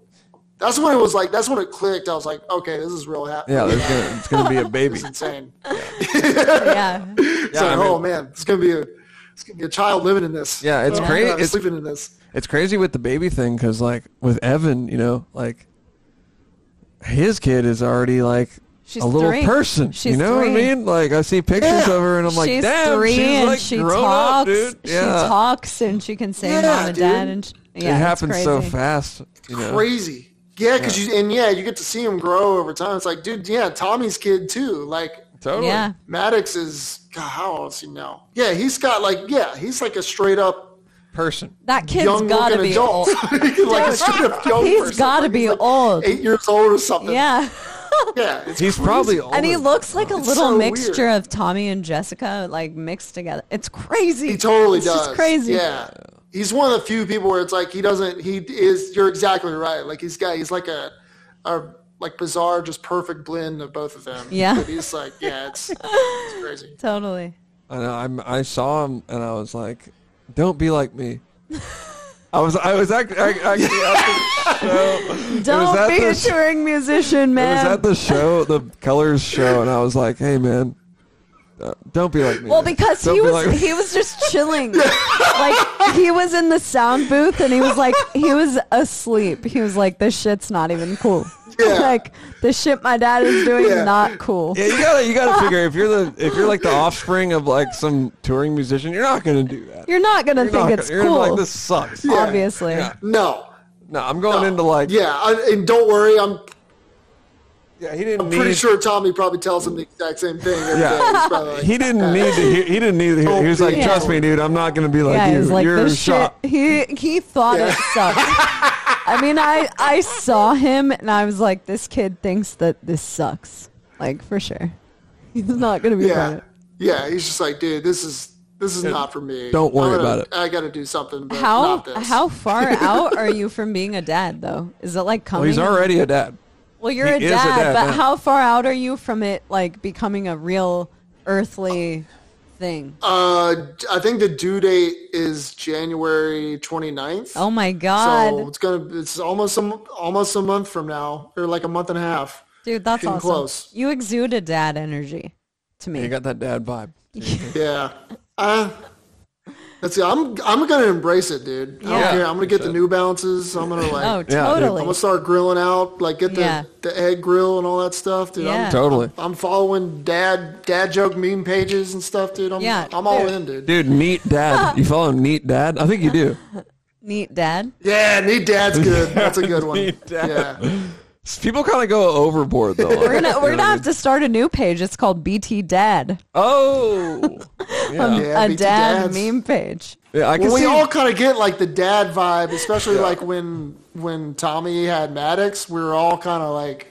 that's when it was like that's when it clicked. I was like, okay, this is real happening.
Yeah, there's gonna, it's gonna be a baby.
it's insane.
yeah,
It's like,
I mean-
oh man, it's gonna be a it's gonna be a child living in this.
Yeah, it's
Oh,
crazy.
God,
It's-
sleeping in this.
It's crazy with the baby thing because, like, with Evan, you know, like his kid is already like
She's
a little
three.
person. you
She's
know what I
three.
mean? Like, I see pictures
Yeah.
of her and I'm like,
she's
damn,
three,
she's
and
like
she
grown
talks.
up, dude.
She
yeah.
talks, and she can say
Yeah,
mom and dad,
dude.
and sh- yeah,
it
it's
happens so
crazy.
fast. You know?
Crazy. Yeah, because you and yeah, you get to see him grow over time. It's like, dude, yeah, Tommy's kid too. Like
Totally.
Yeah,
Maddox is God, how old is he now? Yeah, he's got like yeah, he's like a straight up
Person.
that kid's
young
got to
looking
be
adult.
old.
He's like a straight up young
He's
person.
got to
Like,
be
he's, like,
old.
Eight years old or something.
Yeah.
Yeah. It's
He's
crazy.
probably older.
And he looks like a
It's
little
so
mixture
weird.
of Tommy and Jessica, like mixed together. It's crazy.
He totally
it's
does.
Just crazy.
Yeah. He's one of the few people where it's like he doesn't. He is. You're exactly right. Like he's got. He's like a, a like bizarre, just perfect blend of both of them.
Yeah.
But he's like, yeah, it's, it's crazy.
Totally.
I know. I'm, I saw him and I was like, "Don't be like me." I was. I was act, I, actually. at the show. It was
Don't
at
be
the
a
show-
touring musician,
It was
man.
at the show, the Colors show, and I was like, "Hey, man, Uh, don't be like me.
Well,
man.
because
Don't
he
be
was
like-
he was just chilling, like he was in the sound booth and he was like he was asleep. He was like, "This shit's not even cool.
Yeah.
Like the shit my dad is doing
Yeah.
is not cool."
yeah, you gotta you gotta figure if you're the if you're like the offspring of like some touring musician, you're not gonna do that.
You're not gonna
You're
think
not
it's
gonna- you're
cool,
gonna be like this sucks.
obviously.
Yeah.
No.
No, I'm going into like
Yeah, I, and don't worry, I'm
yeah, he didn't
pretty
need
sure Tommy probably tells him the exact same thing. every
Yeah.
day. He's probably like,
he didn't need to hear, he didn't need to hear. He was like,
Yeah.
trust me, dude, I'm not gonna be like
yeah,
you.
he's like
you're
this
shot.
shit. He he thought it sucked. I mean, I I saw him and I was like, this kid thinks that this sucks, like for sure. He's not gonna be about
yeah,
it.
yeah. He's just like, dude, this is this is not for me.
don't worry
I'm gonna-
about it."
I got to do something. But
How
not this.
how far out are you from being a dad though? Is it like coming?
Well, he's already a dad.
Well, you're
he
a
is a
dad,
dad
but
now.
how far out are you from it like becoming a real earthly thing?
Uh, I think the due date is January 29th.
oh my
so
god,
it's gonna it's almost a, m- almost a month from now, or like a month and a half.
dude, that's
getting
awesome.
close.
You exude a dad energy to me.
You got that dad vibe.
Yeah. Uh, let's see. I'm I'm gonna embrace it, dude.
Yeah.
I don't care. I'm gonna get the New Balances. I'm gonna like.
oh,
dude.
totally.
I'm gonna start grilling out, like get the,
Yeah.
the egg grill and all that stuff, dude.
Yeah.
Totally.
I'm, I'm following dad dad joke meme pages and stuff, dude. I'm
Yeah,
I'm all
dude.
in, dude.
Dude, neat dad. You follow neat dad? I think you do.
Neat dad.
Yeah, need dad's good. That's a good one. Yeah,
People kind of go overboard though.
We're gonna we're gonna have to start a new page. It's called BT Dad,
Oh, yeah.
Yeah,
a
BT
dad
dads.
meme page.
yeah I can
Well, we
see.
all kind of get like the dad vibe, especially like when when Tommy had Maddox. We were all kind of like,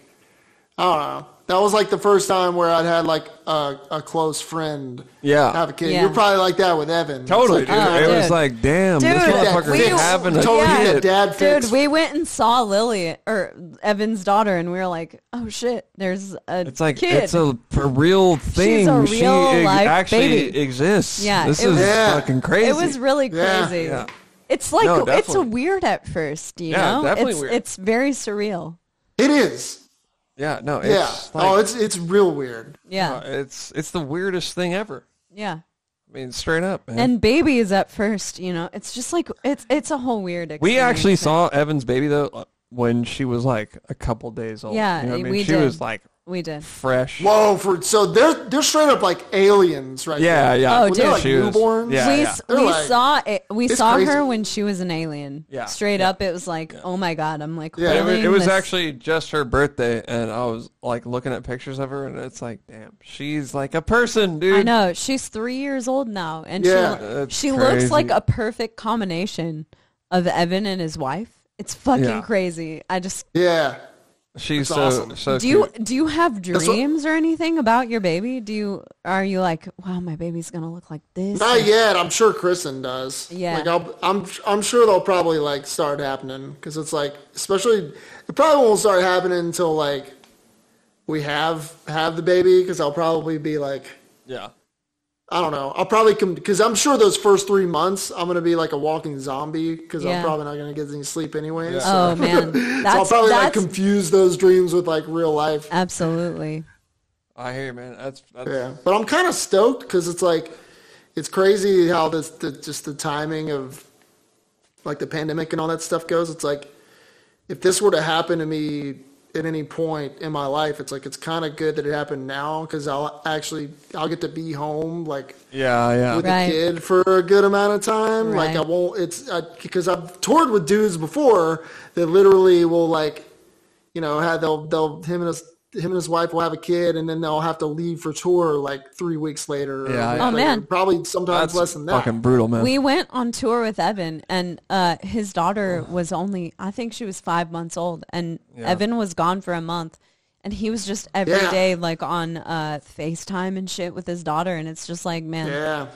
I don't know. That was like the first time where I'd had like a, a close friend
Yeah.
have a kid.
Yeah.
You're probably like that with Evan.
Totally, dude.
It's like, "Ah,
Oh,
it was
dude.
like, damn,
Dude,
this motherfucker
we-
having a
Totally
yeah.
kid.
that dad fix.
Dude, we went and saw Lily or Evan's daughter, and we were like, "Oh shit, there's a
It's like
kid."
it's a, a real thing.
a
she
real life
actually
baby.
exists.
Yeah,
this
it
is
was-
Yeah.
fucking crazy.
It was really
Yeah.
crazy.
Yeah.
It's like
No,
it's
definitely.
weird at first, you
Yeah,
know.
definitely
it's
weird.
it's very surreal.
it is.
yeah, no, it's
Yeah.
like,
oh, it's it's real weird.
Yeah,
uh, it's it's the weirdest thing ever.
yeah.
I mean, straight up, man.
And babies at first, you know, it's just like it's it's a whole weird. Experience.
we actually saw Evan's baby though uh, when she was like a couple days old.
Yeah,
you know what I mean?
we
she
did.
was like
we did.
fresh.
Whoa, for so they're they're straight up like aliens, right?
Yeah,
now.
yeah.
Oh, dude.
She
Like
was-
newborns?
Yeah,
we
yeah.
s-
They're
we
like-
saw it. We
it's
saw
crazy.
her when she was an alien.
Yeah,
Straight
yeah.
up, it was like, oh my god, I'm like,
Yeah.
It
really
was, it was
miss-
actually just her birthday, and I was like looking at pictures of her, and it's like, damn, she's like a person, dude.
I know she's three years old now, and
Yeah.
she
That's
she looks like
crazy.
a perfect combination of Evan and his wife. It's fucking
Yeah.
crazy. I just
Yeah.
She's so
That's awesome.
so.
do you
cute.
do you have
what-
dreams or anything about your baby? Do you are you like, wow, my baby's gonna look like this?
Not yet. I'm sure Kristen does.
Yeah.
Like I'll, I'm, I'm sure they'll probably like start happening because it's like, especially, it probably won't start happening until like we have have the baby because I'll probably be like,
Yeah.
I don't know. I'll probably come because I'm sure those first three months I'm gonna be like a walking zombie because
Yeah.
I'm probably not gonna get any sleep anyway. So,
Oh man,
so I'll
that's
probably like
that's
confuse those dreams with like real life.
absolutely.
I hear you, man. That's, that's
Yeah, but I'm kind of stoked because it's like, it's crazy how this the, just the timing of like the pandemic and all that stuff goes. It's like, if this were to happen to me at any point in my life, it's like it's kind of good that it happened now because I'll actually I'll get to be home like
yeah, yeah.
with
Right.
a kid for a good amount of time. Like
Right.
I won't. It's because I've toured with dudes before that literally will like, you know, have they'll they'll him and his him and his wife will have a kid, and then they'll have to leave for tour like three weeks later. or a
Yeah,
week
yeah.
Oh,
later.
man.
probably sometimes
That's
less than that.
fucking brutal, man.
We went on tour with Evan, and uh, his daughter was only, I think she was five months old, and Evan was gone for a month, and he was just every day
Yeah.
like on uh, FaceTime and shit with his daughter, and it's just like, man,
yeah,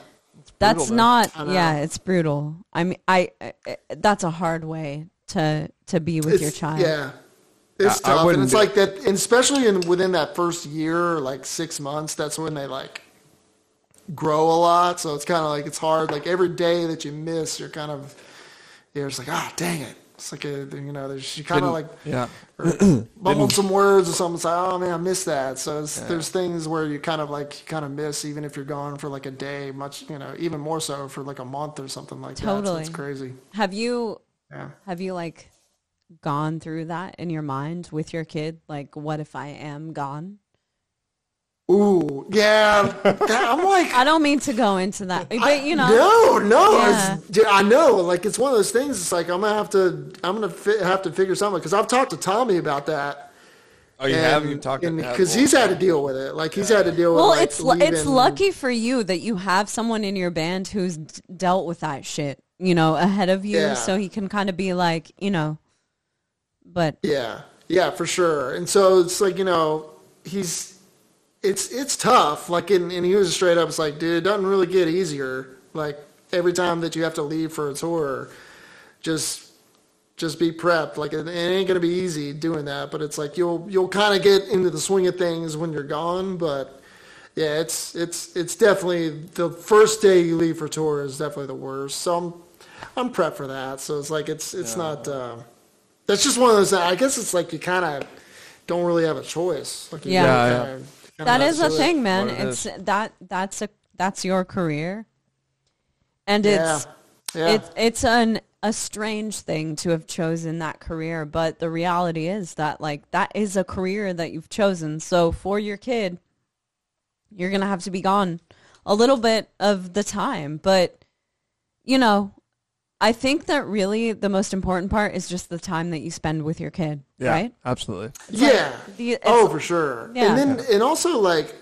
that's
brutal, man.
not, yeah, it's brutal. I mean, I, I, that's a hard way to to be with your
It's-
child.
Yeah. It's
I- I
tough, and
wouldn't
it's
do
like that, and especially in within that first year, like six months. That's when they like grow a lot. So it's kind of like it's hard. Like every day that you miss, you're kind of you're just like, ah, dang it. It's like a you know, there's, she kind of like
yeah.
mumbled some words or something. It's like, oh man, I missed that. So it's, there's things where you kind of like you kind of miss, even if you're gone for like a day, much you know, even more so for like a month or something like that. So
Totally.
it's crazy.
Have you
Yeah.
have you like gone through that in your mind with your kid? Like, what if I am gone?
Ooh, yeah. That- I'm like,
I don't mean to go into that, but you know,
No, no,
Yeah.
it's- dude, I know. Like it's one of those things. It's like I'm gonna have to, I'm gonna fi- have to figure something because I've talked to Tommy about that.
Oh, you have you talked about
because he's had to deal with it. Like he's had to deal
Well,
with. like,
it's lu- it's
leaving-
lucky for you that you have someone in your band who's d- dealt with that shit, you know, ahead of you,
Yeah.
so he can kind of be like, you know, but
Yeah, yeah, for sure. And so it's like you know he's, it's it's tough. Like and, and he was straight up. It's like dude, it doesn't really get easier. Like every time that you have to leave for a tour, just just be prepped. Like it, it ain't gonna be easy doing that, but it's like you'll you'll kind of get into the swing of things when you're gone. But yeah, it's it's it's definitely the first day you leave for tour is definitely the worst. So I'm I'm prepped for that. So it's like it's it's not. Uh, that's just one of those. I guess it's like you kind of don't really have a choice. Like you
Yeah.
Yeah, yeah.
kinda- kinda
that
have
is
to
a
do it.
thing, man.
What it
It's that that's a that's your career, and
Yeah,
it's
yeah.
it's it's an a strange thing to have chosen that career, but the reality is that like that is a career that you've chosen. So for your kid, you're gonna have to be gone a little bit of the time, but you know, I think that really the most important part is just the time that you spend with your kid,
Yeah,
right?
absolutely.
yeah.
the- it's-
oh, for sure.
Yeah.
And then and also like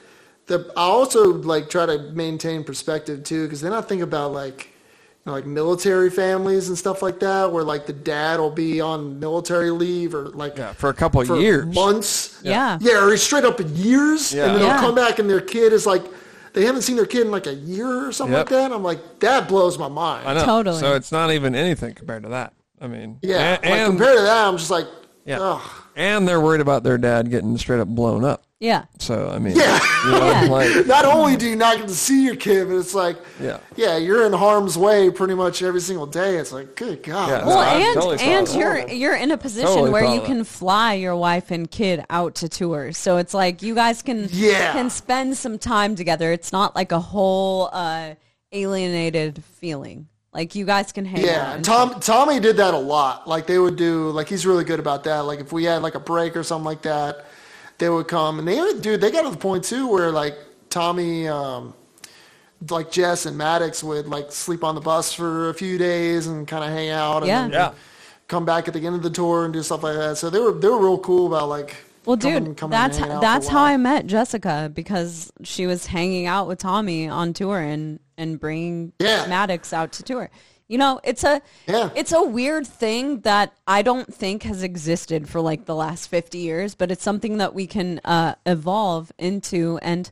the I also like try to maintain perspective too because then I think about like you know, like military families and stuff like that where like the dad will be on military leave or like
Yeah, for a couple
for
years.
months.
Yeah.
Yeah, or straight up years.
Yeah.
And then
Yeah.
they'll come back and their kid is like, they haven't seen their kid in like a year or something
Yep.
like that. I'm like, that blows my
I
mind.
know.
Totally.
So it's not even anything compared to that. I mean,
Yeah.
a-
like,
and
compared to that, I'm just like,
yeah,
ugh.
and they're worried about their dad getting straight up blown up.
Yeah.
So I mean,
Yeah.
you know,
Yeah.
like,
Not only do you not get to see your kid, but it's like,
Yeah.
yeah, you're in harm's way pretty much every single day. It's like, good God.
Yeah.
Well,
No, I'm
and
totally proud
and
of
you're you're in a position
Totally
where
proud
you
of
can fly your wife and kid out to tours, so it's like you guys can
Yeah.
can spend some time together. It's not like a whole uh, alienated feeling. Like you guys can hang out.
Yeah,
and-
Tom Tommy did that a lot. Like they would do like he's really good about that. Like if we had like a break or something like that, they would come and they dude they got to the point too where like Tommy um like Jess and Maddox would like sleep on the bus for a few days and kind of hang out and
Yeah.
then
Yeah.
come back at the end of the tour and do stuff like that. So they were they were real cool about like
Well,
coming-
dude,
coming and
that's
hanging out for a
that's how
while.
I met Jessica because she was hanging out with Tommy on tour and and bringing
Yeah.
Maddox out to tour. You know, it's a
Yeah.
it's a weird thing that I don't think has existed for like the last fifty years, but it's something that we can uh, evolve into. And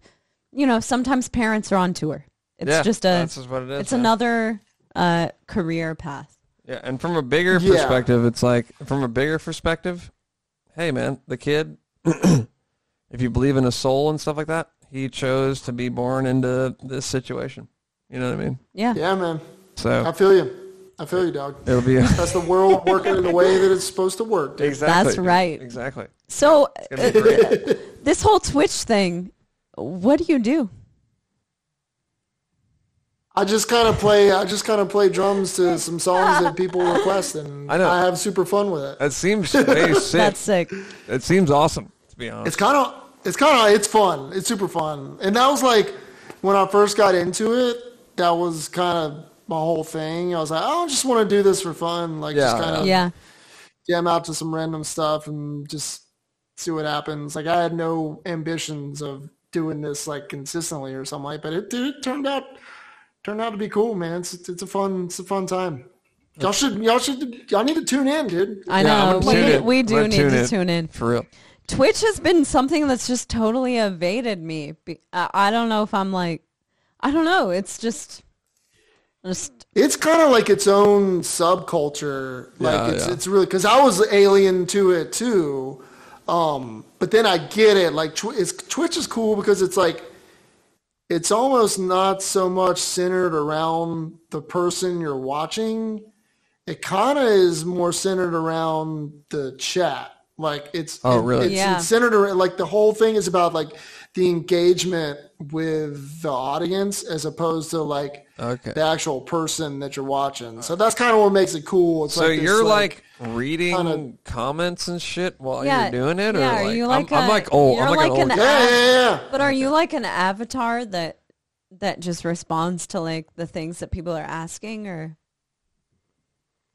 you know, sometimes parents are on tour. It's
Yeah,
just a
that's just what it is,
It's
man.
another uh, career path.
yeah. And from a bigger
Yeah.
perspective, it's like from a bigger perspective, hey man, the kid, if you believe in a soul and stuff like that, he chose to be born into this situation. You know what I mean?
Yeah,
Yeah, man. I
So
feel you. I feel you, dog.
it'll be
That's the world working in the way that it's supposed to work. Dude.
exactly
That's right.
Exactly.
So
It'll be great.
this whole Twitch thing, what do you do?
I just kind of play. I just kind of play drums to some songs that people request, and
I
I,
know.
have super fun with it.
That seems way sick.
That's sick.
It seems awesome, to be honest.
It's kind of, it's kind of, it's fun. It's super fun, and that was like when I first got into it. That was kind of my whole thing. I was like, I just want to do this for fun, like just
Yeah,
kind of
Yeah.
jam out to some random stuff and just see what happens. Like I had no ambitions of doing this like consistently or something like, but it dude, it turned out turned out to be cool, man. It's it's a fun it's a fun time. Y'all should y'all should y'all need to tune in, dude.
Yeah,
I
I'm
know.
gonna tune
we,
in.
we
I'm
do
gonna
need
tune
to
in.
tune in.
For real.
Twitch has been something that's just totally evaded me. Be- I I don't know if I'm like, I don't know. It's just, just
It's kind of like its own subculture. Like
Yeah,
it's
yeah.
it's really because I was alien to it too. Um, but then I get it. Like tw- it's, Twitch is cool because it's like it's almost not so much centered around the person you're watching it kind of is more centered around the chat. Like it's
Oh,
it-
really?
It's,
Yeah.
it's centered around like the whole thing is about like the engagement with the audience as opposed to like
Okay.
the actual person that you're watching. So that's kind of what makes it cool. It's
So
like this,
you're like, reading
kinda-
comments and shit while
Yeah,
you're doing it, or
yeah, are
like,
you like
I'm, I'm
a-
like old.
you're
I'm like,
like
an old.
an app-
guy.
yeah, yeah, yeah.
But are you like an avatar that that just responds to like the things that people are asking or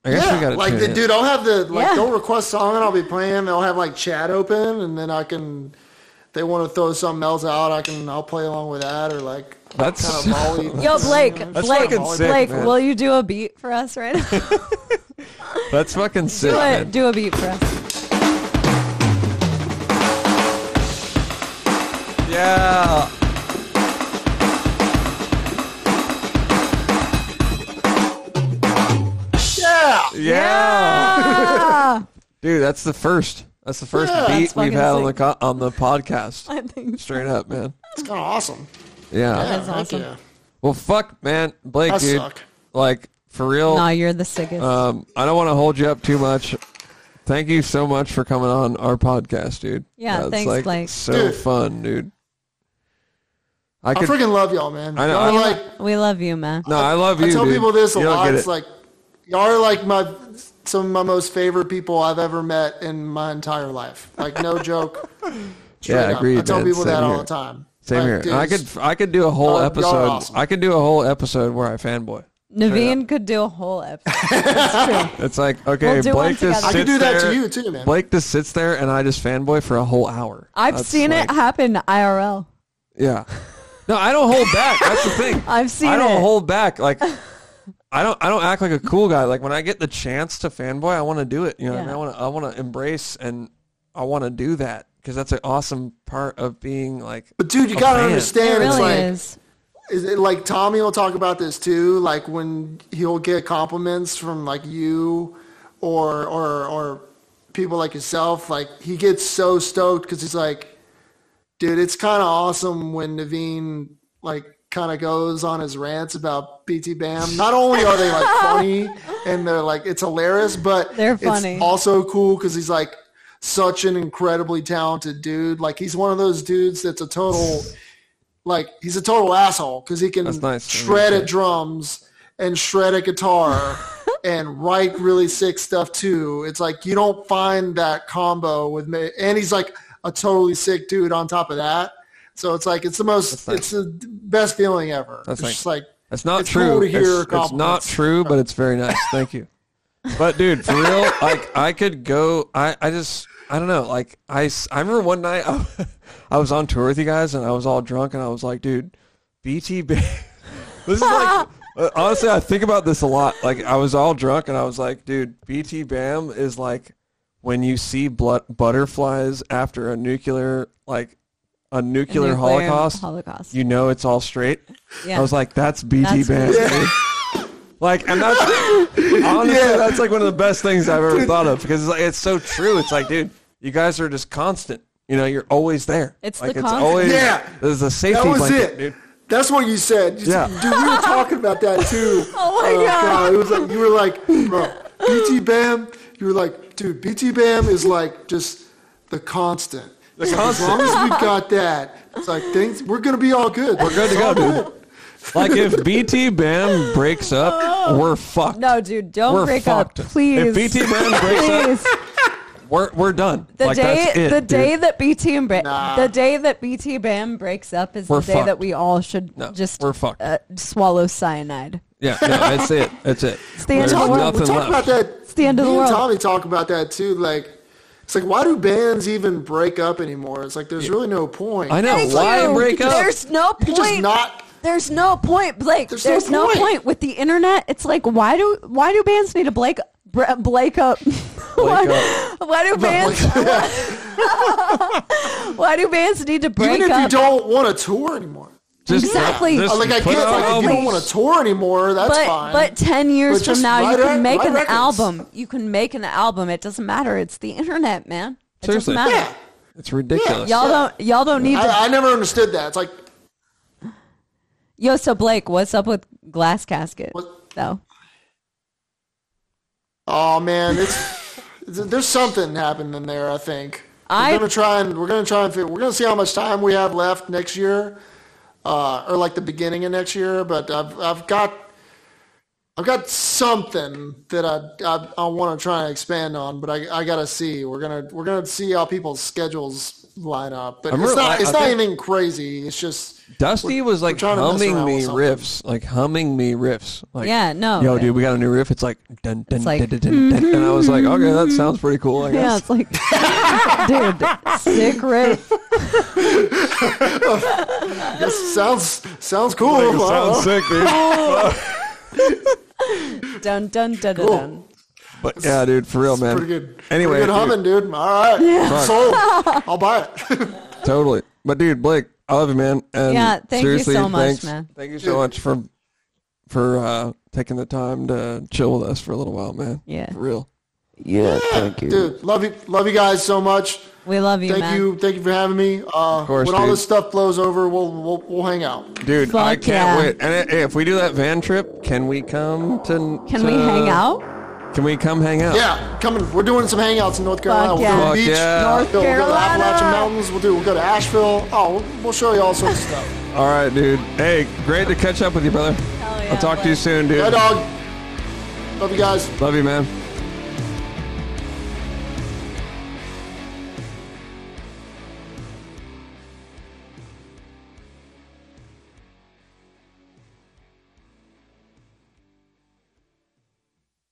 I guess we got to
like
tune
the,
in.
dude, I'll have the like
Yeah.
they'll request song and I'll be playing. They'll have like chat open, and then I can. They want to throw something else out. I can. I'll play along with that, or like
That's
kind of volley.
Yo Blake,
That's
Blake,
fucking sick,
Blake,
man.
will you do a beat for us right now?
that's fucking sick.
do a
man.
do a beat for us.
Yeah.
yeah,
Yeah.
Ah,
Dude, that's the first. That's the first
Yeah.
beat
That's
we've
fucking
had on the
sick.
co- on the podcast.
I think
Straight up, man.
it's kind of awesome.
Yeah.
Yeah,
That's
heck
awesome.
Yeah.
Well, fuck, man, Blake,
I
dude.
suck.
Like for real.
no, you're the sickest.
Um, I don't want to hold you up too much. Thank you so much for coming on our podcast, dude.
Yeah,
That's,
thanks,
like,
Blake.
So
Dude.
fun, dude. I
I
could.
freaking love y'all, man.
I know.
Y'all are
We
We lo-
like
we love you, man.
no, I love you.
I tell
dude.
people this a
You don't
lot.
get
It's
it.
like y'all are like my some of my most favorite people I've ever met in my entire life. Like no joke. Straight
Yeah, I
up.
agree,
I tell
man.
people
Same
that all
here.
the time.
Same
Like,
here.
dude,
I
it's-
could. I could do a whole
Y'all- y'all are
episode.
awesome.
I could do a whole episode where I fanboy.
Naveen could do a whole episode.
It's like okay,
We'll do one
Blake just sits
together. I
could do that to
there-
you too, man.
Blake just sits there and I just fanboy for a whole hour.
I've
That's
seen it
like-
happen IRL.
Yeah. No, I don't hold back. That's the thing.
I've seen
I don't
it.
hold back. Like I don't I don't act like a cool guy. Like when I get the chance to fanboy, I want to do it. You know, what I, mean?
Yeah.
I want to I want to embrace and I want to do that because that's an awesome part of being like.
But dude, you
a
gotta
fan.
It
understand. it's
really
like
is.
is it like Tommy will talk about this too, like when he'll get compliments from like you or or or people like yourself, like he gets so stoked because he's like, dude, it's kind of awesome when Naveen like kind of goes on his rants about BT Bam. Not only are they like funny and they're like it's hilarious, but
They're
it's
funny.
also cool because he's like such an incredibly talented dude. Like he's one of those dudes that's a total like he's a total asshole because he can
That's nice.
shred
Okay.
at drums and shred at guitar and write really sick stuff too. It's like you don't find that combo with me, and he's like a totally sick dude on top of that. So it's like it's the most,
nice.
it's the best feeling ever.
That's
it's
nice.
just like
That's not
It's
true.
cool to hear
it's, it's not
compliments.
true, but it's very nice. Thank you. But dude, for real, like I could go. I, I just I don't know. Like I, s- I remember one night I, I was on tour with you guys and I was all drunk and I was like, dude, BT Bam. This is like uh, honestly, I think about this a lot. Like I was all drunk and I was like, dude, BT Bam is like when you see blood butterflies after a nuclear like a nuclear,
Nuclear
holocaust,
Holocaust.
you know it's all straight.
Yeah.
I was like, that's BT
That's
Bam. dude. Like, and that's honestly, that's like one of the best things I've ever thought of because it's, like, it's so true. It's like, dude, you guys are just constant. You know, you're always there.
It's
like
the
it's
constant.
always
Yeah.
There's a safety
that was
blanket,
it.
dude.
That's what you said. You
Yeah.
said- dude, we were talking about that too.
Oh my God.
It was like you were like, bro, BT Bam. You were like, dude, BT Bam is like just the constant. The
constant.
As long as we've got that, it's like things we're gonna be all good. We're
Good to go, dude. Like if BT Bam breaks up, we're fucked.
No, dude, don't
We're
break
fucked.
up,
If
please.
BT Bam breaks up,
please.
we're we're done.
The
like
day,
that's it,
the
dude.
day that BT and Bra-
Nah.
the day that BT Bam breaks up is
We're
the day
fucked.
that we all should
No,
just
we're fucked.
Uh, swallow cyanide.
Yeah, no, that's it. That's it.
the end
There's
of the
talking,
world.
nothing
we talk
left.
about that.
It's the end of the
me and
world.
Tommy talk about that too. Like, it's like why do bands even break up anymore? It's like there's really no point.
I know.
Thank
Why
you.
break up?
There's no
You
point.
just not-
There's no point, Blake. There's,
There's no
no,
point.
point. with the internet. It's like why do why do bands need to Blake br- Blake up? why, why do bands why do bands need to break
Even if
up?
you don't want to tour anymore.
Just-
Exactly.
just
Oh, like I
put
get
out
like if you
albums.
don't want to tour anymore, that's
but
fine.
but ten
But
years
just
from now, you
write
can
it-
make
write
an
records.
album. You can make an album. It doesn't matter. It's the internet, man. It
Seriously.
doesn't
yeah,
matter.
It's ridiculous.
Y'all don't y'all don't need to.
I, I never understood that. It's like
Yo, so Blake, what's up with Glass Casket?
What?
Though
Oh man, it's there's something happening there. I think
I-
we're gonna try and we're gonna try and figure, we're gonna see how much time we have left next year, uh, or like the beginning of next year. But I've I've got I've got something that I I, I want to try and expand on, but I, I gotta see. We're gonna we're gonna see how people's schedules line up. But
I'm
it's
really-
not
I-
it's
I
not
think-
anything crazy. It's just
Dusty was like
trying to mess
humming
around
me
with something.
riffs, like humming me riffs. Like,
Yeah, no.
Yo, dude, we got a new riff. It's like dun dun
It's like,
dun, dun, dun, dun. and I was like, okay, that sounds pretty cool. I
Yeah,
guess.
it's like, dude, sick riff.
this sounds sounds cool. I don't know.
sick, dude.
Dun dun dun dun. dun.
But yeah, dude, for real, man.
Pretty good.
Anyway,
pretty good
dude,
humming, dude. All right, sold. I'll buy it.
totally. But dude, Blake, I love you, man. And
Yeah, thank you
seriously,
so much,
thanks-
man.
Thank you so much for for uh, taking the time to chill with us for a little while, man.
Yeah.
for real.
Yeah, thank you.
dude. Love you, love you guys so much.
We love you,
Thank
man.
you, thank you for having me. Uh,
course,
when all
dude.
this stuff blows over, we'll we'll, we'll hang out.
Dude,
Fuck
I can't
yeah.
wait. And i- if we do that van trip, can we come to?
Can
to-
we hang out?
Can we come hang out?
Yeah, coming. We're doing some hangouts in North Carolina. We'll
yeah.
do
Fuck
a beach.
yeah.
North
We'll go to the
Carolina.
Appalachian Mountains. We'll do. We'll go to Asheville. Oh, we'll, we'll show you all sorts of stuff.
All right, dude. Hey, great to catch up with you, brother.
Hell yeah,
I'll talk to
Blake.
you soon, dude.
Hey, dog. Love you guys.
Love you, man.